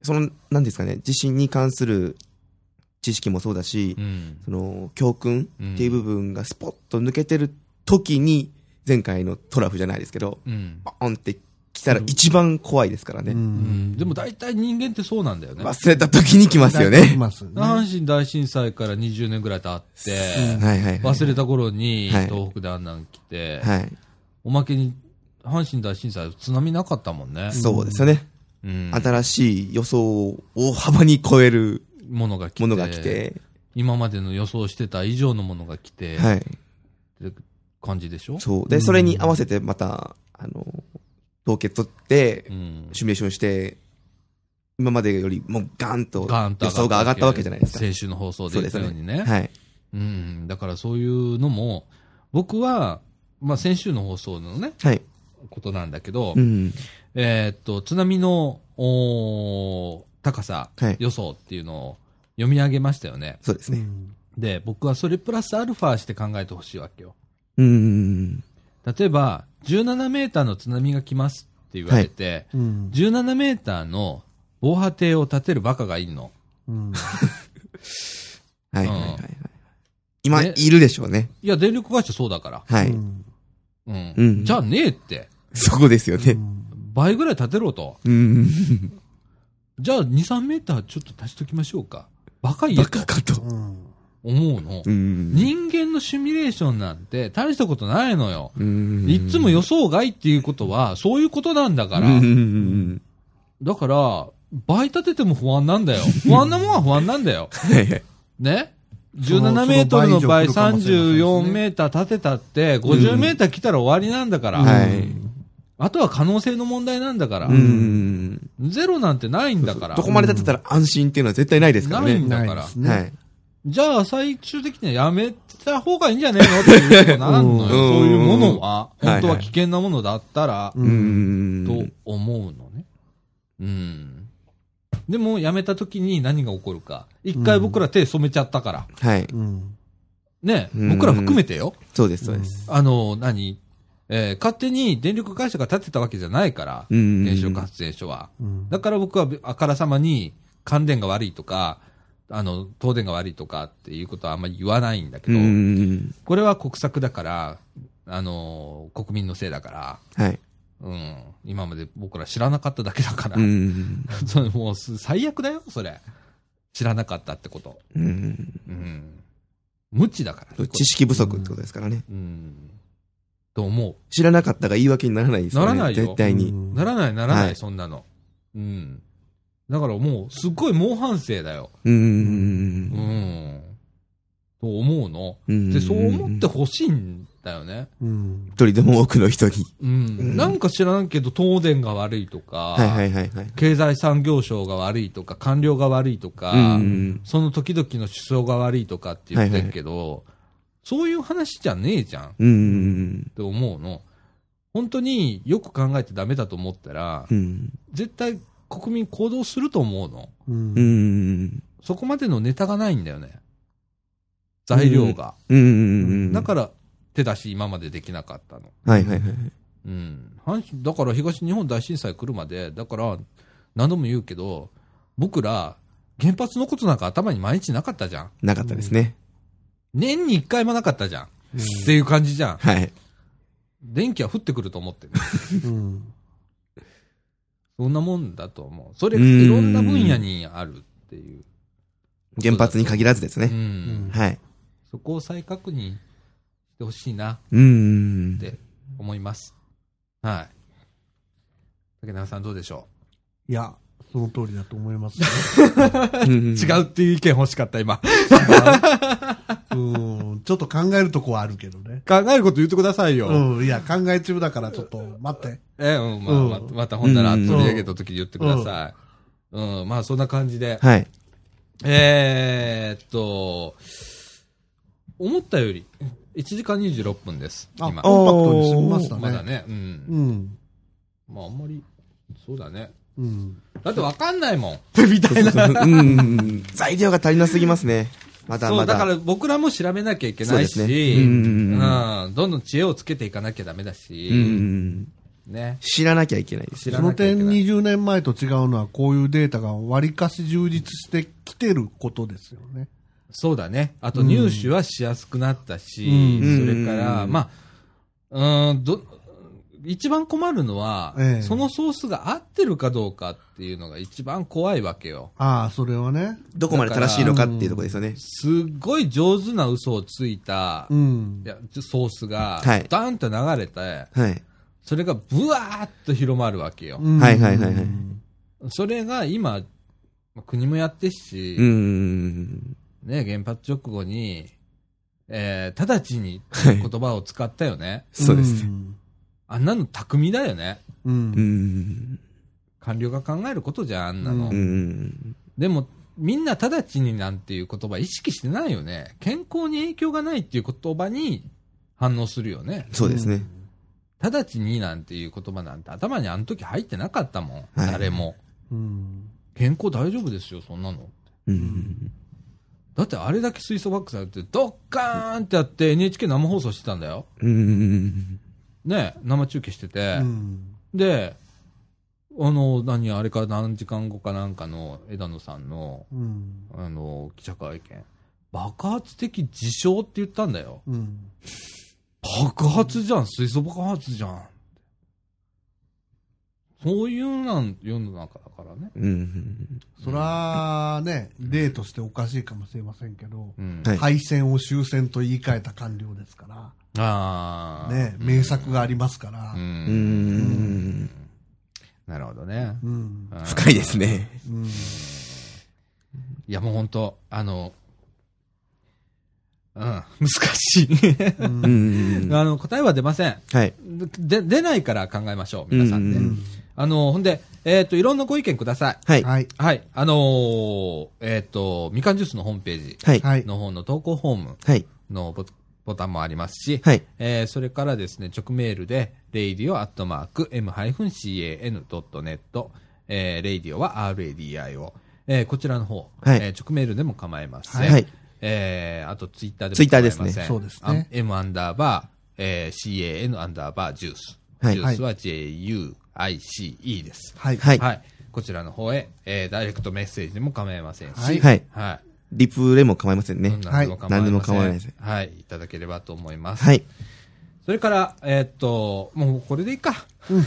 C: その、なんですかね、地震に関する知識もそうだし
A: う、ん。
C: その、教訓っていう部分がスポッと抜けてる時に、前回のトラフじゃないですけど、
A: うん。
C: バーンって来たら一番怖いですから
B: う
C: ね。
A: うんん、でも大体人間ってそうなんだよね。
C: 忘れた時に来ますよね
B: い。ますね
A: 阪神大震災から20年ぐらい経って、
C: はいはいはい。
A: 忘れた頃に
C: はい
A: 東北であんなん来て、
C: はい。
A: おまけに阪神大震災、津波なかったもんね。
C: そうですよね。
A: うん、
C: 新しい予想を大幅に超える
A: ものが来て
C: ものが来て、
A: 今までの予想してた以上のものが来て、
C: はい。
A: って感じでしょ
C: そう。で、それに合わせてまた、あの、統計取って
A: う、ん。
C: シミュレーションして、今までよりもうガンと
A: ガーンと
C: 予想が上がったわけじゃないですか。
A: 先週の放送で
C: そ
A: 言
C: うで
A: った
C: す
A: ように
C: ね。
A: ね。
C: はい。
A: うん。だからそういうのも、僕は、まあ先週の放送のね、
C: はい。
A: ことなんだけど、
C: うん。
A: えーっと、津波の、おー高さ
C: はい
A: 予想っていうのを読み上げましたよね。
C: そうです
B: う
C: ね。
B: ん
A: で、僕はそれプラスアルファして考えてほしいわけよ。
C: うん。
A: 例えば、17メーターの津波が来ますって言われて、
B: うん
A: 17メーターの防波堤を立てるバカがいんの。
B: うん
C: はいはいはいはい。今、
A: ね
C: いるでしょうね。
A: いや、電力会社そうだから。
C: は
B: う
C: い。
B: ん
A: うん。
C: うん
A: じゃあねえって。
C: そこですよね。
A: 倍ぐらい立てろと。
C: うん。
A: じゃあ2、3メーターちょっと足しときましょうか。バカ言え
C: バ
A: と
C: カ。かと。
B: うん
A: 思うの。
C: うん。
A: 人間のシミュレーションなんて大したことないのよ。
C: うん
A: いっつも予想外っていうことは、そういうことなんだから。
C: うんうんうん
A: だから、倍立てても不安なんだよ。不安なもんは不安なんだよ。
C: はいはい
A: ね
B: その
A: 17メートルの倍
B: その倍以上来るかもしれませんね
A: 34メーター立てたって、50メーター来たら終わりなんだから、
C: はい。
A: あとは可能性の問題なんだから、
C: うん。
A: ゼロなんてないんだから、
C: どこまで立てたら安心っていうのは絶対ないですから
A: ない
C: ね
A: ん。だ
B: な
A: か
B: いで
A: ら、
B: す
C: は
B: ね。
C: い。
A: じゃあ最終的にはやめた方がいいんじゃねえのっていうことになんのよ、
C: うん
A: そういうものは、
C: うん
A: 本当は危険なものだったら、
B: う
C: うんん。
A: と思うのね。うん。でも、やめた時に何が起こるか。一回僕ら手染めちゃったから。
C: はい。
B: うん
A: ね、
C: うん
A: 僕ら含めてよ。
C: そうです、そうです。
A: あの、何えー勝手に電力会社が建てたわけじゃないから、
C: うん
A: 原子力発電所は。
B: うん
A: だから僕はあからさまに乾電が悪いとか、あの、東電が悪いとかっていうことはあんまり言わないんだけ
C: う
A: ど、
C: ん。
A: これは国策だから、あの、国民のせいだから、
C: はい。
A: うん、今まで僕ら知らなかっただけだから、
C: うん。
A: それもうす最悪だよ、それ。知らなかったってこと。
C: うん。
A: うん。無知だから。
C: 知識不足ってことですからね。
A: うん。と思
C: 知らなかったが言い訳にならないですよね。
A: ならないよ
C: 絶対
B: う
C: に。
A: う。
B: ん
A: ならない、ならない、
C: はい
A: そんなの。うん。だからもう、すっごい猛反省だよ。
C: うん
A: う。ん。と思うの。
C: うん
A: で、そう思ってほしいんだよね。
B: うん
C: 一人でも多くの人に。
A: うん。なんか知らんけど、東電が悪いとか、
C: はいはいはいはい。
A: 経済産業省が悪いとか、官僚が悪いとか、
C: うん。
A: その時々の首相が悪いとかって言ってるけど、そういう話じゃねえじゃんっ
C: うん。
A: て思うの。本当によく考えてダメだと思ったら、
C: うん。
A: 絶対国民行動すると思うの。
B: うん
C: うん。
A: そこまでのネタがないんだよね。材料が。
C: うん。
A: だから手出し今までできなかったの。
C: ら。はいはいはい。
A: うん。阪神だから東日本大震災来るまで、だから何度も言うけど、僕ら原発のことなんか頭に毎日なかったじゃん。
C: なかったですね。
A: 年に一回もなかったじゃん。っていう感じじゃん。
C: はい。
A: 電気は降ってくると思ってる。
B: うん
A: そんなもんだと思う。それ
C: う
A: が
C: ん
A: いろんな分野にあるっていう。
C: 原発に限らずです
A: う
C: ね。
A: ん。
C: はい。
A: そこを再確認してほしいな
C: うん
A: って思います。はい。竹中さんどうでしょ
B: いや、その通りだと思いますね。
A: う、違うっていう意見欲しかった今。
B: うん、ちょっと考えるとこはあるけどね。
A: 考えること言ってくださいよ。
B: うん、いや、考え中だからちょっと待って。
A: え、うん、まあ、
B: うん
A: ままた本なら
C: う
A: 取
C: ん
A: り上げた時に言ってください。うん、まあそんな感じで。
C: はい。
A: えーっと、思ったより、1時間26分です。
B: あ、コン
A: 今
B: パク。トに済みました
A: まだ
B: ね。
A: ね。うん。
B: うん。
A: まああんまり、そうだね。
B: うん。
A: だってわかんないもん。
C: うん。材料が足りなすぎますね。まだ
A: そ
C: ま
A: う、だか
C: だ。
A: ら僕らも調べなきゃいけないし、
C: そうですねうんうんうん
A: うんどんどん知恵をつけていかなきゃダメだ
C: う
A: し、
C: ん。
A: ね。
C: 知らなきゃいけないです。
A: 知ら
B: そ
A: な
B: の
A: きゃい
B: 点
A: けない。
B: 20年前と違うのは、こういうデータが割りかし充実してきてることですよね。
A: そうだね。あと入手はしやすくなったし、
B: うん
A: それから、
C: うん
A: まあ、うん、ど、一番困るのは、
B: ええ
A: そのソースが合ってるかどうかっていうのが一番怖いわけよ。
B: ああ、それはね。
C: どこまで正しいのかっていうところですよね。
A: すっごい上手な嘘をついた、
B: うん
A: い。やソースが、
C: はい
A: ダーンと流れて、
C: はい。
A: それがブワーッと広まるわけよ。
B: うん
C: はいはいはいはい
A: それが今、まあ国もやってっし、
C: うん。
A: ね、原発直後に、えー、直ちに
C: はい
A: 言葉を使ったよね。
C: そうですね。。
A: あんなの巧みだよね。
B: うん
C: う。ん。
A: 官僚が考えることじゃん、あんなの。
B: う
C: うん。
A: でも、みんな直ちになんていう言葉意識してないよね。健康に影響がないっていう言葉に反応するよね。
C: そうですね。
A: 直ちになんていう言葉なんて頭にあの時入ってなかったもん。
C: はい
A: 誰も。
B: うん。
A: 健康大丈夫ですよ、そんなの。
C: うん。
A: だってあれだけ水素バックされて、ドッカーンってやって NHK 生放送してたんだよ。
C: うん。
A: ね、生中継してて。
B: うん
A: で、あの、何、あれから何時間後かなんかの枝野さんの、
B: うん。
A: あの、記者会見。爆発的事象って言ったんだよ。
B: うん。
A: 爆発じゃん、水素爆発じゃん。そういうなん世の中だからね。
C: うん。
B: そらね、例としておかしいかもしれませんけど、
A: うん
C: はい
B: 敗戦を終戦と言い換えた官僚ですか
A: あ
B: ら、
A: あ。
B: ね、名作がありますから
A: う、。
C: うんん。
A: なるほどね。
B: うん
A: うん
C: 深いですね。
B: うん
A: いや、もう本当あの、うん、難しい。
C: うん うんうん。
A: あの、答えは出ません。
C: はい。
A: で、出ないから考えましょう、皆さんで。
C: うんうん
B: うん
A: あの、ほんで、えっ、と、いろんなご意見ください。
C: はい。
B: はい。
A: はい。あのーえっ、と、みかんジュースのホームページ
C: はい。
B: はい。
A: の方の投稿フォーム
C: はい。
A: のボボタンもありますし、
C: はい。
A: えーそれからですね、直メールで、radio.m-can.net、えー、radio は radio。えーこちらの方、
C: はい
A: えー直メールでも構いません。
C: はい。
A: えーあとツイッターでも構いません。
C: ツイッターですね
B: そうですね
A: あ m アンダーバー、えー can アンダーバージュース。
C: はい
A: ジュースは juice です。
B: はい。
C: はい
A: はい。こちらの方へ、えーダイレクトメッセージでも構いませんし、
B: はい
C: はい。
A: はい
C: リプレも構いませんね。
A: 何でも構いません。
C: 何でも構わないです
A: はい。いただければと思います。
C: はい。
A: それから、えーっと、もうこれでいい か。
B: ちょっ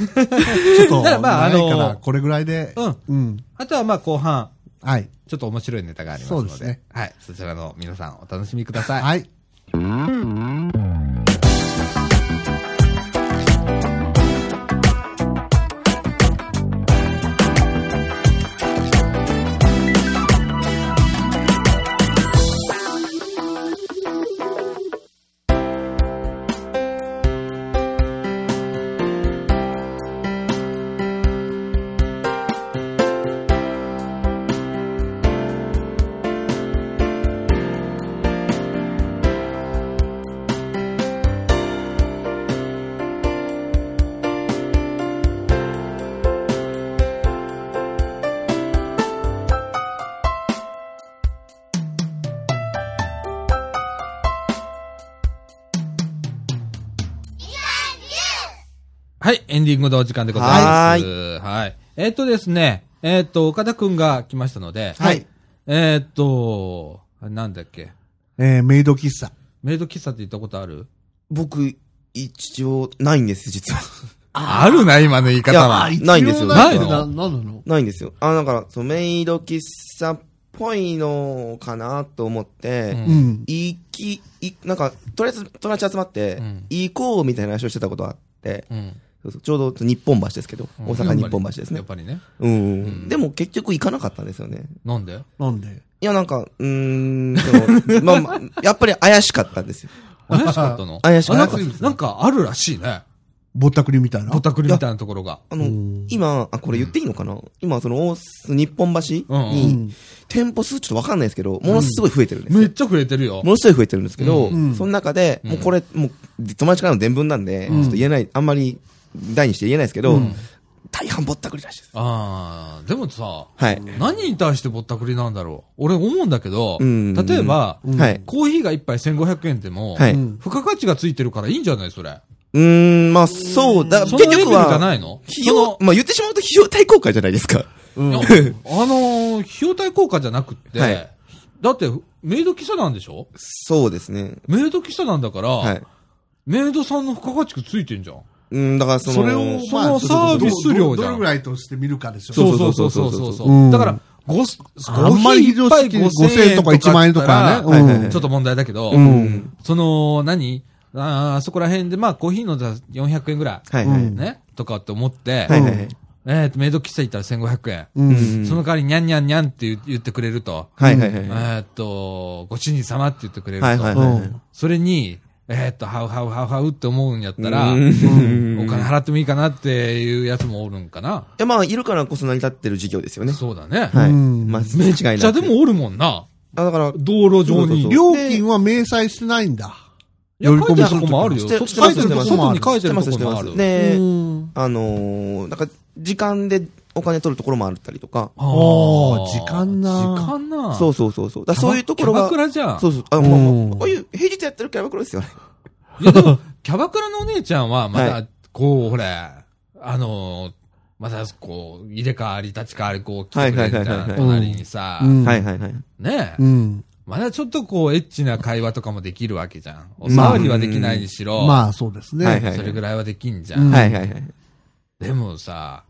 B: と、
A: なら まあ
B: 長いか
A: あ
B: ら、
A: の
B: これぐらいで、
A: うん。
B: うん。
A: あとはまあ後半、
B: はい。
A: ちょっと面白いネタがありますので、
B: そうですね
A: はい。そちらの皆さんお楽しみください。
B: はい。
A: はい、エンディングのお時間でございます。はいえーっ、とですね、えーっ、と、岡田くんが来ましたので、
B: はい。
A: えーっ、と、なんだっけ、
B: えー、メイド喫茶。
A: メイド喫茶って行ったことある
C: 僕、一応、ないんです、実は。
A: あるな、今の言い方は。
C: いやないんですよ
B: ないの
A: ないの
B: な、なんなの
C: ないんですよ。あ、だから、そのメイド喫茶っぽいのかなと思って、
A: うん
B: うん。
C: 行き、いなんか、とりあえず友達集まって、
A: うん
C: 行こうみたいな話をしてたことがあって、
A: うん
C: そうそうちょうど日本橋ですけど、
A: うん
C: 大阪日本橋です
A: や
C: ね
A: っ。ぱりね。
C: うん、
A: うん
C: でも結局行かなかったんですよね。
A: なんで
B: なんで
C: いや、なんか、うーん、そのまあ まあ、やっぱり怪しかったんですよ。
A: 怪しかったの
C: 怪しかった
A: あなんかなんかあるらしいね。
B: ぼったくりみたいな。
A: ぼったくりみたいなところが。
C: あ
B: う
C: の
B: ん、
C: 今、あ、これ言っていいのかな、今、その、大須日本橋
A: うん
B: う
C: に、
B: ん。
C: 店舗数ちょっとわかんないですけど、ものすごい増えてるんですよ
A: めっちゃ増えてるよ
C: も。のすごい増えてるんですけど、
B: うん
C: その中で、
A: うん
C: もうこれ、もう友達からの伝聞なんで、
B: うん
C: ちょっと言えない、あんまり大にして言えないですけど、大半ぼったくりらしいです。
A: ああ、でもさ、
C: はい。
A: 何に対してぼったくりなんだろう。俺思うんだけど、
C: うん
A: 例えば、
B: うん
C: はい。
A: コーヒーが一杯1500円でも、
C: はい。
B: う
C: うん
A: 付加価値がついてるからいいんじゃないそれ。
C: ーん、まあ、そう、だ、
A: そ
C: 結
A: のレベル
C: 局
A: じゃな
C: は、
A: いの
C: 費用、まあ言ってしまうと費用対効果じゃないですか。
A: そのいや あのー、費用対効果じゃなくって、
C: はい
A: だって、メイド喫茶なんでしょ
C: そうですね。
A: メイド喫茶なんだから、
C: はい。
A: メイドさんの付加価値がついてんじゃん。
C: うん、だからその、
B: それを、
A: その
B: まあ、
A: サービス量
B: どど
A: じゃん
B: どれぐらいとして見るかでしょ
C: そう
B: うん
A: だから、ご、コ
B: あんま
A: ーヒ
B: り
A: ー一杯
B: 非常識
A: 5000円とか
B: 5000とか1万円とかね
A: だったら
C: うんはい
A: ちょっと問題だけど、
C: うん。
A: その、何あーあそこら辺で、まあ、コーヒーのだ400円ぐらい、
C: はいはい。
B: うん
A: ね、とかって思って、
C: はいはいはい。
A: えっと、メイド喫茶行ったら1500円。
B: う。
C: うんん
A: その代わり、にゃんにゃんにゃんって言言ってくれると、
C: はいはいはい。
A: えっと、ご主人様って言ってくれると、
C: はいはいはいはい。
A: それに、えっと、ハウハウハウハウって思うんやったら、
C: うん
A: お金払ってもいいかなっていうやつもおるんかな。
C: いや、まあ、いるからこそ成り立ってる事業ですよね。
A: そうだね。
C: はい。
B: うん
C: まあ、間違いなく。
A: じゃあで、もおるもんな。
C: あ、だから、
A: 道路上に。
C: そう
A: い
C: そう
B: 料金は明細してないんだ。
A: や
B: 呼び
A: 書
B: 込
A: いて
B: み
A: あ
B: す
A: る
B: る
A: と
B: と
A: こ
B: き
A: もあるよ。外
C: して
A: に書いてる
B: してます
A: 外に書い
C: してて
A: る
C: ま
A: と
C: す、
A: こ
C: して
A: も
C: ま
A: ある
C: す。。で、
B: うん
C: あのー、なんか、時間でお金取るところもあったりとか。
A: あ
B: あー時間な
A: 時間な。
C: そううそうそうそう。だからそういうところ
A: キャ
C: が
A: バク。ラじゃん。
C: そうそう。あ、もう
B: うん
C: もう、こういう平日やってるキャバクラですよね。
A: いやでも、キャバクラのお姉ちゃんは、ま
C: は
A: だ、こう、ほれ、あのー、まだ、こう、入れ替わり、立ち替わり、こう、来てくれるじ
C: はい
A: ゃ
C: はいはい
A: ん。
C: はい
A: 隣にさ
B: う、ん
C: はいはいはい。
A: ね
B: う
A: え。
B: ん。
A: まだちょっとこう、エッチな会話とかもできるわけじゃん。お触りはできないにしろ、
B: まあ、そうですね。
C: はいはい
A: それぐらいはできんじゃ。
B: うん
C: はいはいはい。
A: でもさ、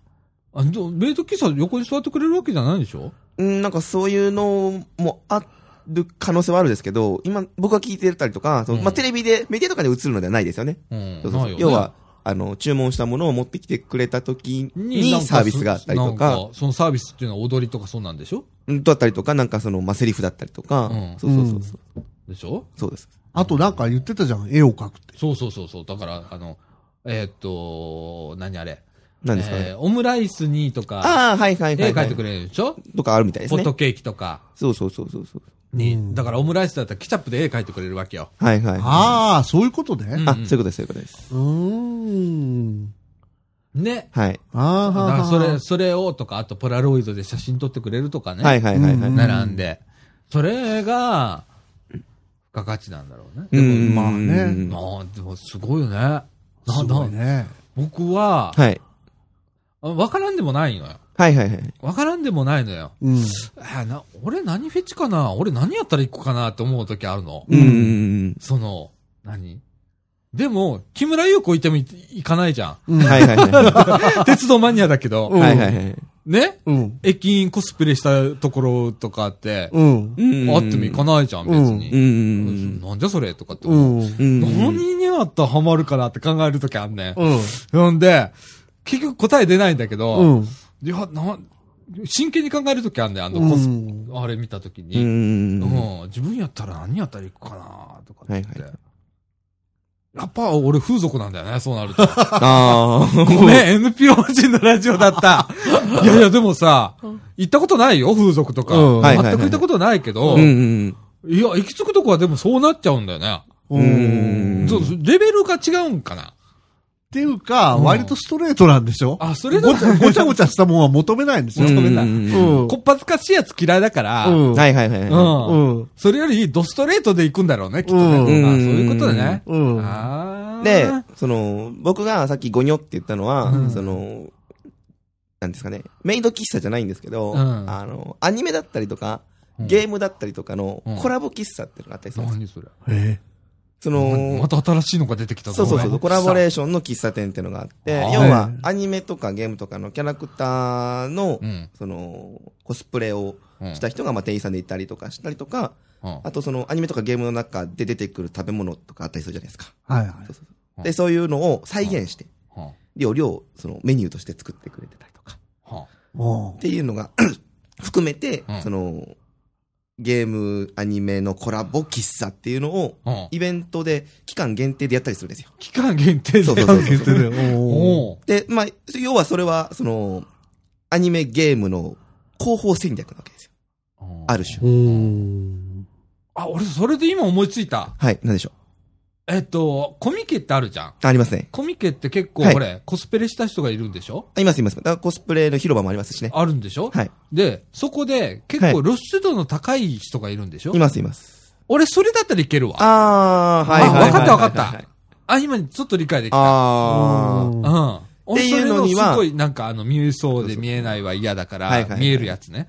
A: あどメイド喫茶横に座ってくれるわけじゃないでしょ
C: うん、なんかそういうのもある可能性はあるんですけど、今、僕が聞いてたりとか、そのまあ、テレビで、メディアとかで映るのではないですよね。
A: うん
C: そうそう
A: ないよね
C: 要は、あの、注文したものを持ってきてくれた時
A: なん
C: に
A: か
C: サービスがあったりと
A: な
C: か
A: ん、そのサービスっていうのは踊りとかそうなんでしょ
C: うんだったりとか、なんかその、まあ、セリフだったりとか
A: うん、
C: そうそうそうそう。
A: でしょ
C: そうです。
B: あとなんか言ってたじゃん、絵を描くって。
A: そうそうそうそう。だから、あの、えーっと、何あれ。
C: 何ですか
A: え
C: ね。
A: ーオムライスにとか、
C: ああ、はいはいは
A: 絵
C: い
A: 描
C: はい。
A: いてくれるでしょ
C: とかあるみたいです
A: ホッ
C: ね。
A: トケーキとか
C: そうそうそうそうそう。
A: に。だからオムライスだったらケチャップで絵描いてくれるわけよ。
C: はいはい。あ、
B: ああ、そういうことね。
A: ん
C: そういうことです、そういうことです。
B: うーん。
A: ね。
C: はい。
B: ああ、
A: だからそ
B: は
A: れ、それをとか、あとポラロイドで写真撮ってくれるとかね。
C: はいはいはいは
B: う
C: い。
A: 並んで。それが、付加価値なんだろうね。
C: う
A: でも
C: ん。
B: まあね
C: うん
A: なあ、でもすごいよね。な、
B: すご
A: な、
B: いね。
A: 僕は、
C: はい。
A: あわからんでもないのよ。
C: はいはいはい。
A: わからんでもないのよ。
B: うん。
A: あな俺何フェチかな俺何やったら一個かなって思う時あるの。
C: うんうんうん
A: その、何でも、木村優子いてもい行かないじ ゃん。
B: うん。
C: うん。はいはいはい。は
A: 鉄道マニアだけど。
B: ん
C: いはいはい。
A: ね
B: うん。
A: 駅員コスプレしたところとかって、
B: うん。
C: うん
A: あっても行かないじゃん、別
C: う
A: に。
C: ん
A: なんじゃそれとかって
B: う
A: 思う。
B: ん。
C: うん。
A: 何にあったらハマるかなって考えるときあんねん。
B: うん。
A: ほんで、結局答え出ないんだけど、
B: うん。
A: いや、な、真剣に考えるときあんねん、あの
B: うん
A: コス、あれ見たとき
C: う。
A: に、うん自分やったら何やったら行くかなとかって、
C: はいは
A: やっぱ俺風俗なんだよね、そう なると。
C: ああ。
A: ごめん、NPO 人のラジオだ った。いやいや、でもさ、行ったことないよ、風俗とか。
B: うん
C: はいはいはい
A: 全く行ったことないけど、
C: うん
A: い
C: うん
A: や、行き着くとこはでもそうなっちゃうんだよね。
C: うん。うん。
A: そうレベルが違うんかな。
B: っていうか、
A: うん
B: 割とストレートなんでしょ
A: あ、それ
B: ご
A: だ
B: ちゃごちゃごちゃしたもんは求めないんですよ。
A: うん
B: うん
A: こっぱずかしいやつ嫌いだから、
B: うん
C: はいはいはい。
A: うん
B: うん。
A: それより、ドストレートで行くんだろうね、きっとね。
B: うん
A: あそういうことだね。
B: うん。
A: あー
C: で、その、僕がさっきゴニョって言ったのは、
A: うん
C: その、なんですかね、メイド喫茶じゃないんですけど、
A: うん
C: あの、アニメだったりとか、
A: うん
C: ゲームだったりとかの
A: うん
C: コラボ喫茶っていうのがあったりするんですよ。
A: 何それ。
B: え
C: そ
A: ま
C: の、
A: た新しいのが出てきたぞ
C: そうそうそ
A: ごめ
C: う、
A: ん
C: コラボレーションの喫茶店っていうのがあって、
A: あー
C: 要はアニメとかゲームとかのキャラクターの、
A: うん。
C: その、コスプレを
A: うん
C: した人がまあ店員さんで行ったりとかしたりとか、
A: うん
C: あとそのアニメとかゲームの中で出てくる食べ物とかあったりするじゃないですか。
B: はいは
C: そうそう
A: うん
C: で、そういうのを再現して、
A: は
C: 料理をそのメニューとして作ってくれてたりとか、
A: あはあ
B: い。も
C: っていうのが 含めて、
A: うん
C: その、ゲーム、アニメのコラボ喫茶っていうのを、
A: うん
C: イベントで、期間限定でやったりするんですよ。
A: 期間限定
C: そう
A: で
C: そうそう
B: う。言ってるよ。おー
A: おう
C: で、まあ、要はそれは、その、アニメ、ゲームの広報戦略なわけですよ。ある種。
B: うーん。
A: あ、俺、それで今思いついた。
C: はい、なんでしょ
A: えっと、コミケってあるじゃん。
C: う。ありますね。
A: コミケって結構、
C: はい
A: これ、コスプレした人がいるんでしょ
C: あいます、います。だからコスプレの広場もありますしね。
A: あるんでしょ
C: はい。
A: で、そこで、結
C: は
A: 構露出度の高い人がいるんでしょ
C: います、います。
A: 俺、それだったらいけるわ。
C: あー、はい、
A: あ
C: はいはいは
A: わ
C: い。
A: かったわかっ
C: はいはいはい
A: た。あ、今ちょっと理解できた。
C: あー。
A: うん。っ
C: っていうのには
A: すごいなんかあの、見えそうで見えないは嫌だか
C: はい
A: ら
C: はいは、い
A: 見えるやつね。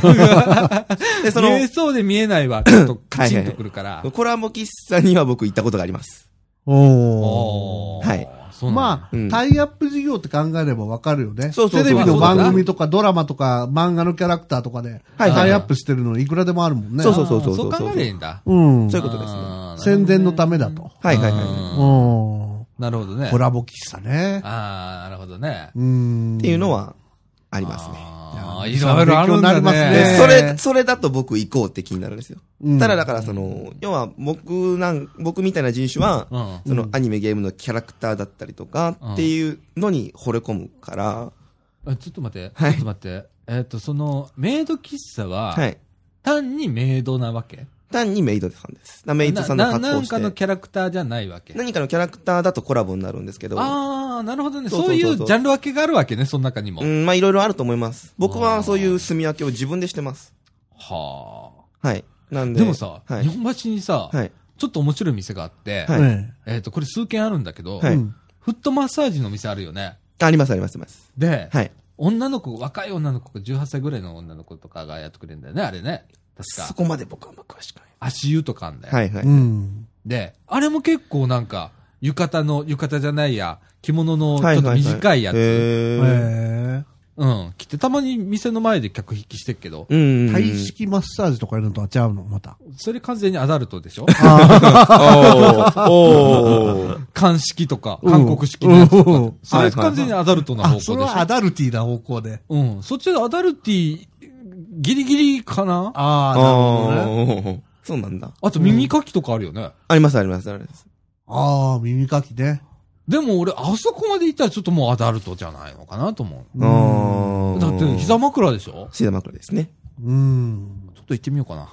C: で、そ
A: 見
C: の、
A: えそうで見えないはちょっとカチンとくるから。
C: コラボ喫茶には僕行ったことがあります。
B: おー
A: おー
C: はい。
A: そうなんだ
B: まあ、
C: うん
B: タイアップ事業って考えればわかるよね。
C: そうそうそう
B: テレビの番組とかドラマとか漫画のキャラクターとかで、
C: はい
B: タイアップしてるのいくらでもあるもんね。
C: そうそうそうそう
A: あー
C: そう
A: そう考えりゃいいんだ。
B: うん
C: そういうことですね
A: あー
B: 宣伝のためだと。
C: はいはい
A: うん
C: は
B: うん。
A: なるほどね。
B: コラボ喫茶ね。
A: ああ、なるほどね。
B: うん。
C: い。っていうのは、ありますね。
A: あーいろいろあるんだ
B: 勉強になりますね
A: ね。
C: で
B: ー
C: それ、それだと僕行こうって気になるんですよ。
B: うん
C: ただだからその、要は僕なん、僕みたいな人種は、
A: うん。
C: そのアニメゲームのキャラクターだったりとか
A: うん
C: っていうのに惚れ込むから、
A: あちょっと待って、
C: はい
A: ちょっと待って。えっと、その、メイド喫茶は、
C: はい。
A: 単にメイドなわけ
C: 単にメイドさんです。なメイドさんの
A: な
C: 格
A: な
C: 好を
A: ん
C: して
A: かのキャラクターじゃないわけ。
C: 何かのキャラクターだとコラボになるんですけど、
A: ああ、なるほどね。
C: そうそう
A: そう
C: そう
A: い
C: そう
A: うジャンル分けがあるわけね、その中にも。
C: うん、まあいろいろあると思います。
A: あ
C: 僕
A: ー
C: はそういう住み分けを自分でしてます。
A: はあ。
C: はい。なんで。
A: でもさ、
C: はい
A: 日。本橋にさ、
C: はい。
A: ちょっと面白い店があって、
C: はい
B: え
A: えっ、と、これ数軒あるんだけど、
B: え
C: はい
B: うん
A: フットマッサージの店あるよね。
C: ありますありますあります。
A: で、
C: はい。
A: 女の子、若い女の子が18歳ぐらいの女の子とかがやってくれるんだよね、あれね。確
C: そ
A: か。
C: こまで僕はあんま詳しくない。
A: 足湯とかあんだよ。
C: はいはい。
B: うん。
A: で、あれも結構なんか、浴衣の、浴衣じゃないや、着物のち
C: は
A: ょ
C: い
A: っと
C: はいはい
A: 短いやつ。
C: へ
B: え
C: ー
B: え
A: うん、来て、たまに店の前で客引きしてっけど、
C: うん。
B: 体式マッサージとかやるのとは違うのま た。
A: それ完全にアダルトでしょ
C: おーおー
A: 韓式とか、韓国式のやつと
B: うん
A: か
B: うん。
A: それ完全にアダルトな方向
B: あ、
A: でしょ
B: それはアダルティーな方向で。
A: うん。そっちのアダルティ、ギリギリかなあ
B: ああ、なるほどね。
C: おーそうなんだ。
A: と耳かきとかあるよね。
C: ありますありますあります。
B: ああ、耳かきね。
A: でも俺、あそこまで行ったらちょっともうアダルトじゃないのかなと思う。
C: あ
A: だって膝枕でしょ
C: シダマクで すね。
B: うん。
A: ちょっと行ってみようかな。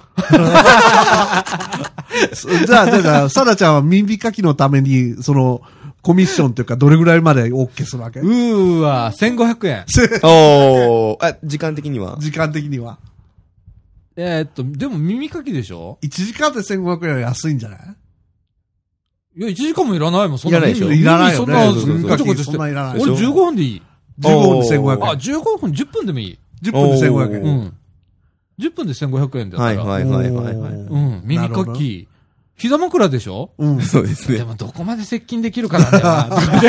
B: そじゃあ、じゃあじゃあ、サラちゃんは耳かきのために、その、コミッションっていうか、どれぐらいまで OK するわけ
A: うーわ、1500円。
C: おーあ、時間的には
B: 時間的には。
A: えーっと、でも耳かきでしょ
B: 1時間で1500円は安いんじゃない
A: いや、1時間もいらないもん、そん
C: い
A: な
C: らないでしょ
A: 耳
B: いらないよ
A: そん
B: ね
A: な、
C: そうそうそう
A: ごちょごちょして。
B: そんないらない
A: 俺15分でいい。
B: ?15 分で
A: あ、
B: 1500円。
A: 15分、10分でもいい。
B: 10分で1500
A: う
B: 円。
A: ん。10分で1500円だった
C: はい
A: ら。
C: はいはいはいはい。
A: うん、耳
B: なる
A: か
B: ほど
A: き。膝枕でしょ
B: うん。
C: そうです
A: で
C: ね。
A: もどこまで接近できるかなんだよ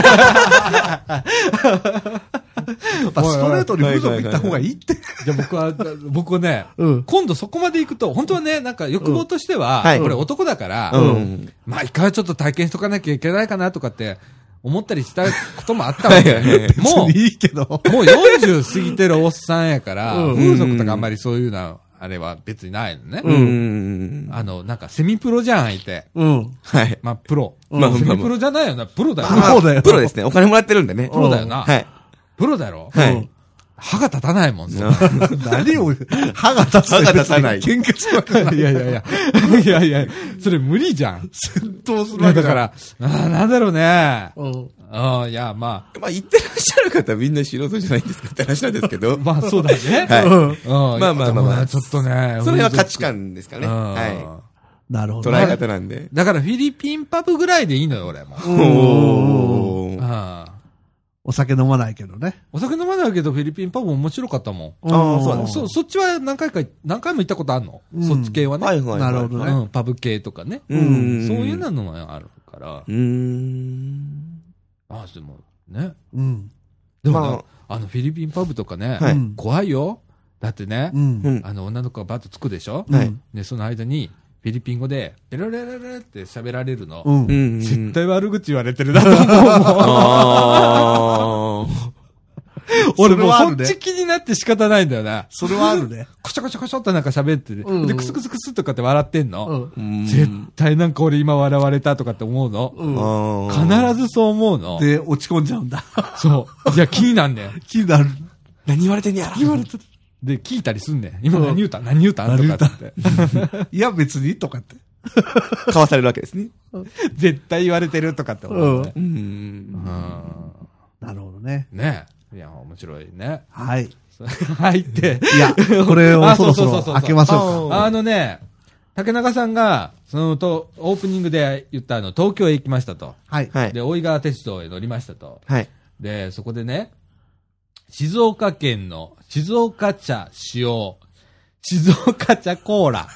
A: な。
B: やっぱストレートに風俗行った方がいいって。
A: じゃあ僕は、僕はね、
B: うん
A: 今度そこまで行くと、本当はね、なんか欲望としては、
C: うんはい
A: これ男だから、
C: うん。
A: まあ一回はちょっと体験しとかなきゃいけないかなとかって思ったりしたこともあったわ
C: はいはいは
A: け。
C: い
A: も
B: いいけど。
A: う、もう40過ぎてるおっさんやから、
B: うん
A: 風俗とかあんまりそういうの、あれは別にないのね。
C: うん。
A: あの、なんかセミプロじゃん、相手。
B: うん。
C: はい。
A: まあプロ。
C: まあまあ
A: セミプロじゃないよな、プロだよ
B: プ
A: な。
B: ロだよ
C: プロですね。お金もらってるんでね。
A: プロだよな。
C: はい。
A: プロだろ、
C: は
B: う
C: い
B: ん。
A: 歯が立たないもん、そん な
B: 何を、歯が立つ
C: 歯が立たない
B: 喧嘩するわけない。
A: いやいやいや、いやいや、それ無理じゃん。
B: 戦闘するわ
A: だ
B: け
A: か
B: だ
A: ら、
B: から。
A: あーなんだろうね。
B: うん。
A: うん、いや、ま
C: まあ、言ってらっしゃる方はみんな素人じゃないんですかって話なんですけ ど
A: あ、。まあそうだね。
C: はい。
B: うん
A: うん、ま
C: まあまあまあまあ
A: ちょっとね。
C: それは価値観ですかね。
A: うん
C: は
B: なるほ
C: い。
B: ど。
C: 捉え方なんで。
A: だからフィリピンパブぐらいでいいのよ、俺も。うん
C: おー。
B: お酒飲まないけどね。
A: お酒飲まないけど、フィリピンパブ面白かったも
C: ああそうだ
A: ん。
B: ん
A: そ、そっちは何回か、何回も行ったことあるの、
B: うん
A: そっち系はね。
C: はいはいはい。
B: なるほどね
A: うん、パブ系とかね。
C: う。
A: そうんいうのもあるから。
C: うーん。
A: あ、でも、ね。
B: うん。
A: でも、
C: ま
A: あ、の、フィリピンパブとかね、
C: はい
B: うん
A: 怖いよ。だってね、
B: うん
C: う。ん。
A: あの、女の子がバッとつくでしょ、
B: うん
C: はい
A: で、その間に、フィリピン語で、ペロレレレって喋られるの。
B: うん。
C: ん
A: 絶対悪口言われてるなと 思う。
C: ああ。
A: 俺もう
B: それはあ
A: そ
B: る
A: っ
B: ね
A: ち気になって仕方ないんだよな。
B: それはあるね。
A: こちょこちょこちょってなんか喋ってて、
B: うんうん
A: で、クスクスクスとかって笑ってんの。
B: うん。
A: 絶対なんか俺今笑われたとかって思うの。
B: うん。
C: あ
A: 必ずそう思うの。
B: で、落ち込んじゃうんだ。
A: そう。いや、気になんねん。
B: 気になる。
C: 何言われてんねや言われて
A: で、聞いたりすんねん。今何言うた何言うたとかって言って。
B: いや、別にとかって。
C: かわされるわけですね。
A: 絶対言われてるとかって思うね。
C: うーん。
A: うん
B: なるほどね。
A: ねえ。いや、面白いね。
B: はい。
A: 入って。
B: いや、これ を
A: あ
B: そ
A: そうそそ
B: ろそう
A: う
B: ろ
A: そう
B: 開けましょうか。
A: あのね、竹中さんが、そのと、オープニングで言ったあの、東京へ行きましたと。
B: はい。
C: はい。
A: で、大井川鉄道へ乗りましたと。
C: はい。
A: で、そこでね、静岡県の静岡茶使用、静岡茶コー ラ、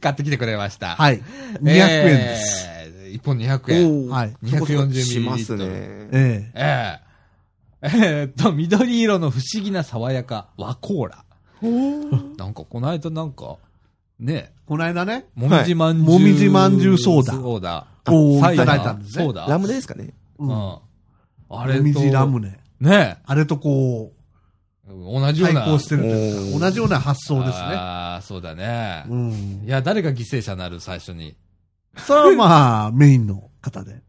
A: 買ってきてくれました。。
B: はいい。200円です。。
A: 1本200円。
B: はい。
A: 240ミリリットル。
C: しますね。
B: ええ。
A: えええーっと、緑色の不思議な爽やか和コーラ。なんか、この間なんか、ね、
B: この間ね、
A: もみじまんじゅう、
B: もみじまんじゅうソーダ
A: ソーダ。
B: おー
A: サイダー
B: いただいたんですね
A: ソーダ。
C: ラムネですかね。
A: うん。あ
B: あ
A: れ
B: れ
A: と、
B: 水ラムネ。
A: ね
B: あれとこ
A: 同
B: う、
A: じよう
B: 対
A: な。
B: 抗してると
C: お
B: いう
C: ー
B: か同じような発想ですね。
A: ああ、そうだね。
B: うん
A: い。や、誰が犠牲者になる最初に。
B: それはまあ、 メインの方で。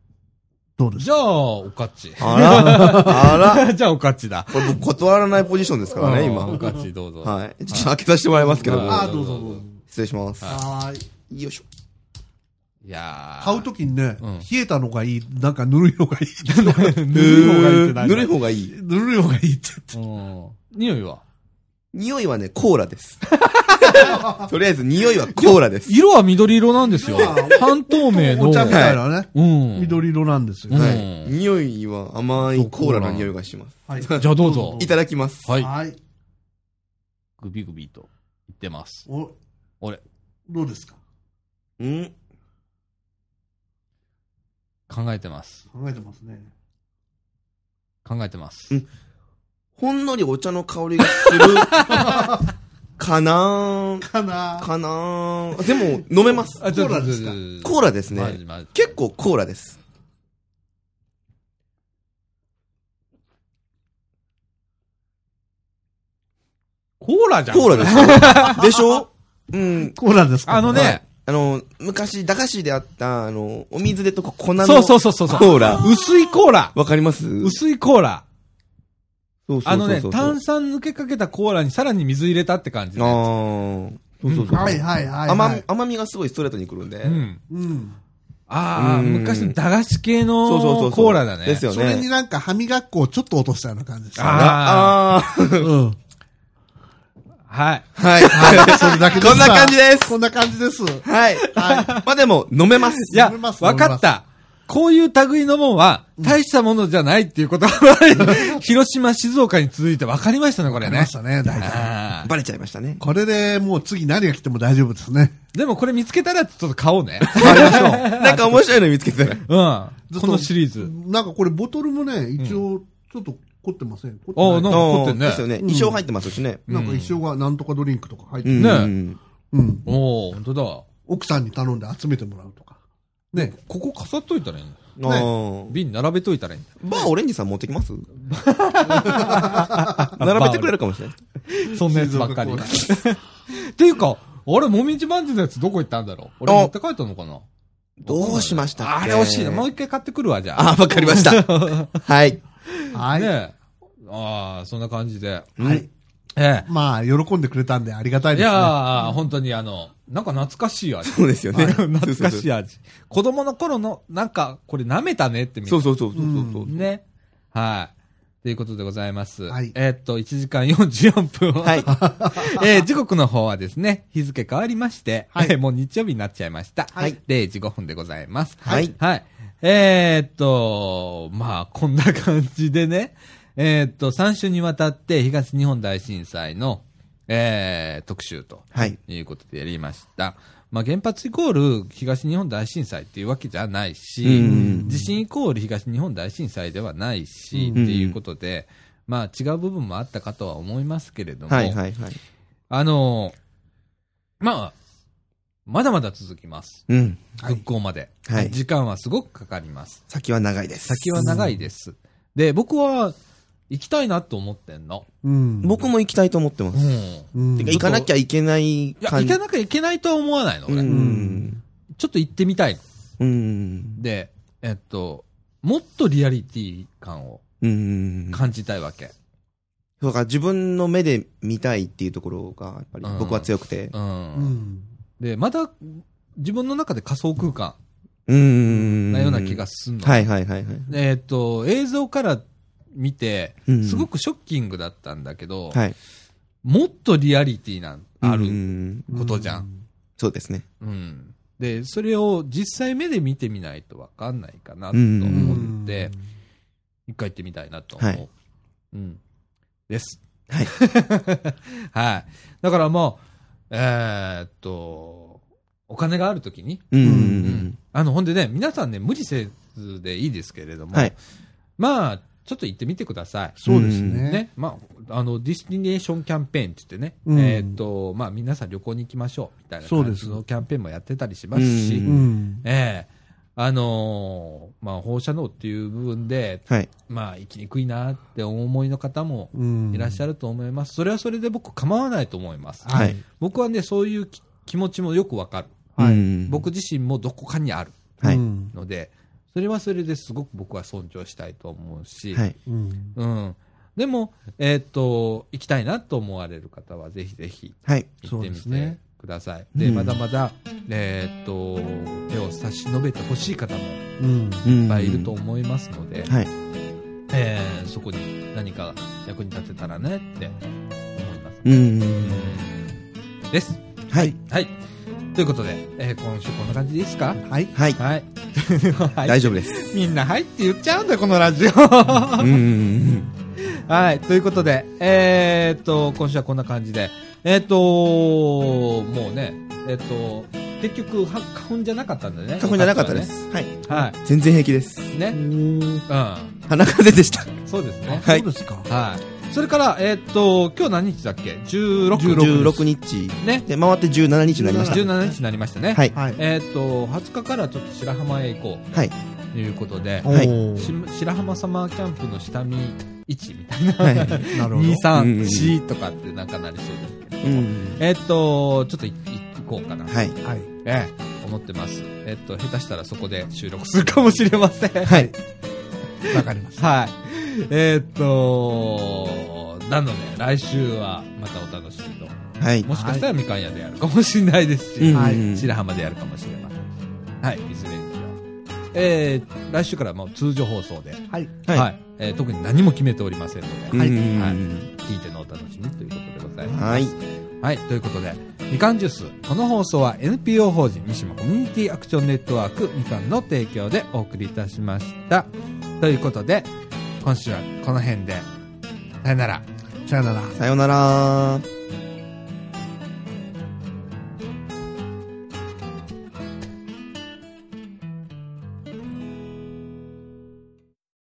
B: どうです
A: じゃあ、おかっち。
C: あら。あ ら。
A: じゃあ、おかっちだ。
C: これ僕断らないポジションですから
A: お
C: ね、今。
A: かっち、どうぞ。
C: はい。ちょっと開けさせてもらいますけど
A: あ
C: も。
B: あ、どうぞどうぞ。
C: 失礼します。
B: はーい。
C: よいしょ。
A: いやー
B: 買うときにね、
A: うん
B: 冷えたのがいい、なんかぬるいのがいい。
A: ぬ
C: ぬ
A: るい方がいいって何
C: るい方がいい。
B: ぬるいのがいいって
A: うん。匂いは
C: 匂いはね、コーラ です。とりあえず匂いはコーラです。
A: 色は緑色なんですよ
B: 色は。
A: 半透明
B: 言って。
A: の。
B: お茶みたいなね、
A: うん。。
B: 緑色なんですよ
A: うん。
B: ね。
C: はい。匂いは甘いコーラの匂いがします。
B: はい。
A: じゃあどうぞ
C: いただきます。
A: はい。
B: はい。
A: グビグビと言ってます。
B: お、
A: 俺、
B: どうですか
C: うん。
A: 考えてます。
B: 考えてますね。
A: 考えてます。
C: うんほんのりお茶の香りが するかなー
B: かな
C: かなーでも、飲めます。
A: あ、
B: コーラですか
C: コーラですね。
A: ね
C: 結構コーラです。
A: コーラじゃん。
C: コーラです よ。でしょうん。
B: コーラですか
A: あの
B: はい
A: ね、
C: あの、昔、駄菓子であった、あの、お水でとか粉の。
A: そうそうそうそう。
C: コーラ
A: 薄いコーラ。
C: わかりますそう
A: 薄いコーラ。
C: そうそうそう
A: あのね、炭酸抜けかけたコーラにさらに水入れたって感じ
C: あ
A: ね
C: ーそうそうそう。
B: はいはいはい。
C: 甘み、甘みがすごいストレートにくるんで。
A: うん。
B: うん。
A: ああ、
C: うん
A: 昔の駄菓子系の
C: そうそうそうそう
A: コーラだね。
C: ですよね。
B: それになんか歯磨き粉をちょっと落としたような感じです。
A: あ
C: ああー。
B: うん。
A: はい。
C: はい。
B: それだけです
C: こんな感じです
B: こんな感じです。
C: はい。まあでも、飲めます。
A: いや、
B: 飲めます
A: わかった。こういう類のもんは、大したものじゃないっていうことは、 広島、静岡に続いて分かりましたね、これ
B: 出ま
A: ね
B: し。たね、大体。
A: あ
C: バレちゃいましたね。
B: これでもう次何が来ても大丈夫ですね。
A: ーでもこれ見つけたら、ちょっと買おう ね。
C: なんか面白いの見つけ
A: う
C: て。
A: ん。このシリーズ。
B: なんかこれボトルもね、一応、ちょっと凝ってません。凝って
A: ああない
B: な
A: んか凝ってんね
C: ですよね。衣装入ってますしね。
B: なんか一生がなんとかドリンクとか入って
C: うん
B: る、
C: うん
B: うん。
A: おお本当だ。
B: 奥さんに頼んで集めてもらうとか。ね。
A: ここ飾っといたらいいんだ。
C: あー
A: 瓶並べといたらいいんだ。
C: バーオレンジさん持ってきます 並べてくれるかもしれない。
A: そんなやつばっかり。っていうか、あれ、もみじまんじゅうのやつどこ行ったんだろう俺
C: あ
A: 持って帰ったのかな
C: どうしましたっ
A: あ
C: け
A: れ惜しいな。もう一回買ってくるわ、じゃあ。
C: あー、わかり ました。はい。
B: はい。
A: ねえ。ああ、そんな感じで。
B: はい。
A: え
B: まあ、喜んでくれたんでありがた
A: え。
B: い
A: い
B: ですね。
A: やー、本当にあの、なんか懐かしい味。
C: そうですよね。
A: 懐かしい
C: や。
A: 味。子供の頃の、なんか、これ舐めたねってみんな
C: そうそうそうそうそうそう。
A: ね。はい。ということでございます。
B: はい
A: えーっと、1時間44分を。
C: はい
A: えー時刻の方はですね、日付変わりまして、
B: は い
A: えーもう日曜日になっちゃいました。
C: はい
A: 0時5分でございます。
C: はい
A: はい。えーっと、まあ、こんな感じでね、えーっと、3週にわたって東日本大震災の、えー、特集と。
C: はい。
A: ということでやりました。まあ、原発イコール東日本大震災っていうわけじゃないし、
C: うん
A: 地震イコール東日本大震災ではないし、
C: うん
A: っていうことで、まあ、違う部分もあったかとは思いますけれども、
C: はいはいはい。
A: あの、まあ、まだまだ続きます。
C: うん。
B: はい
A: 復興まで、
C: はい
A: 時間はすごくかかります。
C: 先は長いです。
A: 先は長いです。で、僕は行きたいなと思ってんの。
B: うん。
C: 僕も行きたいと思ってま
A: うん。
C: す。
A: い
B: うん、
C: てか行かなきゃいけない
A: や、
C: 感
A: 行
C: じ
A: か。なきゃいけないとは思わないの、
C: う
A: 俺。
C: ん。
A: ちょっと行ってみたいの。
C: うん。
A: で、えっと、もっとリアリティ感を
C: うん。
A: 感じたいわけ。
C: そうか、自分の目で見たいっていうところが、やっぱり僕は強くて。
A: うん。
B: うん。
A: で、まだ自分の中で仮想空間
C: うん。
A: なような気がするの。
C: はいはいはいはい。
A: でえっと、映像から見て
C: う、ん
A: すごくショッキングだったんだけど、
C: はい。
A: もっとリアリティなん、あ
C: う
A: る
C: ん
A: ことじゃん。
C: そうですね。
A: うん。で、それを実際目で見てみないとわかんないかなと思って、一回行ってみたいなと思う。
C: はい
A: うん。です。
C: はい。
A: はい。だからもう、えーっと、お金があるときに、
C: う
B: う
C: ん
B: ん。
A: あの、ほんでね、皆さんね、無理せずでいいですけれども、
C: はい
A: まあ、ちょっと行ってみてください。
B: そうですね。
A: ね、まあ、あの、ディスティネーションキャンペーンって言ってね、
B: うん
A: えーっと、まあ、皆さん旅行に行きましょう、みたいな
B: そう
A: 感
B: で
A: じ
B: す
A: のキャンペーンもやってたりしますし、
C: うん
B: うん。
A: ええあのーまあ、放射能っていう部分で、
C: はい。
A: まあ、生きにくいなってお思いの方も
B: うん。
A: いらっしゃると思います。それはそれで僕構わないと思います。
B: は
C: はいい。
A: 僕はね、そういうき気持ちもよくわかる。
B: はい
C: い
A: 僕、自身もどこかにある
C: はい。
B: うん。
A: ので、それはそれですごく僕は尊重したいと思うし、
C: はい。
B: うん。
A: うん。でも、えーっと、行きたいなと思われる方は、ぜひぜひ
C: は
A: 行っ
C: い。
A: てみ
B: そうです
A: て
B: ね
A: ください。で
C: う、ん
A: まだまだ、えーっと、手を差し伸べてほしい方も
B: うん。
A: いっぱいいると
C: 思
A: 思いますので、
C: はい。
A: えーそこに何か役に立てたらねって思います。
C: うん。
A: です。
C: はい。
A: はい。ということで、えー今週こんな感じでいいですか
B: はい。
C: はい。
A: はい。
C: 大丈夫です。
A: みんな、はいって言っちゃうんだよ、このラ ジオ。は
C: うん。
A: い。ということで、えー、っと、今週はこんな感じで。えー、っと、もうね、えー、っと、結局、は花粉じゃなかったんだよね。
C: 過去じゃなかったで。 す。はい。
A: は
C: 全然平気です。
A: い。ね。
B: おー
A: う
C: 鼻風邪でした。
A: ん。そうですね。
B: そうですか。
A: はそれから、えーっと、今日何日だっけ ?16
C: 16日。
A: ね。
C: で、回って17日になりました。
A: 17日になりましたね。
C: はい。
B: はい。
A: えーっと、20日からちょっと白浜へ行こ
C: はい。
A: うということで、
C: はい
B: お
A: し
B: ー
A: 白浜サマーキャンプの下見1みたいな、
C: はい
B: なるほど。
A: 2、
C: うん
A: 3、4とかってなんかなりそうですけど、
C: うん。
A: えーっと、ちょっと行こうかな。
C: はい。
B: はい。
A: ええ、思ってます。えっと、下手したらそこで収録するかもしれません。 はい。
C: はい。
B: わかりまし
A: えっと、なので、来週はまたお楽しみと。
C: はい。
A: もしかしたらみかん屋でやるかもしれないですし、
C: うん
B: はい
C: うん
A: 白浜でやるかもしれませんし。はい、いずれにしろ。えー、来週からもう通常放送で、
B: た。はい。
A: は、
C: はいい
A: えー特に何も決めておりませんので、
C: は
B: はい
C: い。
A: 聞いてのお楽しみということでございます。
C: はい。
A: はい、ということで、みかんジュース、この放送は NPO 法人三島コミュニティアクションネットワークみかんの提供でお送りいたしました。ということで、今週はこの辺で、さよなら。
B: さよなら。
C: さようなら。